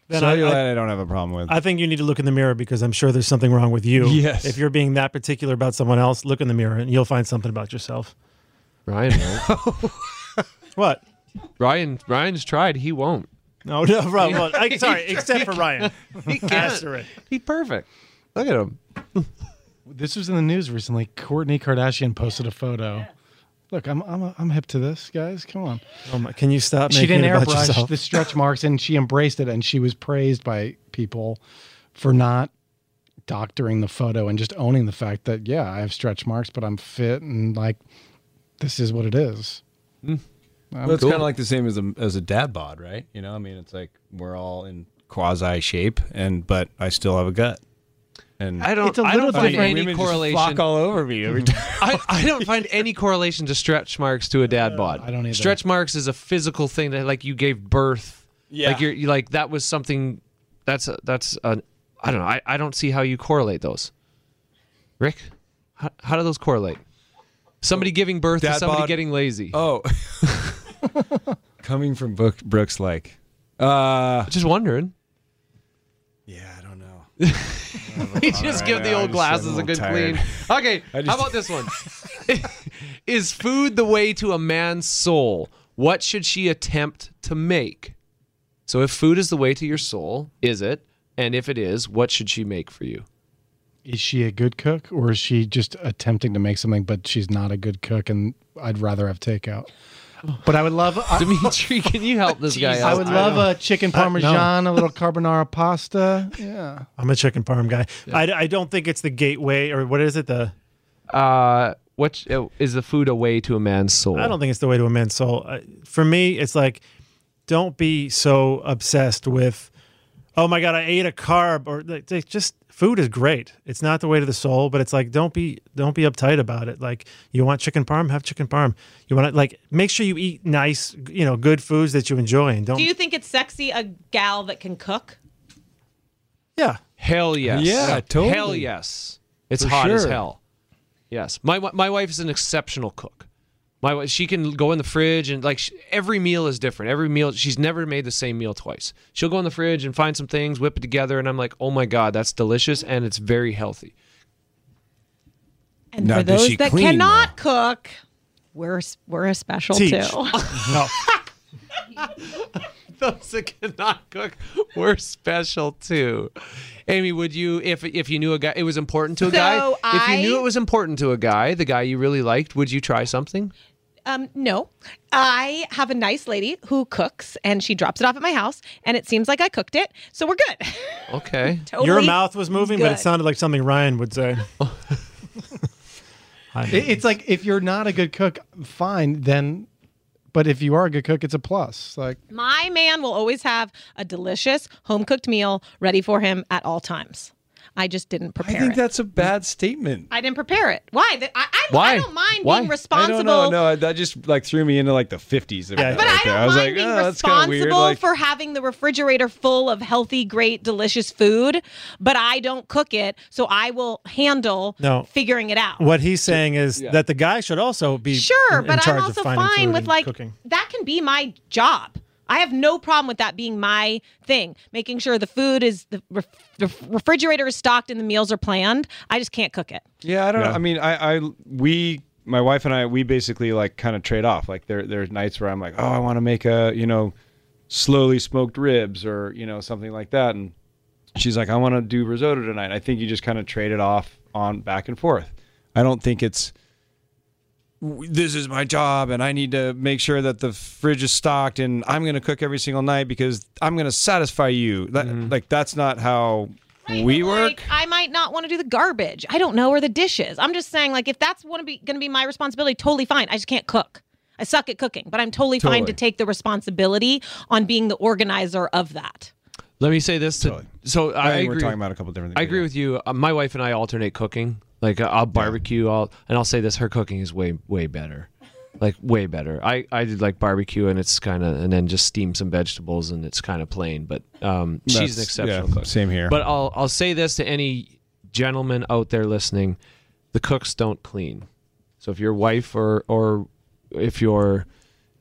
Speaker 7: Then I-
Speaker 6: Cellulite,
Speaker 7: I-
Speaker 6: I, don't have a problem with.
Speaker 7: I think you need to look in the mirror because I'm sure there's something wrong with you.
Speaker 6: Yes.
Speaker 7: If you're being that particular about someone else, look in the mirror and you'll find something about yourself.
Speaker 4: Ryan won't.
Speaker 7: What?
Speaker 4: Ryan Ryan's tried. He won't.
Speaker 7: No, no, [laughs] Ryan
Speaker 12: [laughs]
Speaker 7: won't. I- sorry, except for Ryan.
Speaker 4: [laughs] He can't.
Speaker 7: Asterisk.
Speaker 4: He's perfect. Look at him.
Speaker 12: This was in the news recently. Courtney Kardashian posted a photo. Look, I'm I'm I'm hip to this, guys. Come on.
Speaker 7: Oh my, can you stop
Speaker 12: she
Speaker 7: making
Speaker 12: didn't
Speaker 7: it about
Speaker 12: airbrush
Speaker 7: yourself?
Speaker 12: the stretch marks and she embraced it and she was praised by people for not doctoring the photo and just owning the fact that yeah i have stretch marks but i'm fit and like this is what it is
Speaker 6: Well, it's kind of like the same as a as a dad bod, right? You know, I mean, it's like we're all in quasi shape, and but I still have a gut. And
Speaker 4: I don't. I don't find any correlation.
Speaker 6: over me
Speaker 7: [laughs]
Speaker 6: every time.
Speaker 4: I, I don't find any correlation to stretch marks to a dad bod. I
Speaker 12: don't either.
Speaker 4: Stretch marks is a physical thing that like you gave birth.
Speaker 6: Yeah.
Speaker 4: Like you're you- like that was something. That's a, that's an. I don't know. I, I don't see how you correlate those. Rick, how, how do those correlate? Somebody giving birth to
Speaker 6: Dad
Speaker 4: somebody
Speaker 6: bod-
Speaker 4: getting lazy.
Speaker 6: Oh, [laughs] coming from Book, Brooks, like, uh,
Speaker 4: just wondering.
Speaker 6: Yeah, I don't know.
Speaker 4: He just give the old glasses a good clean. [laughs] Okay, how about this one? [laughs] Is food the way to a man's soul? What should she attempt to make? So, if food is the way to your soul, is it? And if it is, what should she make for [laughs] you?
Speaker 12: is she a good cook or is she just attempting to make something but she's not a good cook and i'd rather have takeout but i would love
Speaker 4: Dimitri, can you help this guy out?
Speaker 12: I would love a chicken
Speaker 7: Uh, no.
Speaker 12: parmesan, a little carbonara
Speaker 7: [laughs]
Speaker 12: pasta. Yeah.
Speaker 7: I'm a chicken parm guy. I, I don't think it's the gateway or what is it? The
Speaker 4: Uh, what sh- uh, is the food a way to a man's soul?
Speaker 7: I don't think it's the way to a man's soul. I- For me, it's like, don't be so obsessed with, oh my god, I ate a carb or like they- just food is great. It's not the way to the soul, but it's like don't be don't be uptight about it. Like you want chicken parm, have chicken parm. You want to like make sure you eat nice, you know, good foods that you enjoy and don't.
Speaker 16: do you think it's sexy a gal that can cook
Speaker 7: yeah,
Speaker 4: Hell yes.
Speaker 7: Yeah, totally.
Speaker 4: Hell yes. It's
Speaker 7: For
Speaker 4: hot as
Speaker 7: sure.
Speaker 4: hell. Yes, my wi- my wife is an exceptional cook. My wi- she can go in the fridge and like sh every meal is different. Every meal she's never made the same meal twice. She'll go in the fridge and find some things, whip it together, and I'm like, oh my god, that's delicious and it's very healthy. [laughs]
Speaker 16: And for those that cannot cook, we're we're a special
Speaker 4: Teach.
Speaker 16: too. [laughs]
Speaker 4: No. Those that cannot cook, we're special too. Amy, would you if if you knew a guy it was important to a
Speaker 16: So
Speaker 4: guy? If you knew
Speaker 16: I-
Speaker 4: it was important to a guy, the guy you really liked, would you try something?
Speaker 16: Um, no, I have a nice lady who cooks, and she drops it off at my house, and it seems like I cooked it, so we're good. [laughs]
Speaker 4: Okay.
Speaker 16: Totally
Speaker 7: Your mouth was moving, but
Speaker 16: good.
Speaker 7: it sounded like something Ryan would say.
Speaker 12: It- it's like if you're not a good cook, fine. Then, but if you are a good cook, it's a plus.
Speaker 7: [laughs]
Speaker 12: Like
Speaker 16: My man will always have a delicious home cooked meal ready for him at all times. I just didn't prepare
Speaker 6: I think
Speaker 16: it.
Speaker 6: that's a bad statement.
Speaker 16: I didn't prepare it. Why? Th- I, I,
Speaker 6: Why?
Speaker 16: I don't mind
Speaker 6: Why?
Speaker 16: being responsible.
Speaker 6: I don't know. No, that just like threw me into like the fifties. Yeah,
Speaker 16: But I don't
Speaker 6: was
Speaker 16: mind
Speaker 6: like,
Speaker 16: being
Speaker 6: oh, that's kind
Speaker 16: responsible
Speaker 6: of weird. Like,
Speaker 16: for having the refrigerator full of healthy, great, delicious food, but I don't cook it, so I will handle
Speaker 7: No.
Speaker 16: figuring it out.
Speaker 7: What he's saying is that the guy should also be
Speaker 16: Sure,
Speaker 7: in- in
Speaker 16: but I'm
Speaker 7: charge
Speaker 16: also
Speaker 7: of finding food
Speaker 16: fine with
Speaker 7: and
Speaker 16: like
Speaker 7: cooking.
Speaker 16: that can be my job. I have no problem with that being my thing. Making sure the food is the, ref- the refrigerator is stocked and the meals are planned. I just can't cook it.
Speaker 6: yeah, I don't. know. I mean, I, I, we, my wife and I, we basically like kind of trade off. Like there, there's nights where I'm like, oh, I want to make a, you know, slowly smoked ribs or you know something like that, and she's like, I want to do risotto tonight. I think you just kind of trade it off on back and forth. I don't think it's w- this is my job and I need to make sure that the fridge is stocked and I'm going to cook every single night because I'm going to satisfy you. That, Like that's not how we work.
Speaker 16: I might not want to do the garbage. I don't know where the dishes. I'm just saying, like, if that's want to be going to be my responsibility, totally fine. I just can't cook. I suck at cooking, but I'm totally, fine to
Speaker 4: Totally.
Speaker 16: take the responsibility on being the organizer of that.
Speaker 4: Let me say this to. So I,
Speaker 6: I think
Speaker 4: agree.
Speaker 6: we're talking about a couple different things
Speaker 4: I agree with you. Uh, my wife and I alternate cooking. Like uh, I'll barbecue, I'll and I'll say this: her cooking is way way better, like way better. I I did like barbecue, and it's kind of and then just steam some vegetables, and it's kind of plain. But um, she's an
Speaker 6: That's-
Speaker 4: exceptional
Speaker 6: yeah,
Speaker 4: cook.
Speaker 6: same here.
Speaker 4: But I'll I'll say this to any gentleman out there listening: the cooks don't clean. So if your wife or or if your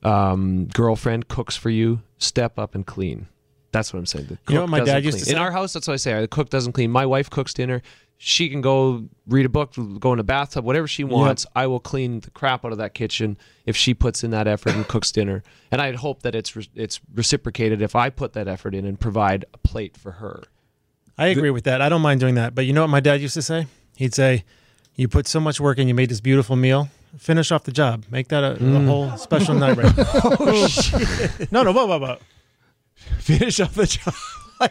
Speaker 4: um, girlfriend cooks for you, step up and clean. That's what I'm saying. The
Speaker 7: You know
Speaker 4: cook
Speaker 7: what my dad
Speaker 4: doesn't
Speaker 7: used to
Speaker 4: clean. In
Speaker 7: say?
Speaker 4: our house, that's what I say. The cook doesn't clean. My wife cooks dinner. She can go read a book, go in a bathtub, whatever she wants. I will clean the crap out of that kitchen if she puts in that effort and cooks dinner. And I'd hope that it's re- it's reciprocated if I put that effort in and provide a plate for her.
Speaker 7: I agree with that. I don't mind doing that. But you know what my dad used to say? He'd say, "You put so much work in, you made this beautiful meal. Finish off the job. Make that a, a
Speaker 6: Mm.
Speaker 7: whole special night." Right?
Speaker 6: [laughs] Oh, shit.
Speaker 7: No, no, whoa, whoa, whoa.
Speaker 6: Finish off the
Speaker 7: [laughs]
Speaker 6: job.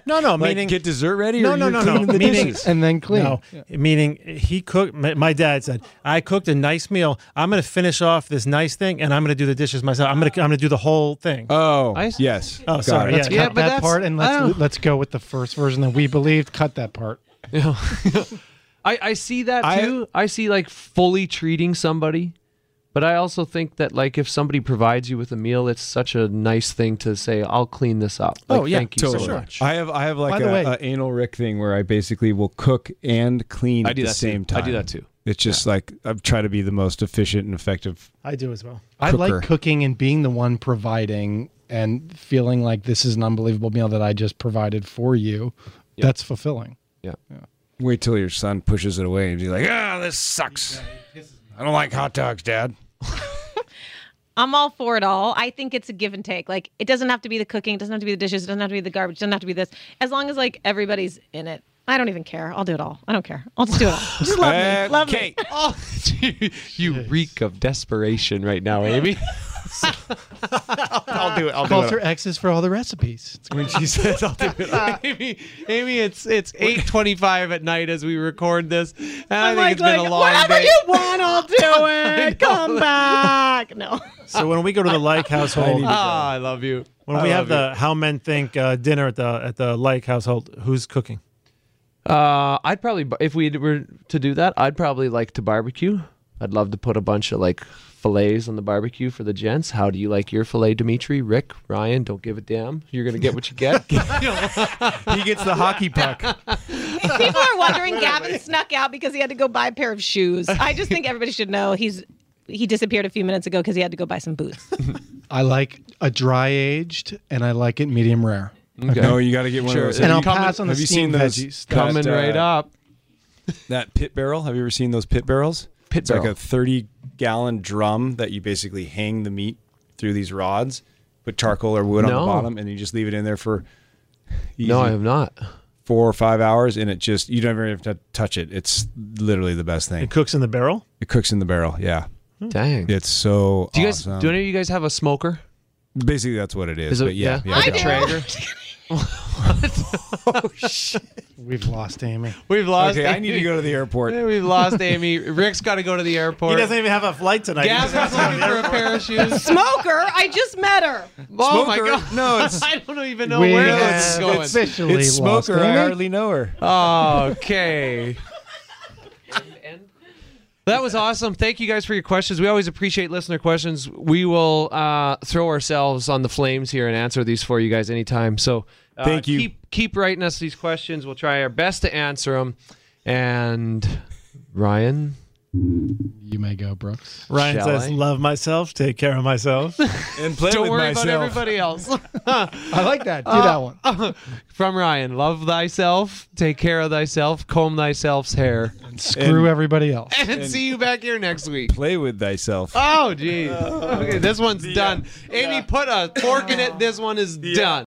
Speaker 7: no, no,
Speaker 6: Like,
Speaker 7: meaning
Speaker 6: get dessert ready
Speaker 7: No,
Speaker 6: or
Speaker 7: no,
Speaker 6: you're
Speaker 7: no, no.
Speaker 6: cleaning the
Speaker 7: meaning,
Speaker 6: dishes? And then clean.
Speaker 7: No, meaning he cooked. My, my dad said, "I cooked a nice meal. I'm going to finish off this nice thing, and I'm going to do the dishes myself. I'm going to I'm going to do the whole
Speaker 6: [laughs]
Speaker 7: thing."
Speaker 6: [laughs] Oh, yes.
Speaker 7: Oh,
Speaker 12: Got
Speaker 7: sorry.
Speaker 12: it. Let's
Speaker 7: yeah,
Speaker 12: cut that part and let's let's go with the first version that we believed. Cut that part.
Speaker 4: I, I see that
Speaker 12: I-
Speaker 4: too. I see like fully treating somebody, but I also think that like if somebody provides you with a meal, it's such a nice thing to say, "I'll clean this up." Like,
Speaker 6: Oh,
Speaker 4: thank you so much.
Speaker 6: I have I have like
Speaker 4: By the
Speaker 6: a,
Speaker 4: way-
Speaker 6: a anal Rick thing where I basically will cook and clean
Speaker 4: I
Speaker 6: at
Speaker 4: do
Speaker 6: the
Speaker 4: that too.
Speaker 6: same
Speaker 4: I
Speaker 6: time.
Speaker 4: do that too.
Speaker 6: It's just like I try to be the most efficient and effective.
Speaker 7: I do as well.
Speaker 12: I like
Speaker 6: Cooker.
Speaker 12: cooking and being the one providing and feeling like this is an unbelievable meal that I just provided for you. That's fulfilling.
Speaker 4: Yeah.
Speaker 6: Wait till your son pushes it away and be like, ah, this sucks. I don't like hot dogs, Dad.
Speaker 16: I'm all for it all. I think it's a give and take. Like it doesn't have to be the cooking, it doesn't have to be the dishes, it doesn't have to be the garbage, it doesn't have to be this. As long as like everybody's in it. I don't even care. I'll do it all. I don't care. I'll just do it all. Just love
Speaker 6: Uh,
Speaker 16: me. Love me.
Speaker 4: Oh, you reek of desperation right now, Amy. I'll do it. I'll do
Speaker 12: Calls
Speaker 4: it.
Speaker 12: her exes for all the recipes.
Speaker 6: when she says, "I'll do it."
Speaker 4: [laughs] Amy, Amy, it's it's eight twenty five at night as we record this, and i think it's been a long
Speaker 16: whatever
Speaker 4: day.
Speaker 16: you want,
Speaker 4: [laughs]
Speaker 16: I'll do it. Come back. No.
Speaker 7: So when we go to the Like household,
Speaker 4: Ah, I love you.
Speaker 7: when
Speaker 4: I
Speaker 7: we
Speaker 4: love
Speaker 7: have
Speaker 4: you.
Speaker 7: the How Men Think uh, dinner at the at the Like household, who's cooking?
Speaker 4: Uh, I'd probably, if we were to do that, I'd probably like to barbecue. I'd love to put a bunch of like fillets on the barbecue for the gents. How do you like your fillet, Dimitri? Rick, Ryan, don't give a damn. You're gonna get what you
Speaker 6: [laughs]
Speaker 4: get.
Speaker 11: he gets the hockey puck.
Speaker 7: [laughs]
Speaker 16: People are wondering Gavin snuck out because he had to go buy a pair of shoes. I just think everybody should know he's he disappeared a few minutes ago because he had to go buy some boots.
Speaker 12: I like a dry aged, and I like it medium rare.
Speaker 6: Okay. No, Oh, you got to get one
Speaker 12: Sure.
Speaker 6: of those.
Speaker 12: And I'll pass on the
Speaker 6: Have you
Speaker 12: steamed
Speaker 6: seen those
Speaker 12: veggies.
Speaker 6: that,
Speaker 12: Coming right
Speaker 6: uh,
Speaker 4: up.
Speaker 6: That pit barrel. Have you ever seen those pit barrels?
Speaker 4: Pit
Speaker 6: it's like
Speaker 4: barrel.
Speaker 6: a thirty-gallon drum that you basically hang the meat through these rods, put charcoal or wood on
Speaker 4: No.
Speaker 6: the bottom, and you just leave it in there for.
Speaker 4: No, I have not.
Speaker 6: Four or five hours, and it just you don't even have to touch it. It's literally the best thing.
Speaker 7: It cooks in the barrel.
Speaker 6: It cooks in the barrel. Hmm. Yeah.
Speaker 4: Dang.
Speaker 6: It's so.
Speaker 4: Do you guys?
Speaker 6: awesome.
Speaker 4: Do any of you guys have a smoker?
Speaker 6: Basically, that's what it is.
Speaker 4: Is it-
Speaker 6: but yeah,
Speaker 4: yeah? I
Speaker 6: yeah,
Speaker 4: do. [laughs] Traeger?
Speaker 12: We've lost Amy.
Speaker 4: We've lost.
Speaker 6: Okay, I need to go to the airport.
Speaker 4: [laughs] We've lost Amy. Rick's got to go to the airport.
Speaker 7: He doesn't even have a flight tonight.
Speaker 4: Gavin's looking for a pair of shoes.
Speaker 16: Smoker, I just met her.
Speaker 4: Oh my god!
Speaker 6: No,
Speaker 4: [laughs]
Speaker 6: it's
Speaker 4: I don't even know
Speaker 6: We
Speaker 4: where
Speaker 6: have
Speaker 4: this is going.
Speaker 6: officially It's lost Smoker, I Amy. hardly know her.
Speaker 4: Okay. That was awesome. Thank you guys for your questions. We always appreciate listener questions. We will uh, throw ourselves on the flames here and answer these for you guys anytime. So uh,
Speaker 6: Thank you.
Speaker 4: Keep, keep writing us these questions. We'll try our best to answer them. And Ryan,
Speaker 12: you may go, Brooks.
Speaker 7: Ryan
Speaker 4: Shall
Speaker 7: says,
Speaker 4: I?
Speaker 7: "Love myself, take care of myself,
Speaker 6: and play
Speaker 4: don't worry about everybody else. I
Speaker 12: like that. Do uh,
Speaker 4: that one. From Ryan, love thyself, take care of thyself, comb thyself's hair, and
Speaker 12: Screw
Speaker 6: [laughs]
Speaker 12: everybody else.
Speaker 4: [laughs] and, see you back here next week.
Speaker 6: Play with thyself.
Speaker 4: Oh, geez. Okay, this one's done. Amy, put a fork in it. This one is done.